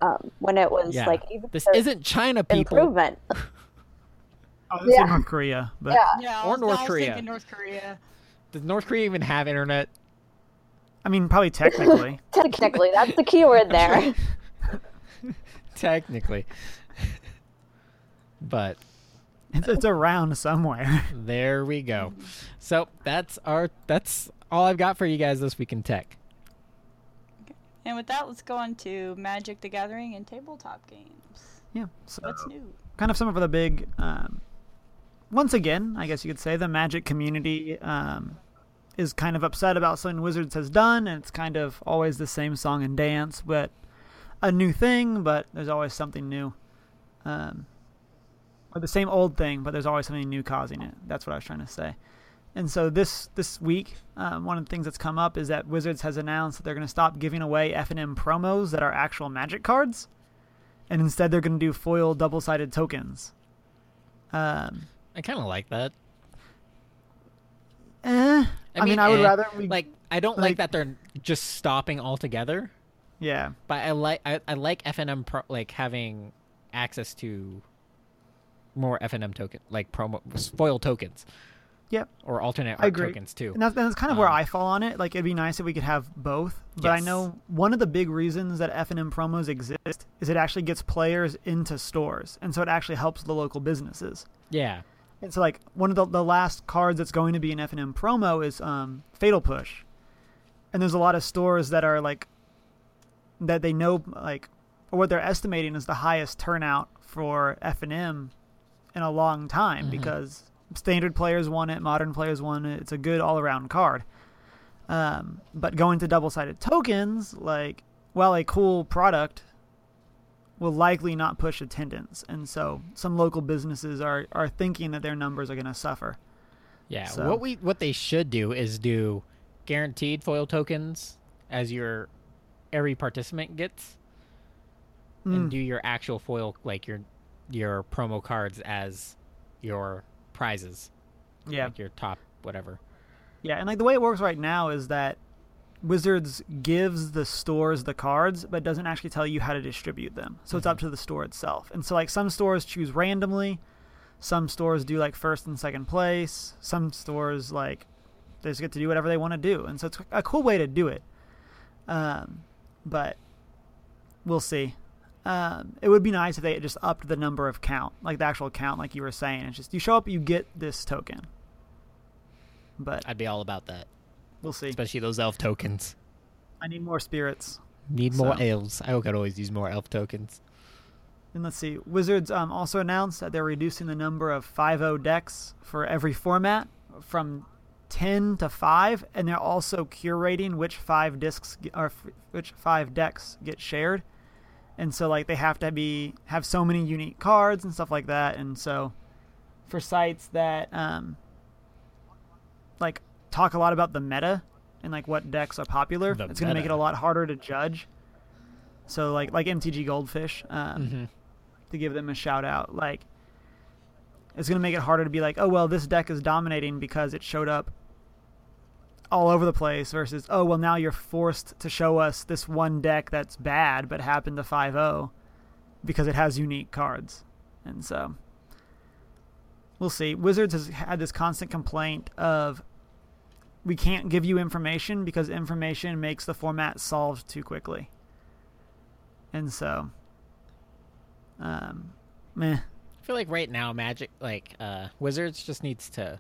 um, when it was yeah. like even this the isn't China people. improvement. [laughs] Oh, this Yeah. in North Korea, but Yeah. Yeah, I Or was- North I was Korea. thinking North Korea. Does North Korea even have [laughs] internet? I mean, [laughs] probably technically. Technically, that's the key word there. Technically. [laughs] but it's, it's around somewhere. [laughs] there we go. So that's our that's all I've got for you guys this week in tech. And with that, let's go on to Magic: The Gathering and tabletop games. yeah. So Uh-huh. What's new? kind of some of the big, um, once again, I guess you could say the magic community um, is kind of upset about something Wizards has done, and it's kind of always the same song and dance, but a new thing, but there's always something new. Um, or the same old thing, but there's always something new causing it. That's what I was trying to say. And so this this week, um, one of the things that's come up is that Wizards has announced that they're going to stop giving away F and M promos that are actual Magic cards, and instead they're going to do foil double sided tokens. Um, I kind of like that. eh. I, mean, I would eh, rather we like I don't like, like- that they're just stopping altogether, yeah but I like I, I like FNM pro- like having access to more FNM token like promo foil tokens yep. or alternate I art agree. tokens too. And that's, that's kind of where Um, I fall on it. Like, it'd be nice if we could have both. But I Yes. know one of the big reasons that F and M promos exist is it actually gets players into stores, and so it actually helps the local businesses. Yeah. And so, like, one of the, the last cards that's going to be an F and M promo is um, Fatal Push, and there's a lot of stores that are like that they know like or what they're estimating is the highest turnout for F and M in a long time because standard players want it, modern players want it. It's a good all around card. Um, but going to double sided tokens, like, while a cool product will likely not push attendance. And so some local businesses are, are thinking that their numbers are going to suffer. Yeah. So- What we what they should do is do guaranteed foil tokens as your every participant gets, and do your actual foil like your your promo cards as your prizes, Yeah. like your top whatever. Yeah, and like the way it works right now is that Wizards gives the stores the cards, but doesn't actually tell you how to distribute them. So it's up to the store itself. And so like some stores choose randomly, some stores do like first and second place, some stores like they just get to do whatever they want to do. And so it's a cool way to do it. Um, but we'll see. Um, it would be nice if they just upped the number of count, like the actual count, like you were saying. It's just you show up, you get this token. But I'd be all about that, we'll see. especially those elf tokens. I need more spirits. Need more So- elves. I could always use more elf tokens. And let's see. Wizards um, also announced that they're reducing the number of 5.0 decks for every format from 10 to 5, and they're also curating which five discs ge- or f- which five decks get shared. And so like they have to be have so many unique cards and stuff like that. And so for sites that um, like talk a lot about the meta and like what decks are popular, The it's going to make it meta. Mm-hmm. a lot harder to judge. So like like MTG Goldfish, um, to give them a shout out. Like, it's going to make it harder to be like, oh, well, this deck is dominating because it showed up all over the place versus, oh, well, now you're forced to show us this one deck that's bad but happened to 5 0 because it has unique cards. And so, we'll see. Wizards has had this constant complaint of we can't give you information because information makes the format solved too quickly. And so, um, meh. I feel like right now, Magic, like uh, Wizards, just needs to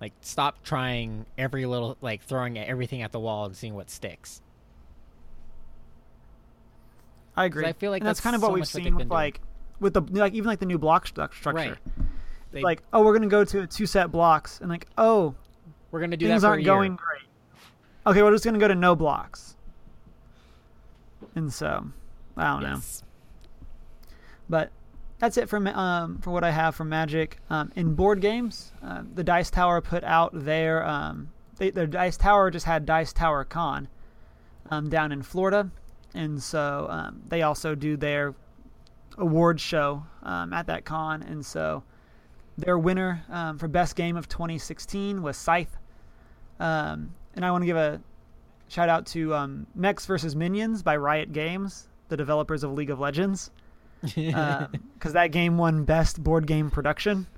like stop trying every little, like throwing everything at the wall and seeing what sticks. I agree. I feel like And that's, that's kind of what so we've much what seen they've with been doing. like with the like even like the new block stru- structure. Right. They- Like, oh, we're gonna go to two set blocks, and like, oh, we're gonna do things that. For aren't a year. going great. Okay, we're just gonna go to no blocks. And so, I don't know. Yes. But that's it for ma- um, for what I have for Magic. Um, in board games, um, the Dice Tower put out their um, they, their Dice Tower just had Dice Tower Con um, down in Florida, and so um, they also do their award show um, at that con, and so their winner um, for best game of 2016 was Scythe. Um, and I want to give a shout out to um, Mechs vs Minions by Riot Games, the developers of League of Legends because that game won best board game production.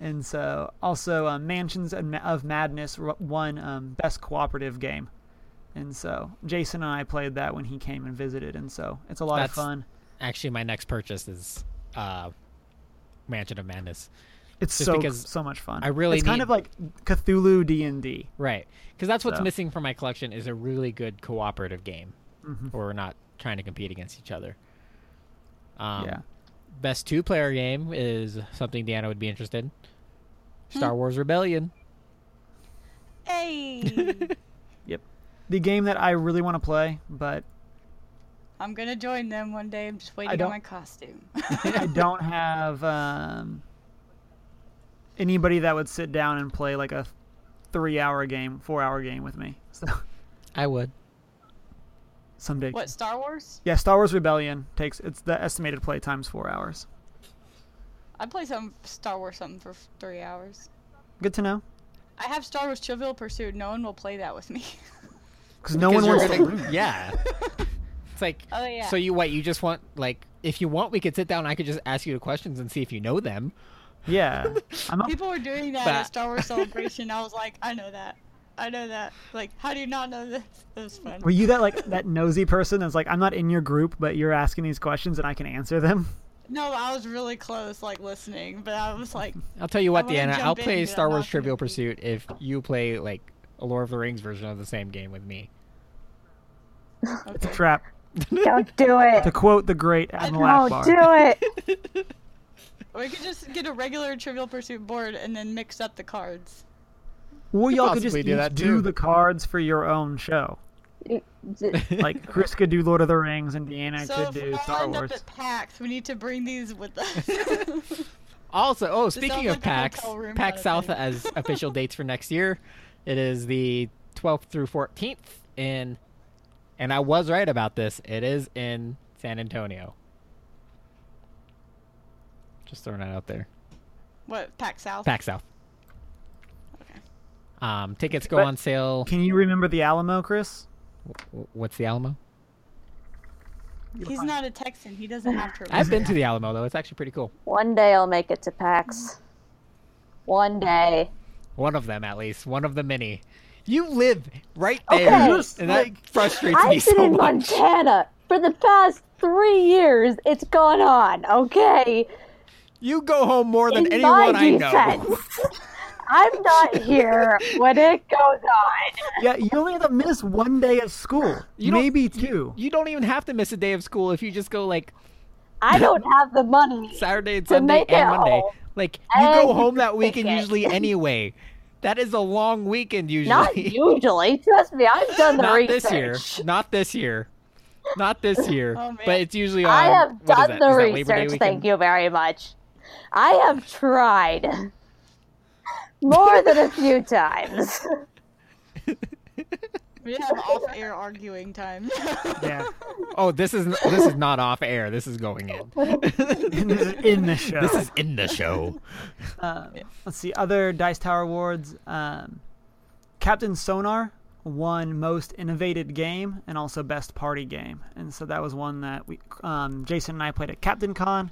And so, also uh, Mansions of Ma- of Madness ro- won um, best cooperative game. And so, Jason and I played that when he came and visited, and so it's a lot That's- of fun. Actually, my next purchase is uh, Mansion of Madness. It's just so because so much fun. I really it's kind need- of like Cthulhu D and D. Right, because that's what's So. missing from my collection is a really good cooperative game, Mhm. where we're not trying to compete against each other. Um, Yeah. Best two-player game is something Deanna would be interested. in. Hmm. Star Wars Rebellion. Hey, [laughs] Yep. The game that I really want to play, but I'm gonna join them one day. I'm just waiting don't- on my [laughs] costume. [laughs] I don't have um, anybody that would sit down and play like a three-hour game, four-hour game with me. [laughs] So I would. someday. what Star Wars? Yeah, Star Wars Rebellion takes it's the estimated play time's four hours. I play some Star Wars something for f- three hours. Good to know, I have Star Wars Trivial Pursuit. No one will play that with me. [laughs] because no one wants to. [laughs] [laughs] to. Yeah. It's like. Oh, yeah. So you what? You just want like if you want, we could sit down. I could just ask you the questions and see if you know them. Yeah, I'm [laughs] not, People were doing that Bah. at Star [laughs] Wars Celebration. I was like, I know that. I know that. Like, how do you not know this? It was fun. were you that like that nosy person that's like I'm not in your group, but you're asking these questions and I can answer them? [laughs] No, I was really close, like listening, but I was like, I'll tell you what, wanna Deanna. jump I'll in, play but Star I'm Wars not gonna Trivial be- Pursuit if you play like a Lord of the Rings version of the same game with me. It's a trap. [laughs] Don't do To it. quote the great Admiral Akbar, Don't [laughs] do it. we could just get a regular Trivial Pursuit board and then mix up the cards. well, y'all could just possibly do each that do too. the cards for your own show. [laughs] Like Chris could do Lord of the Rings and Deanna so could if we do all Star end Wars. up at PAX, we need to bring these with us. [laughs] Also, oh, speaking sounds of like a PAX, hotel room PAX kind of South thing. has [laughs] official dates for next year. It is the 12th through 14th in, and I was right about this. It is in San Antonio. Just throwing that out there. what PAX South? PAX South. Okay. Um, tickets go But- on sale. Can you remember the Alamo, Chris? w- What's [laughs] the Alamo? He's not a Texan. He doesn't have to. I've been to the Alamo though. It's actually pretty cool. One day I'll make it to PAX. One day. One of them, at least. One of the many. You live right Okay. there, Yes, and that frustrates me I've been so in much. Montana for the past three years. It's gone on, okay? You go home more than in anyone my I know. defense, I'm not here when it goes on. Yeah, you only have to miss one day of school, You don't- maybe two. You don't even have to miss a day of school if you just go like I don't have the money. Saturday and To Sunday make and it Monday. home. Like you And go you home can that weekend take it. usually anyway. That is a long weekend usually. [laughs] Not usually. Trust me, I've done the Not research. this year. Um, Not this year. Not [laughs] this year. Oh, man. but it's usually on. I have what is done that? the Is that Labor Day research. weekend? Thank you very much. I have tried [laughs] more than a few times. We have off-air arguing time. [laughs] Yeah, Oh, this is this is not off air. This is going [laughs] in. in the, in [laughs] the show. This is in the show. Uh, Let's see other Dice Tower awards. Um, Captain Sonar won most innovated game and also best party game, and so that was one that we um, Jason and I played at Captain Con,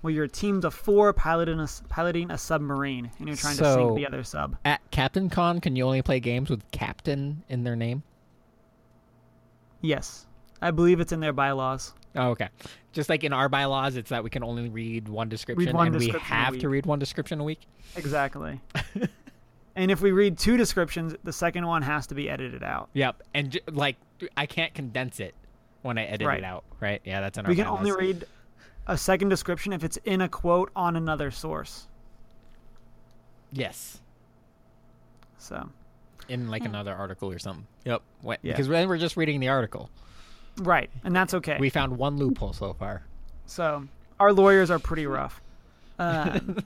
where you're teams of four piloting a, s- piloting a submarine and you're trying to So- sink the other sub. At Captain Con, can you only play games with Captain in their name? Yes, I believe it's in their bylaws. Oh, okay. Just like in our bylaws, it's that we can only read one description, one and we description a have to week. read one description a week. Exactly. and if we read two descriptions, the second one has to be edited out. Yep. And j- like, I can't condense it when I edit Right. it out. Right? Yeah, that's in our. We can only bylaws. read a second description if it's in a quote on another source. Yes. So, In like another article or something. Yep. What? Hmm. Yeah. Because then we're just reading the article. right, and that's okay. We found one loophole so far. so, our lawyers are pretty rough. [laughs] Um,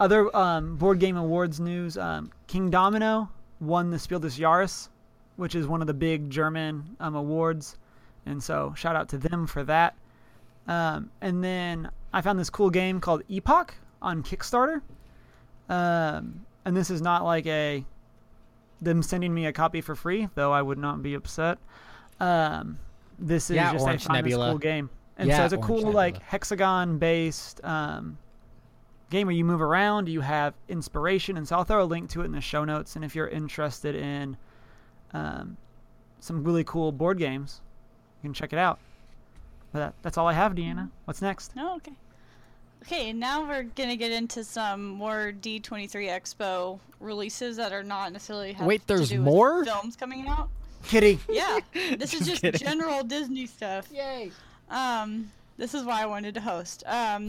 other um, board game awards news: um, King Domino won the Spiel des Jahres, which is one of the big German um, awards, and so shout out to them for that. Um, and then I found this cool game called Epoch on Kickstarter, um, and this is not like a them sending me a copy for free, though I would not be upset. Um, this is Yeah, just Orange I found Nebula. this cool game, and so Yeah, it's a Orange cool like Nebula. hexagon-based um, game where you move around, you have inspiration, and so I'll throw a link to it in the show notes. And if you're interested in um, some really cool board games, you can check it out. But that, that's all I have, Deanna. What's next? no, Oh, okay. Okay, now we're gonna get into some more D23 Expo releases that are not necessarily have Wait, to there's do with more? films coming [laughs] out. Kitty. Yeah, this is just kidding. general Disney stuff. Yay. Um, this is why I wanted to host. [laughs]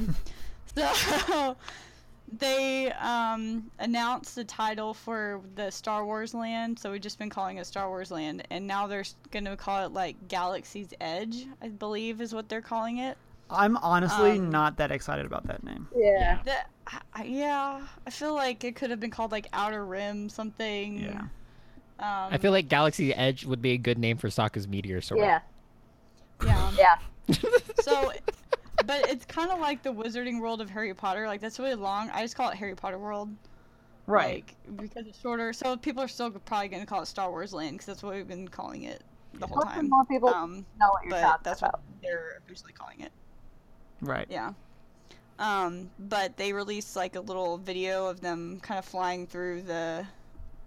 Um, so [laughs] they um, announced the title for the Star Wars Land, so we've just been calling it Star Wars Land, and now they're going to call it like Galaxy's Edge, I believe, is what they're calling it. I'm honestly Um, not that excited about that name. Yeah. That, I- I, yeah, I feel like it could have been called like Outer Rim something. Yeah. Um, I feel like Galaxy Edge would be a good name for Sokka's meteor sword. Yeah. yeah. [laughs] Yeah. So, but it's kind of like the Wizarding World of Harry Potter. Like that's really long. I just call it Harry Potter World. Like, because it's shorter. So people are still probably going to call it Star Wars Land because that's what we've been calling it the whole Hopefully time. more people Um, know what you're but talking that's about. what they're officially calling it. Right. Yeah. Um, but they released like a little video of them kind of flying through the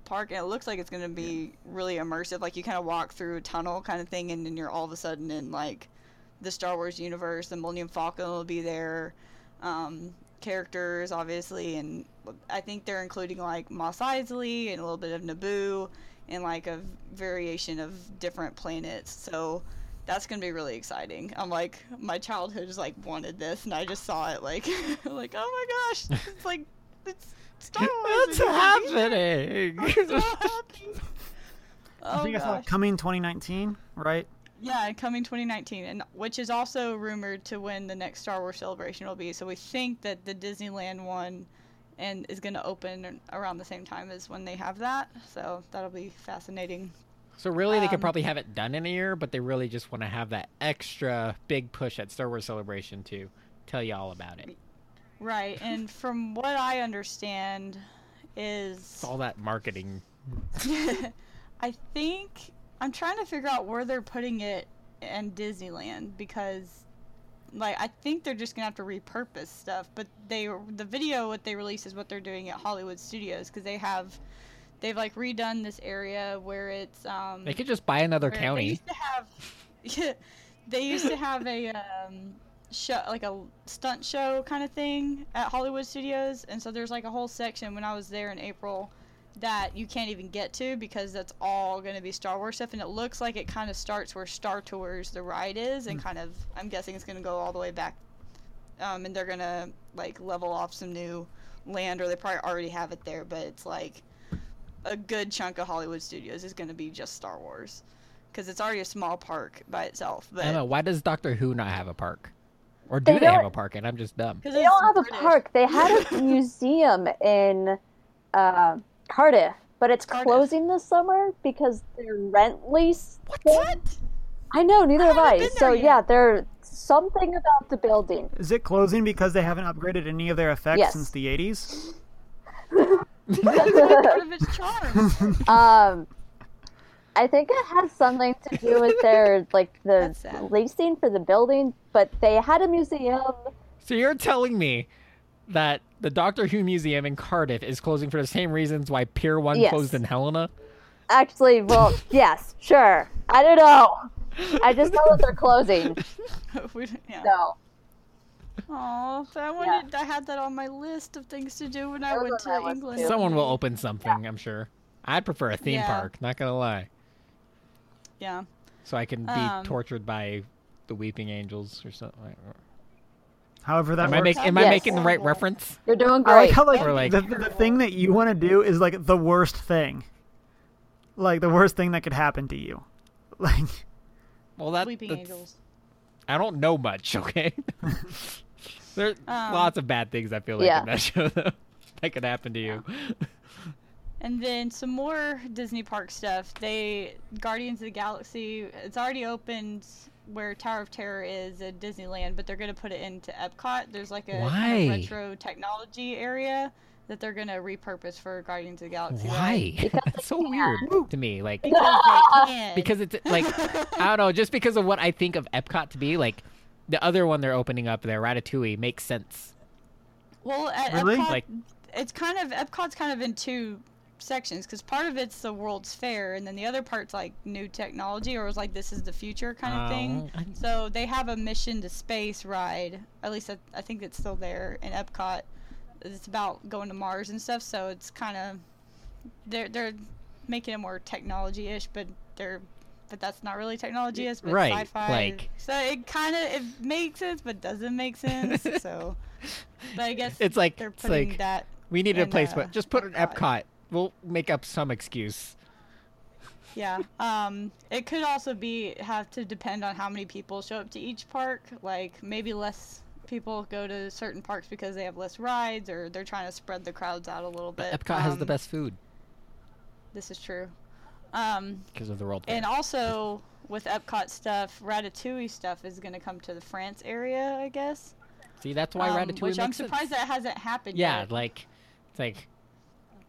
park, and it looks like it's going to be really immersive. Like you kind of walk through a tunnel kind of thing, and then you're all of a sudden in like the Star Wars universe. The Millennium Falcon will be there. Um, characters, obviously, and I think they're including like Mos Eisley and a little bit of Naboo and like a variation of different planets. So that's gonna be really exciting. I'm like, my childhood just like wanted this, and I just saw it like, [laughs] like oh my gosh, it's like it's [laughs] Star Wars. [laughs] [laughs] What's happening? [laughs] I Oh think I saw gosh. it coming 2019, right? Yeah, coming 2019, and which is also rumored to when the next Star Wars celebration will be. So we think that the Disneyland one, and is going to open around the same time as when they have that. So that'll be fascinating. so really, they could Um, probably have it done in a year, but they really just want to have that extra big push at Star Wars Celebration to tell you all about it. Right, and from what I understand, is It's all that marketing. [laughs] I think I'm trying to figure out where they're putting it in Disneyland because like I think they're just gonna have to repurpose stuff. But they the video what they release is what they're doing at Hollywood Studios because they have they've like redone this area where it's um They could just buy another where They county. used to have, [laughs] they used to have a um, show, like a stunt show kind of thing at Hollywood Studios, and so there's like a whole section when I was there in April that you can't even get to because that's all going to be Star Wars stuff, and it looks like it kind of starts where Star Tours the ride is, and Hmm. kind of I'm guessing it's going to go all the way back, um, and they're going to like level off some new land, or they probably already have it there, but it's like a good chunk of Hollywood Studios is going to be just Star Wars because it's already a small park by itself. But Emma, why does Doctor Who not have a park? Or do They they, have don't- a park? And I'm just dumb. 'Cause They it's don't have [laughs] a British. park. They had a museum in uh, Cardiff but it's Cardiff. closing this summer because their rent lease. What? I know, neither I have haven't I. been So there yet. yeah, there's something about the building. [laughs] Is it closing because they haven't upgraded any of their effects Yes. since the 80s? [laughs] Part of its charm. [laughs] Um, I think it has something to do with their like the That's sad. leasing for the building, but they had a museum. So you're telling me that the Doctor Who Museum in Cardiff is closing for the same reasons why Pier 1 Yes. closed in Helena? Actually, well, yes, sure. I don't know. I just know that they're closing. we, yeah. So Aw, but I wanted. I had that on my list of things to do when I That went was on my to list, England. too. Someone will open something, I'm sure. I'd prefer a theme Yeah. park, not gonna lie. Yeah. So I can be Um, tortured by the Weeping Angels or something. However, that Am I, works. make, am I Yes. making the right reference? you're doing I like great. how like, Or, like- the, the thing that you want to do is like the worst thing, like the worst thing that could happen to you. [laughs] Like Well, that, Weeping that's- Angels. I don't know much, [laughs] okay? There's Um, lots of bad things I feel like Yeah. in that [laughs] show, though. That could happen to you. And then some more Disney park stuff. They Guardians of the Galaxy. It's already opened where Tower of Terror is at Disneyland, but they're gonna put it into Epcot. There's like a kind of Why? retro technology area that they're gonna repurpose for Guardians of the Galaxy. They're like, [laughs] Why? [laughs] That's so weird to me. Like, Because they can. because it's like I don't know, just because of what I think of Epcot to be, like the other one they're opening up there, Ratatouille, makes sense. well, at Really? Epcot, Like- it's kind of Epcot's kind of in two sections because part of it's the World's Fair, and then the other part's like new technology or it's like this is the future kind of thing. Um, I- So they have a mission to space ride. At least I, I think it's still there in Epcot. It's about going to Mars and stuff. So it's kind of they're they're making it more technology-ish, but they're but that's not really technology-ish, but Right, sci-fi. like- so it kind of it makes sense, but doesn't make [laughs] sense. so, but I guess It's like- they're it's putting like- that. we need a and, place, uh, but just put an Epcot. Epcot. We'll make up some excuse. Yeah. Um, it could also be have to depend on how many people show up to each park. Like maybe less people go to certain parks because they have less rides, or they're trying to spread the crowds out a little bit. Epcot has the Um, best food This is true. Um, because of the world. and also with Epcot stuff, Ratatouille stuff is going to come to the France area, I guess. See, that's why um, Ratatouille Which makes I'm surprised sense. that hasn't happened yeah, yet. like it's like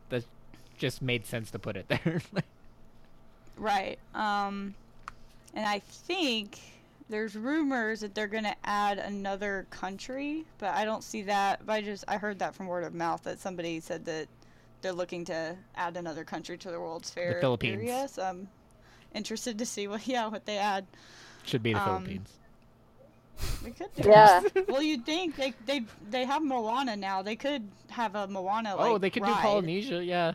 that just made sense to put it [laughs] there. Like, Right. Um, and I think there's rumors that they're gonna add another country, but I don't see that. But I just I heard that from word of mouth that somebody said that they're looking to add another country to the World's Fair Philippines. area. So I'm interested to see what [laughs] yeah what they add. should be the Um, Philippines. We could do. Yeah. [laughs] well, you'd think they they they have Moana now. They could have a Moana. Oh, like, they could do ride. Polynesia. Yeah,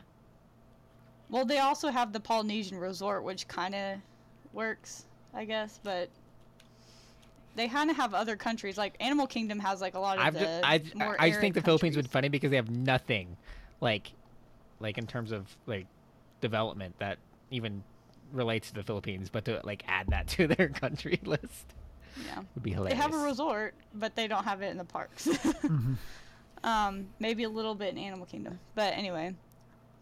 Well, they also have the Polynesian Resort, which kind of works, I guess, but they kind of have other countries. Like Animal Kingdom has like a lot of I've the just, I more I just think the arid Philippines would be countries. funny because they have nothing, like, like in terms of like development that even relates to the Philippines, but to like add that to [laughs] their country list Yeah. would be They hilarious. have a resort, but they don't have it in the [laughs] parks. Mm-hmm. [laughs] um, maybe a little bit in Animal Kingdom, but anyway,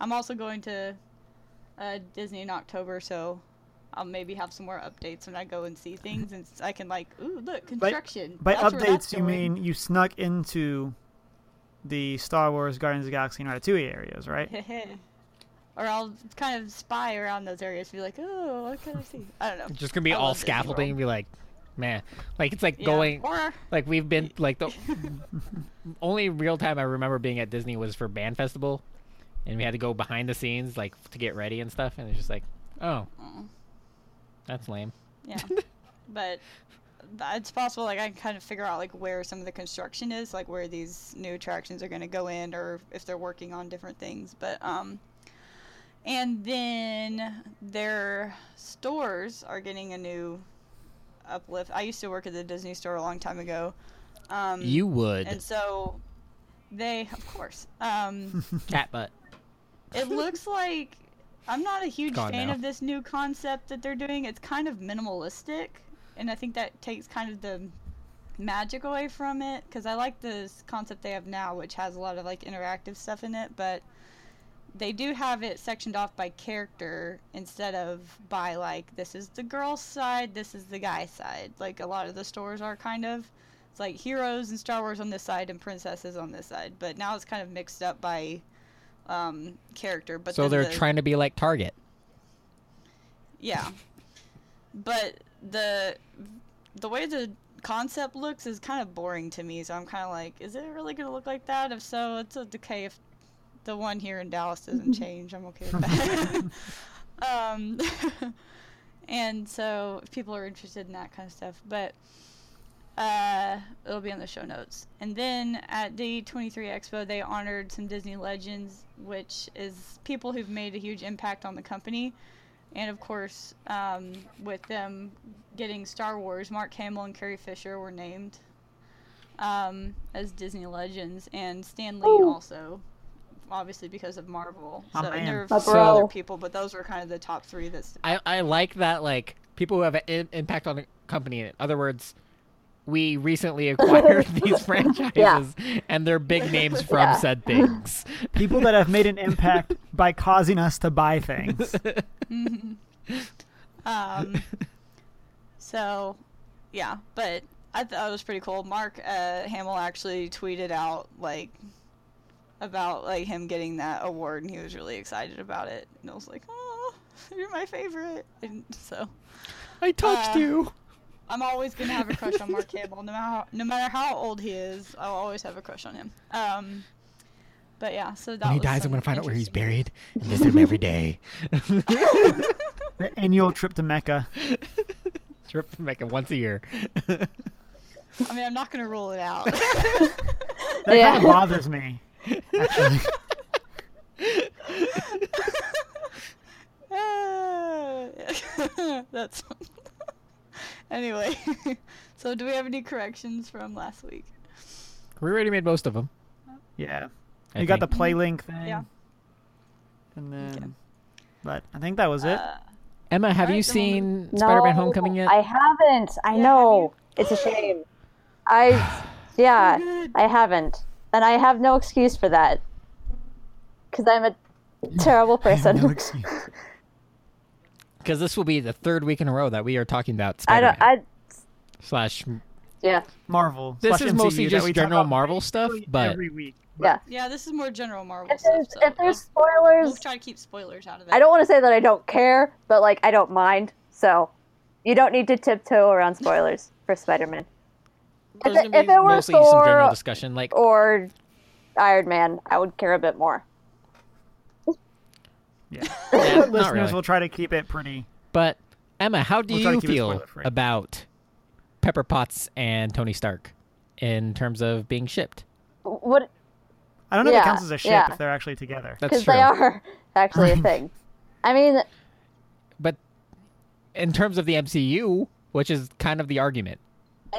I'm also going to uh, Disney in October, so I'll maybe have some more updates when I go and see things, and s- I can like, ooh, look, construction. By That's where that's updates, you going." mean you snuck into the Star Wars, Guardians of the Galaxy, and Ratatouille areas, right? [laughs] or I'll kind of spy around those areas and be like, oh, what can I see? I don't know. Just gonna be I all love Disney World. scaffolding and be like, man, like it's like Yeah. going Or like we've been [laughs] like the only real time I remember being at Disney was for band festival, and we had to go behind the scenes like to get ready and stuff, and it's just like, oh, Mm. that's lame. yeah, [laughs] but th- it's possible. Like I can kind of figure out like where some of the construction is, like where these new attractions are going to go in, or if they're working on different things. But um, and then their stores are getting a new uplift. I used to work at the Disney store a long time ago. Um, Mm. You would [laughs] and so they, of course, um. cat butt. it looks like I'm not a huge Gone fan now. of this new concept that they're doing. It's kind of minimalistic, and I think that takes kind of the magic away from it because I like this concept they have now, which has a lot of like interactive stuff in it, but they do have it sectioned off by character instead of by like this is the girl's side, this is the guy's side. Like a lot of the stores are kind of. It's like heroes and Star Wars on this side and princesses on this side, but now it's kind of mixed up by um, character. But so then they're the- trying to be like Target. yeah. But the the way the concept looks is kind of boring to me, so I'm kind of like, is it really going to look like that? If so, it's a decay if the one here in Dallas doesn't change. I'm okay with that. um, [laughs] and so if people are interested in that kind of stuff, but uh, it'll be on the show notes. And then at the 23 Expo, they honored some Disney legends, which is people who've made a huge impact on the company. And of course, um, with them getting Star Wars, Mark Hamill and Carrie Fisher were named um, as Disney legends, and Stan Lee Ooh. also, obviously because of Marvel. My so and man. there My are some other bro. people, but those were kind of the top three. That's I, I like that like people who have an in- impact on the company. In other words, we [laughs] recently acquired these franchises and they're big [laughs] names from Yeah. said [laughs] things. People that have made [laughs] an impact by causing us to buy things. Mm-hmm. [laughs] Um, so, yeah, but I thought it was pretty cool. Mark uh, Hamill actually tweeted out like about like him getting that award, and he was really excited about it. And I was like, "Oh, [laughs] you're my favorite!" And so I touched Uh, you. I'm always gonna have a crush on [laughs] Mark Hamill, no matter how, no matter how old he is. I'll always have a crush on him. Um, but yeah, so that When he was dies, I'm some gonna find out where he's interesting- buried and visit him every day. The annual trip to Mecca. [laughs] Trip to Mecca once a year. I mean, I'm not gonna rule it out. [laughs] That Yeah. kind of bothers me. Actually. Ah, That's anyway. [laughs] so, do we have any corrections from last week? we already made most of them. Yeah. I you got the think. play link thing. Yeah. And then. But I think that was it. Uh, Emma. Have Alright, you then we'll seen Spider-Man: No, Homecoming yet? I haven't. I Yeah, know. It's a [sighs] shame. I, yeah, I haven't. And I have no excuse for that. Because I'm a [laughs] terrible person. No excuse. Because this will be the third week in a row that we are talking about I don't, Spider-Man I, slash. yeah, Marvel. This slash is MCU mostly that just we talk general about Marvel stuff, basically but every week. yeah. yeah, this is more general Marvel If there's, stuff. So if there's we'll, we'll spoilers, try to keep spoilers out of it. I don't want to say that I don't care, but like, I don't mind. So you don't need to tiptoe around spoilers for Spider Man. there's it- gonna be if it were mostly just some general Thor- discussion. [laughs] Like Or Iron Man, I would care a bit more. Yeah. yeah, not Listeners really. will try to keep it pretty. But Emma, how do We'll try to you keep it feel spoiler-free. about Pepper Potts and Tony Stark in terms of being shipped? What? I don't know if it Yeah, counts as a ship yeah. if they're actually together. That's Because true. they are [laughs] [laughs] actually a thing. I mean, But in terms of the MCU, which is kind of the argument,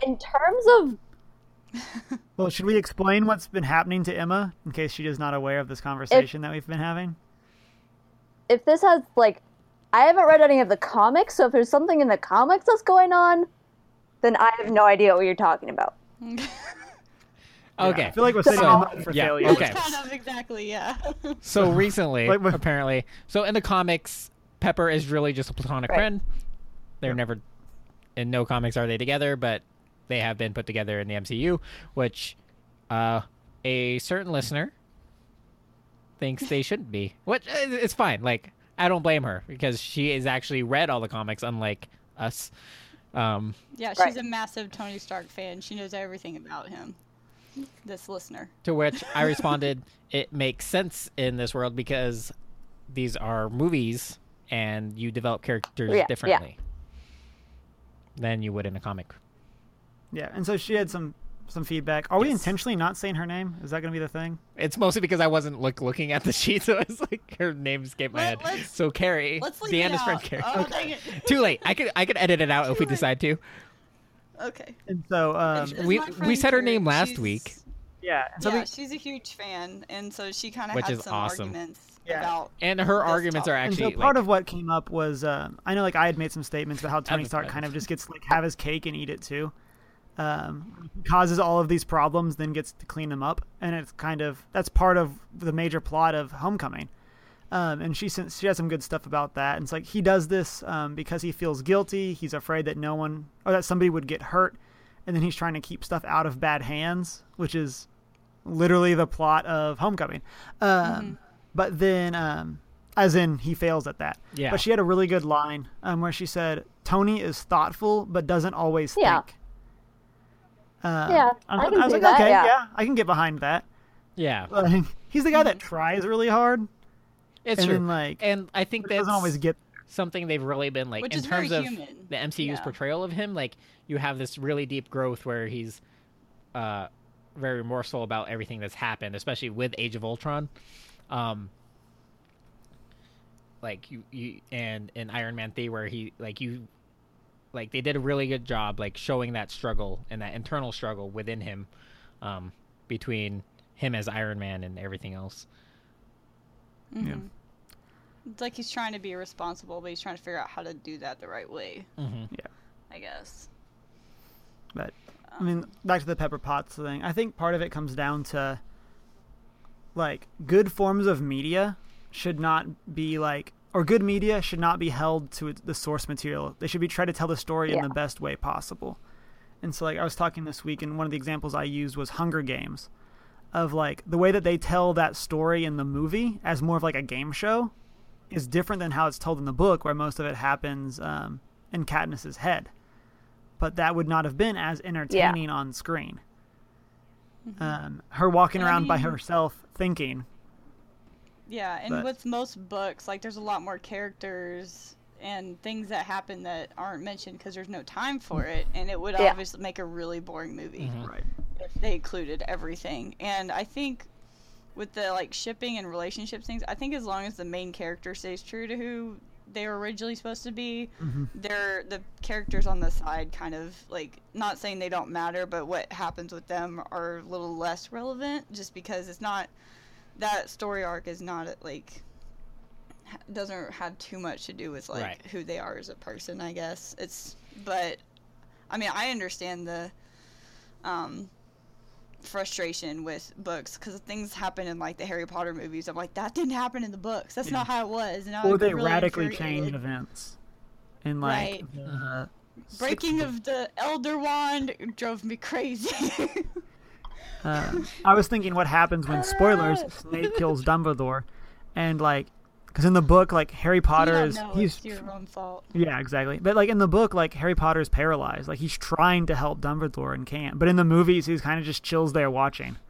in terms of Well, should we explain what's been happening to Emma in case she is not aware of this conversation that we've been having? if this has like I haven't read any of the comics, so if there's something in the comics that's going on, then I have no idea what you're talking about. okay. I feel like we're setting So- Emma up for yeah, failure. okay. [laughs] kind of exactly. Yeah. [laughs] So recently, Like, what- apparently, so in the comics, Pepper is really just a platonic Right. friend. They're never in no comics are they together, but they have been put together in the MCU, which uh, a certain listener thinks they shouldn't be. Which uh, it's fine. Like I don't blame her because she has actually read all the comics, unlike us. Um, yeah, she's Right. a massive Tony Stark fan. She knows everything about him. This listener. To which I responded, [laughs] "It makes sense in this world because these are movies, and you develop characters Yeah, yeah. differently than you would in a comic." Yeah, and so she had some some feedback. Are we Yes. intentionally not saying her name? Is that going to be the thing? It's mostly because I wasn't look, looking at the [laughs] sheet, so it's like her name escaped my Let- head. let's- So Carrie, Let's leave it Deanna's out. friend Carrie. Oh, dang it. [laughs] [laughs] Too late. I could I could edit it out if we late. decide to. Okay. And so, um, It's we- my we friend said her Carrie. name last She's- week. yeah, and so yeah, the- she's a huge fan, and so she kind of Which had is some awesome. arguments Yeah. about. And her arguments are topic. and actually so part like, of what came up was uh, I know like I had made some statements about how Tony Other Stark kind friends. of just gets to, like have his cake and eat it too, um, causes all of these problems, then gets to clean them up, and it's kind of that's part of the major plot of Homecoming, Um, and she sent, she has some good stuff about that. And it's like he does this um, because he feels guilty. He's afraid that no one or that somebody would get hurt, and then he's trying to keep stuff out of bad hands, which is literally the plot of Homecoming. Um, Mm-hmm. But then, um, as in, he fails at that. Yeah. But she had a really good line um, where she said, "Tony is thoughtful, but doesn't always Yeah. think." Um, Yeah, I I was, can I was do like, that, okay, yeah. yeah, I can get behind that. Yeah, Like, [laughs] he's the guy Mm-hmm. that tries really hard, it's and true. then like and I think but that's doesn't always get. something they've really been like Which in is very terms of human. the MCU's Yeah. portrayal of him. Like you have this really deep growth where he's uh, very remorseful about everything that's happened, especially with Age of Ultron. Um, like you, you and in Iron Man three, where he like you, like they did a really good job like showing that struggle and that internal struggle within him, um, between him as Iron Man and everything else. Mm-hmm. Mhm. It's like he's trying to be responsible, but he's trying to figure out how to do that the right way, Mm-hmm. I guess. But I mean, back to the Pepper Potts thing. I think part of it comes down to like good forms of media should not be like or good media should not be held to it- the source material. They should be try to tell the story in Yeah. the best way possible. And so like I was talking this week and one of the examples I used was Hunger Games of like the way that they tell that story in the movie as more of like a game show is different than how it's told in the book where most of it happens um, in Katniss's head. But that would not have been as entertaining on screen. Um, her walking Mm-hmm. And I around by mean- herself thinking Yeah, and But- with most books, like there's a lot more characters and things that happen that aren't mentioned because there's no time for it, and it would Yeah. obviously make a really boring movie Mm-hmm. right if they included everything. And I think with the like shipping and relationship things, I think as long as the main character stays true to who they were originally supposed to be, they're the characters on the side kind of like not saying they don't matter, but what happens with them are a little less relevant just because it's not that story arc is not like ha- doesn't have too much to do with like Right. who they are as a person, I guess. It's but I mean, I understand the um frustration with books because things happen in like the Harry Potter movies. I'm like, that didn't happen in the books. That's not how it was. And Uh, I Mm. or would be they really radically infuriated. change events in like Right. Mm-hmm. the Breaking of the Elder Wand drove me crazy. [laughs] Um, I was thinking what happens when spoilers [laughs] Snape kills Dumbledore, and like, because in the book, like Harry you Potter don't is know he's it's your own fault. yeah exactly, but like in the book, like Harry Potter is paralyzed, like he's trying to help Dumbledore and can't, but in the movies he's kind of just chills there watching. [gasps]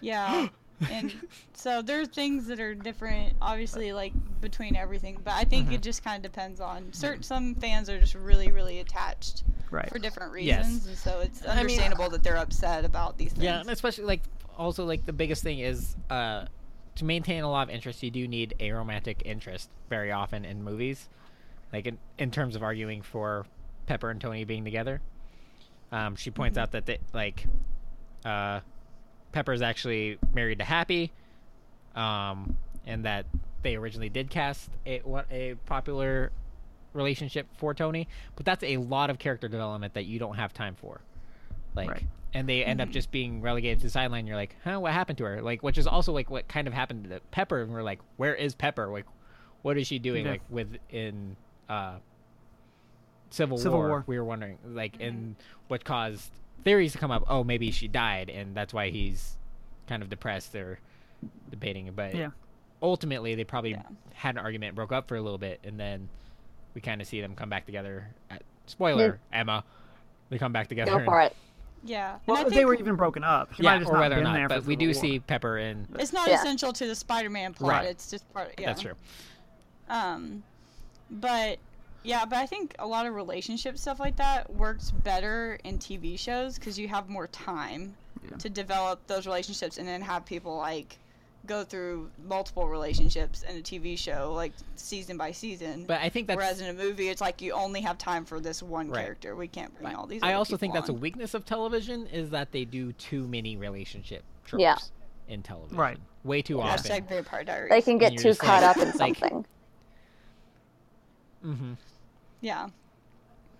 Yeah. and so there's things that are different, obviously, like between everything. But I Mm-hmm. think it just kind of depends on certain. Some fans are just really, really attached Right. for different Yes. reasons, and so it's mean- understandable that they're upset about these things. Yeah, and especially like also like the biggest thing is uh to maintain a lot of interest, you do need a romantic interest very often in movies, like in, in terms of arguing for Pepper and Tony being together. Um, she points out that they, like uh, Pepper's actually married to Happy, um, and that they originally did cast a what a popular relationship for Tony, but that's a lot of character development that you don't have time for. Like, Right. and they end up just being relegated to the sideline. You're like, huh, what happened to her? Like, which is also like what kind of happened to Pepper. And we're like, where is Pepper? Like, what is she doing? Yeah. Like within uh, Civil, Civil War, War. We were wondering, like, and what caused theories to come up? Oh, maybe she died, and that's why he's kind of depressed. They're debating, it, but Yeah. ultimately they probably had an argument, broke up for a little bit, and then we kind of see them come back together. At, spoiler, Emma, they come back together. Go and- for it. Yeah. and Well, I if think they were even broken up. She might Yeah, have just or not whether or been there not, for but we Civil do War. see Pepper and it's not Yeah. essential to the Spider-Man plot. Right. It's just part. Yeah. that's true. Um, but yeah, but I think a lot of relationship stuff like that works better in TV shows because you have more time to develop those relationships and then have people like go through multiple relationships in a TV show like season by season. But I think that's Whereas in a movie, it's like you only have time for this one Right. character. We can't bring all these. I other also people think that's a on. weakness of television is that they do too many relationship tropes Yeah. in television. Right. Way too often. hashtag Vampire Diaries. They can get you're too just caught like- up in like- something. yeah.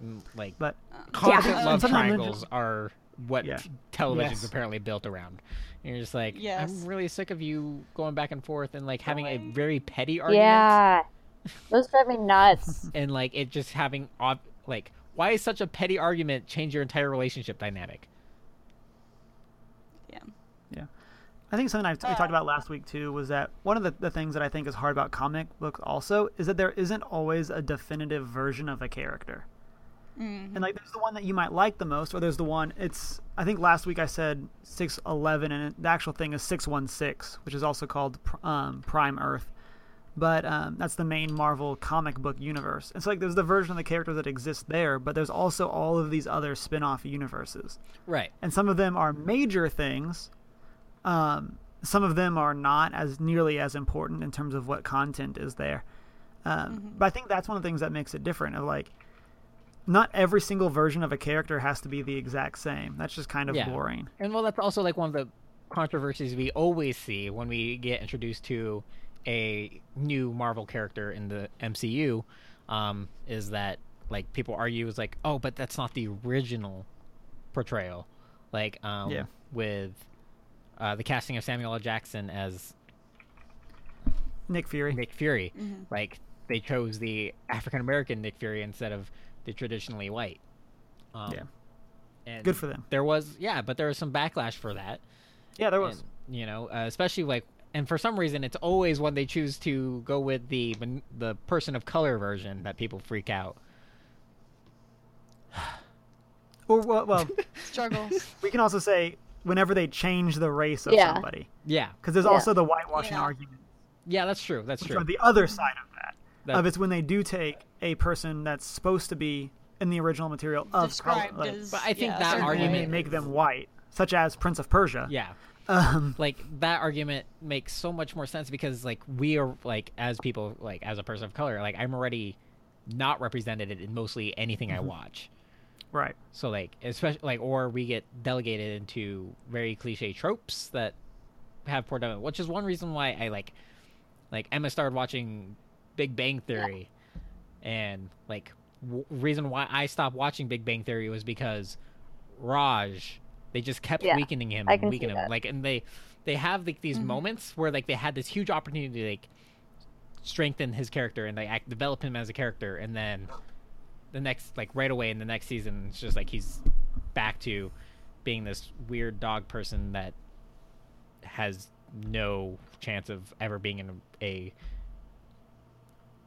Mm, Like But constant Yeah. love Mm, Sometimes they're triangles are what Yeah. t- television's Yes. apparently built around. And you're just like, Yes. I'm really sick of you going back and forth and like having a Going. very petty argument Yeah. Those drive [laughs] me nuts. and like it just having ob- like why is such a petty argument change your entire relationship dynamic? I think something I, we Uh, talked about last week too was that one of the, the things that I think is hard about comic books also is that there isn't always a definitive version of a character. And like, there's the one that you might like the most, or there's the one it's. I think last week I said six eleven, and it, the actual thing is six one six, which is also called pr- um, Prime Earth. But um, that's the main Marvel comic book universe. It's like there's the version of the character that exists there, but there's also all of these other spin-off universes Right. and some of them are major things. Um, some of them are not as nearly as important in terms of what content is there. Um, Mm-hmm. But I think that's one of the things that makes it different. Of like, not every single version of a character has to be the exact same. That's just kind of Yeah. boring. And well, that's also like one of the controversies we always see when we get introduced to a new Marvel character in the MCU, um, is that like people argue is like, oh, but that's not the original portrayal, like um, Yeah. with uh, the casting of Samuel L. Jackson as Nick Fury. Nick Fury, like they chose the African American Nick Fury instead of the traditionally white. Um, Yeah. and Good for them. There was yeah, but there was some backlash for that. Yeah, there was. And, you know, uh, especially like, and for some reason, it's always when they choose to go with the min- the person of color version that people freak out. Or well, [laughs] well Struggles. we can also say whenever they change the race of Yeah. somebody, Yeah, because there's Yeah. also the whitewashing Yeah. argument, yeah, that's true. That's which true. are the other side of that. That- Of it's when they do take a person that's supposed to be in the original material [laughs] of Described color, like, as. But I think yeah, that certain argument- way. and make them white, such as Prince of Persia. yeah, [laughs] Um, like that argument makes so much more sense because like we are like as people like as a person of color, like I'm already not represented in mostly anything I watch. right. So like especially like or we get delegated into very cliche tropes that have poor development, which is one reason why I like like Emma started watching Big Bang Theory, and like w- reason why I stopped watching Big Bang Theory was because Raj they just kept Yeah, weakening him I and can see weakening him that. Mm-hmm. like and they they have like these moments where like they had this huge opportunity to like strengthen his character and like act, develop him as a character and then the next like right away in the next season it's just like he's back to being this weird dog person that has no chance of ever being in a, a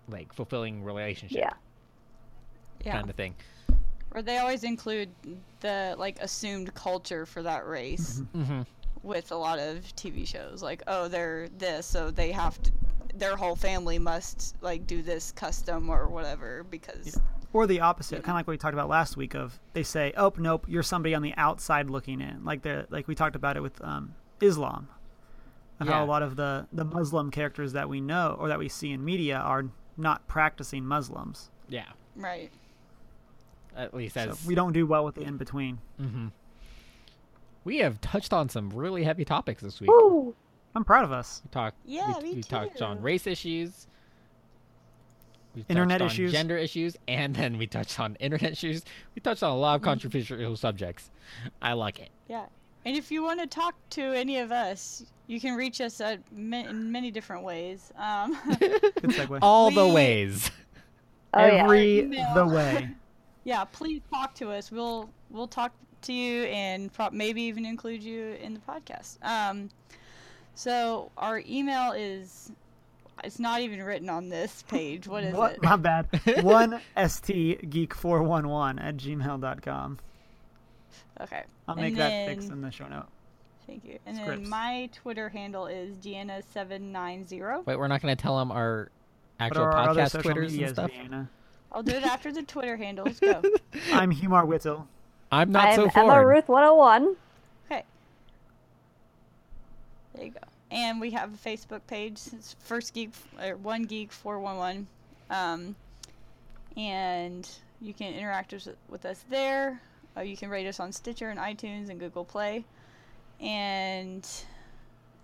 like fulfilling relationship Yeah. Yeah. kind of thing Or they always include the like assumed culture for that race mm-hmm. with a lot of TV shows. Like, oh, they're this, so they have to. Their whole family must like do this custom or whatever because Or the opposite, kind of like what we talked about last week. Of they say, "Oh nope, you're somebody on the outside looking in," like the like we talked about it with um, Islam, and Yeah. how a lot of the the Muslim characters that we know or that we see in media are not practicing Muslims. yeah right. at least as So we don't do well with the in between. we have touched on some really heavy topics this week Woo! I'm proud of us. we talked Yeah, we, me we talked on too. race issues we touched Internet on issues. gender issues [laughs] and then we touched on internet issues we touched on a Mm-hmm. lot of controversial subjects i like it Yeah. And if you want to talk to any of us, you can reach us at ma- in many different ways. Um, [laughs] Good segue. [laughs] all the We- ways Oh, yeah. Every Email. the way. yeah, please talk to us. We'll we'll talk to you and pro- maybe even include you in the podcast. Um, so our email is it's not even written on this [laughs] page. [laughs] What is What? it? My bad. [laughs] One st geek four one one at gmail.com. Okay. I'll And make that fix then- in the show note. Thank you. And Scripts. then my Twitter handle is Deanna790. [laughs] Wait, we're not going to tell them our What actual are our other podcast social Twitters and medias, stuff. Deanna? I'll do it after the Twitter handles go. I'm Humar Whittle. I'm not I'm so Emma forward. Ruth 101. Okay. There you go. And we have a Facebook page. It's First Geek, or One Geek Four One One, um, and you can interact us- with us there. Uh, you can rate us on Stitcher and iTunes and Google Play. And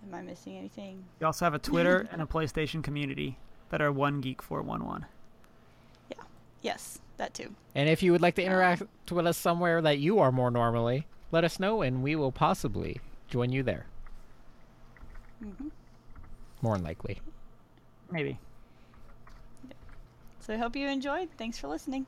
am I missing anything? You also have [laughs] a Twitter and a PlayStation community that are one geek four one one. Yes, that too. And if you would like to interact with us somewhere that you are more normally, let us know, and we will possibly join you there. Mm-hmm. More than likely. Maybe. So I hope you enjoyed. Thanks for listening.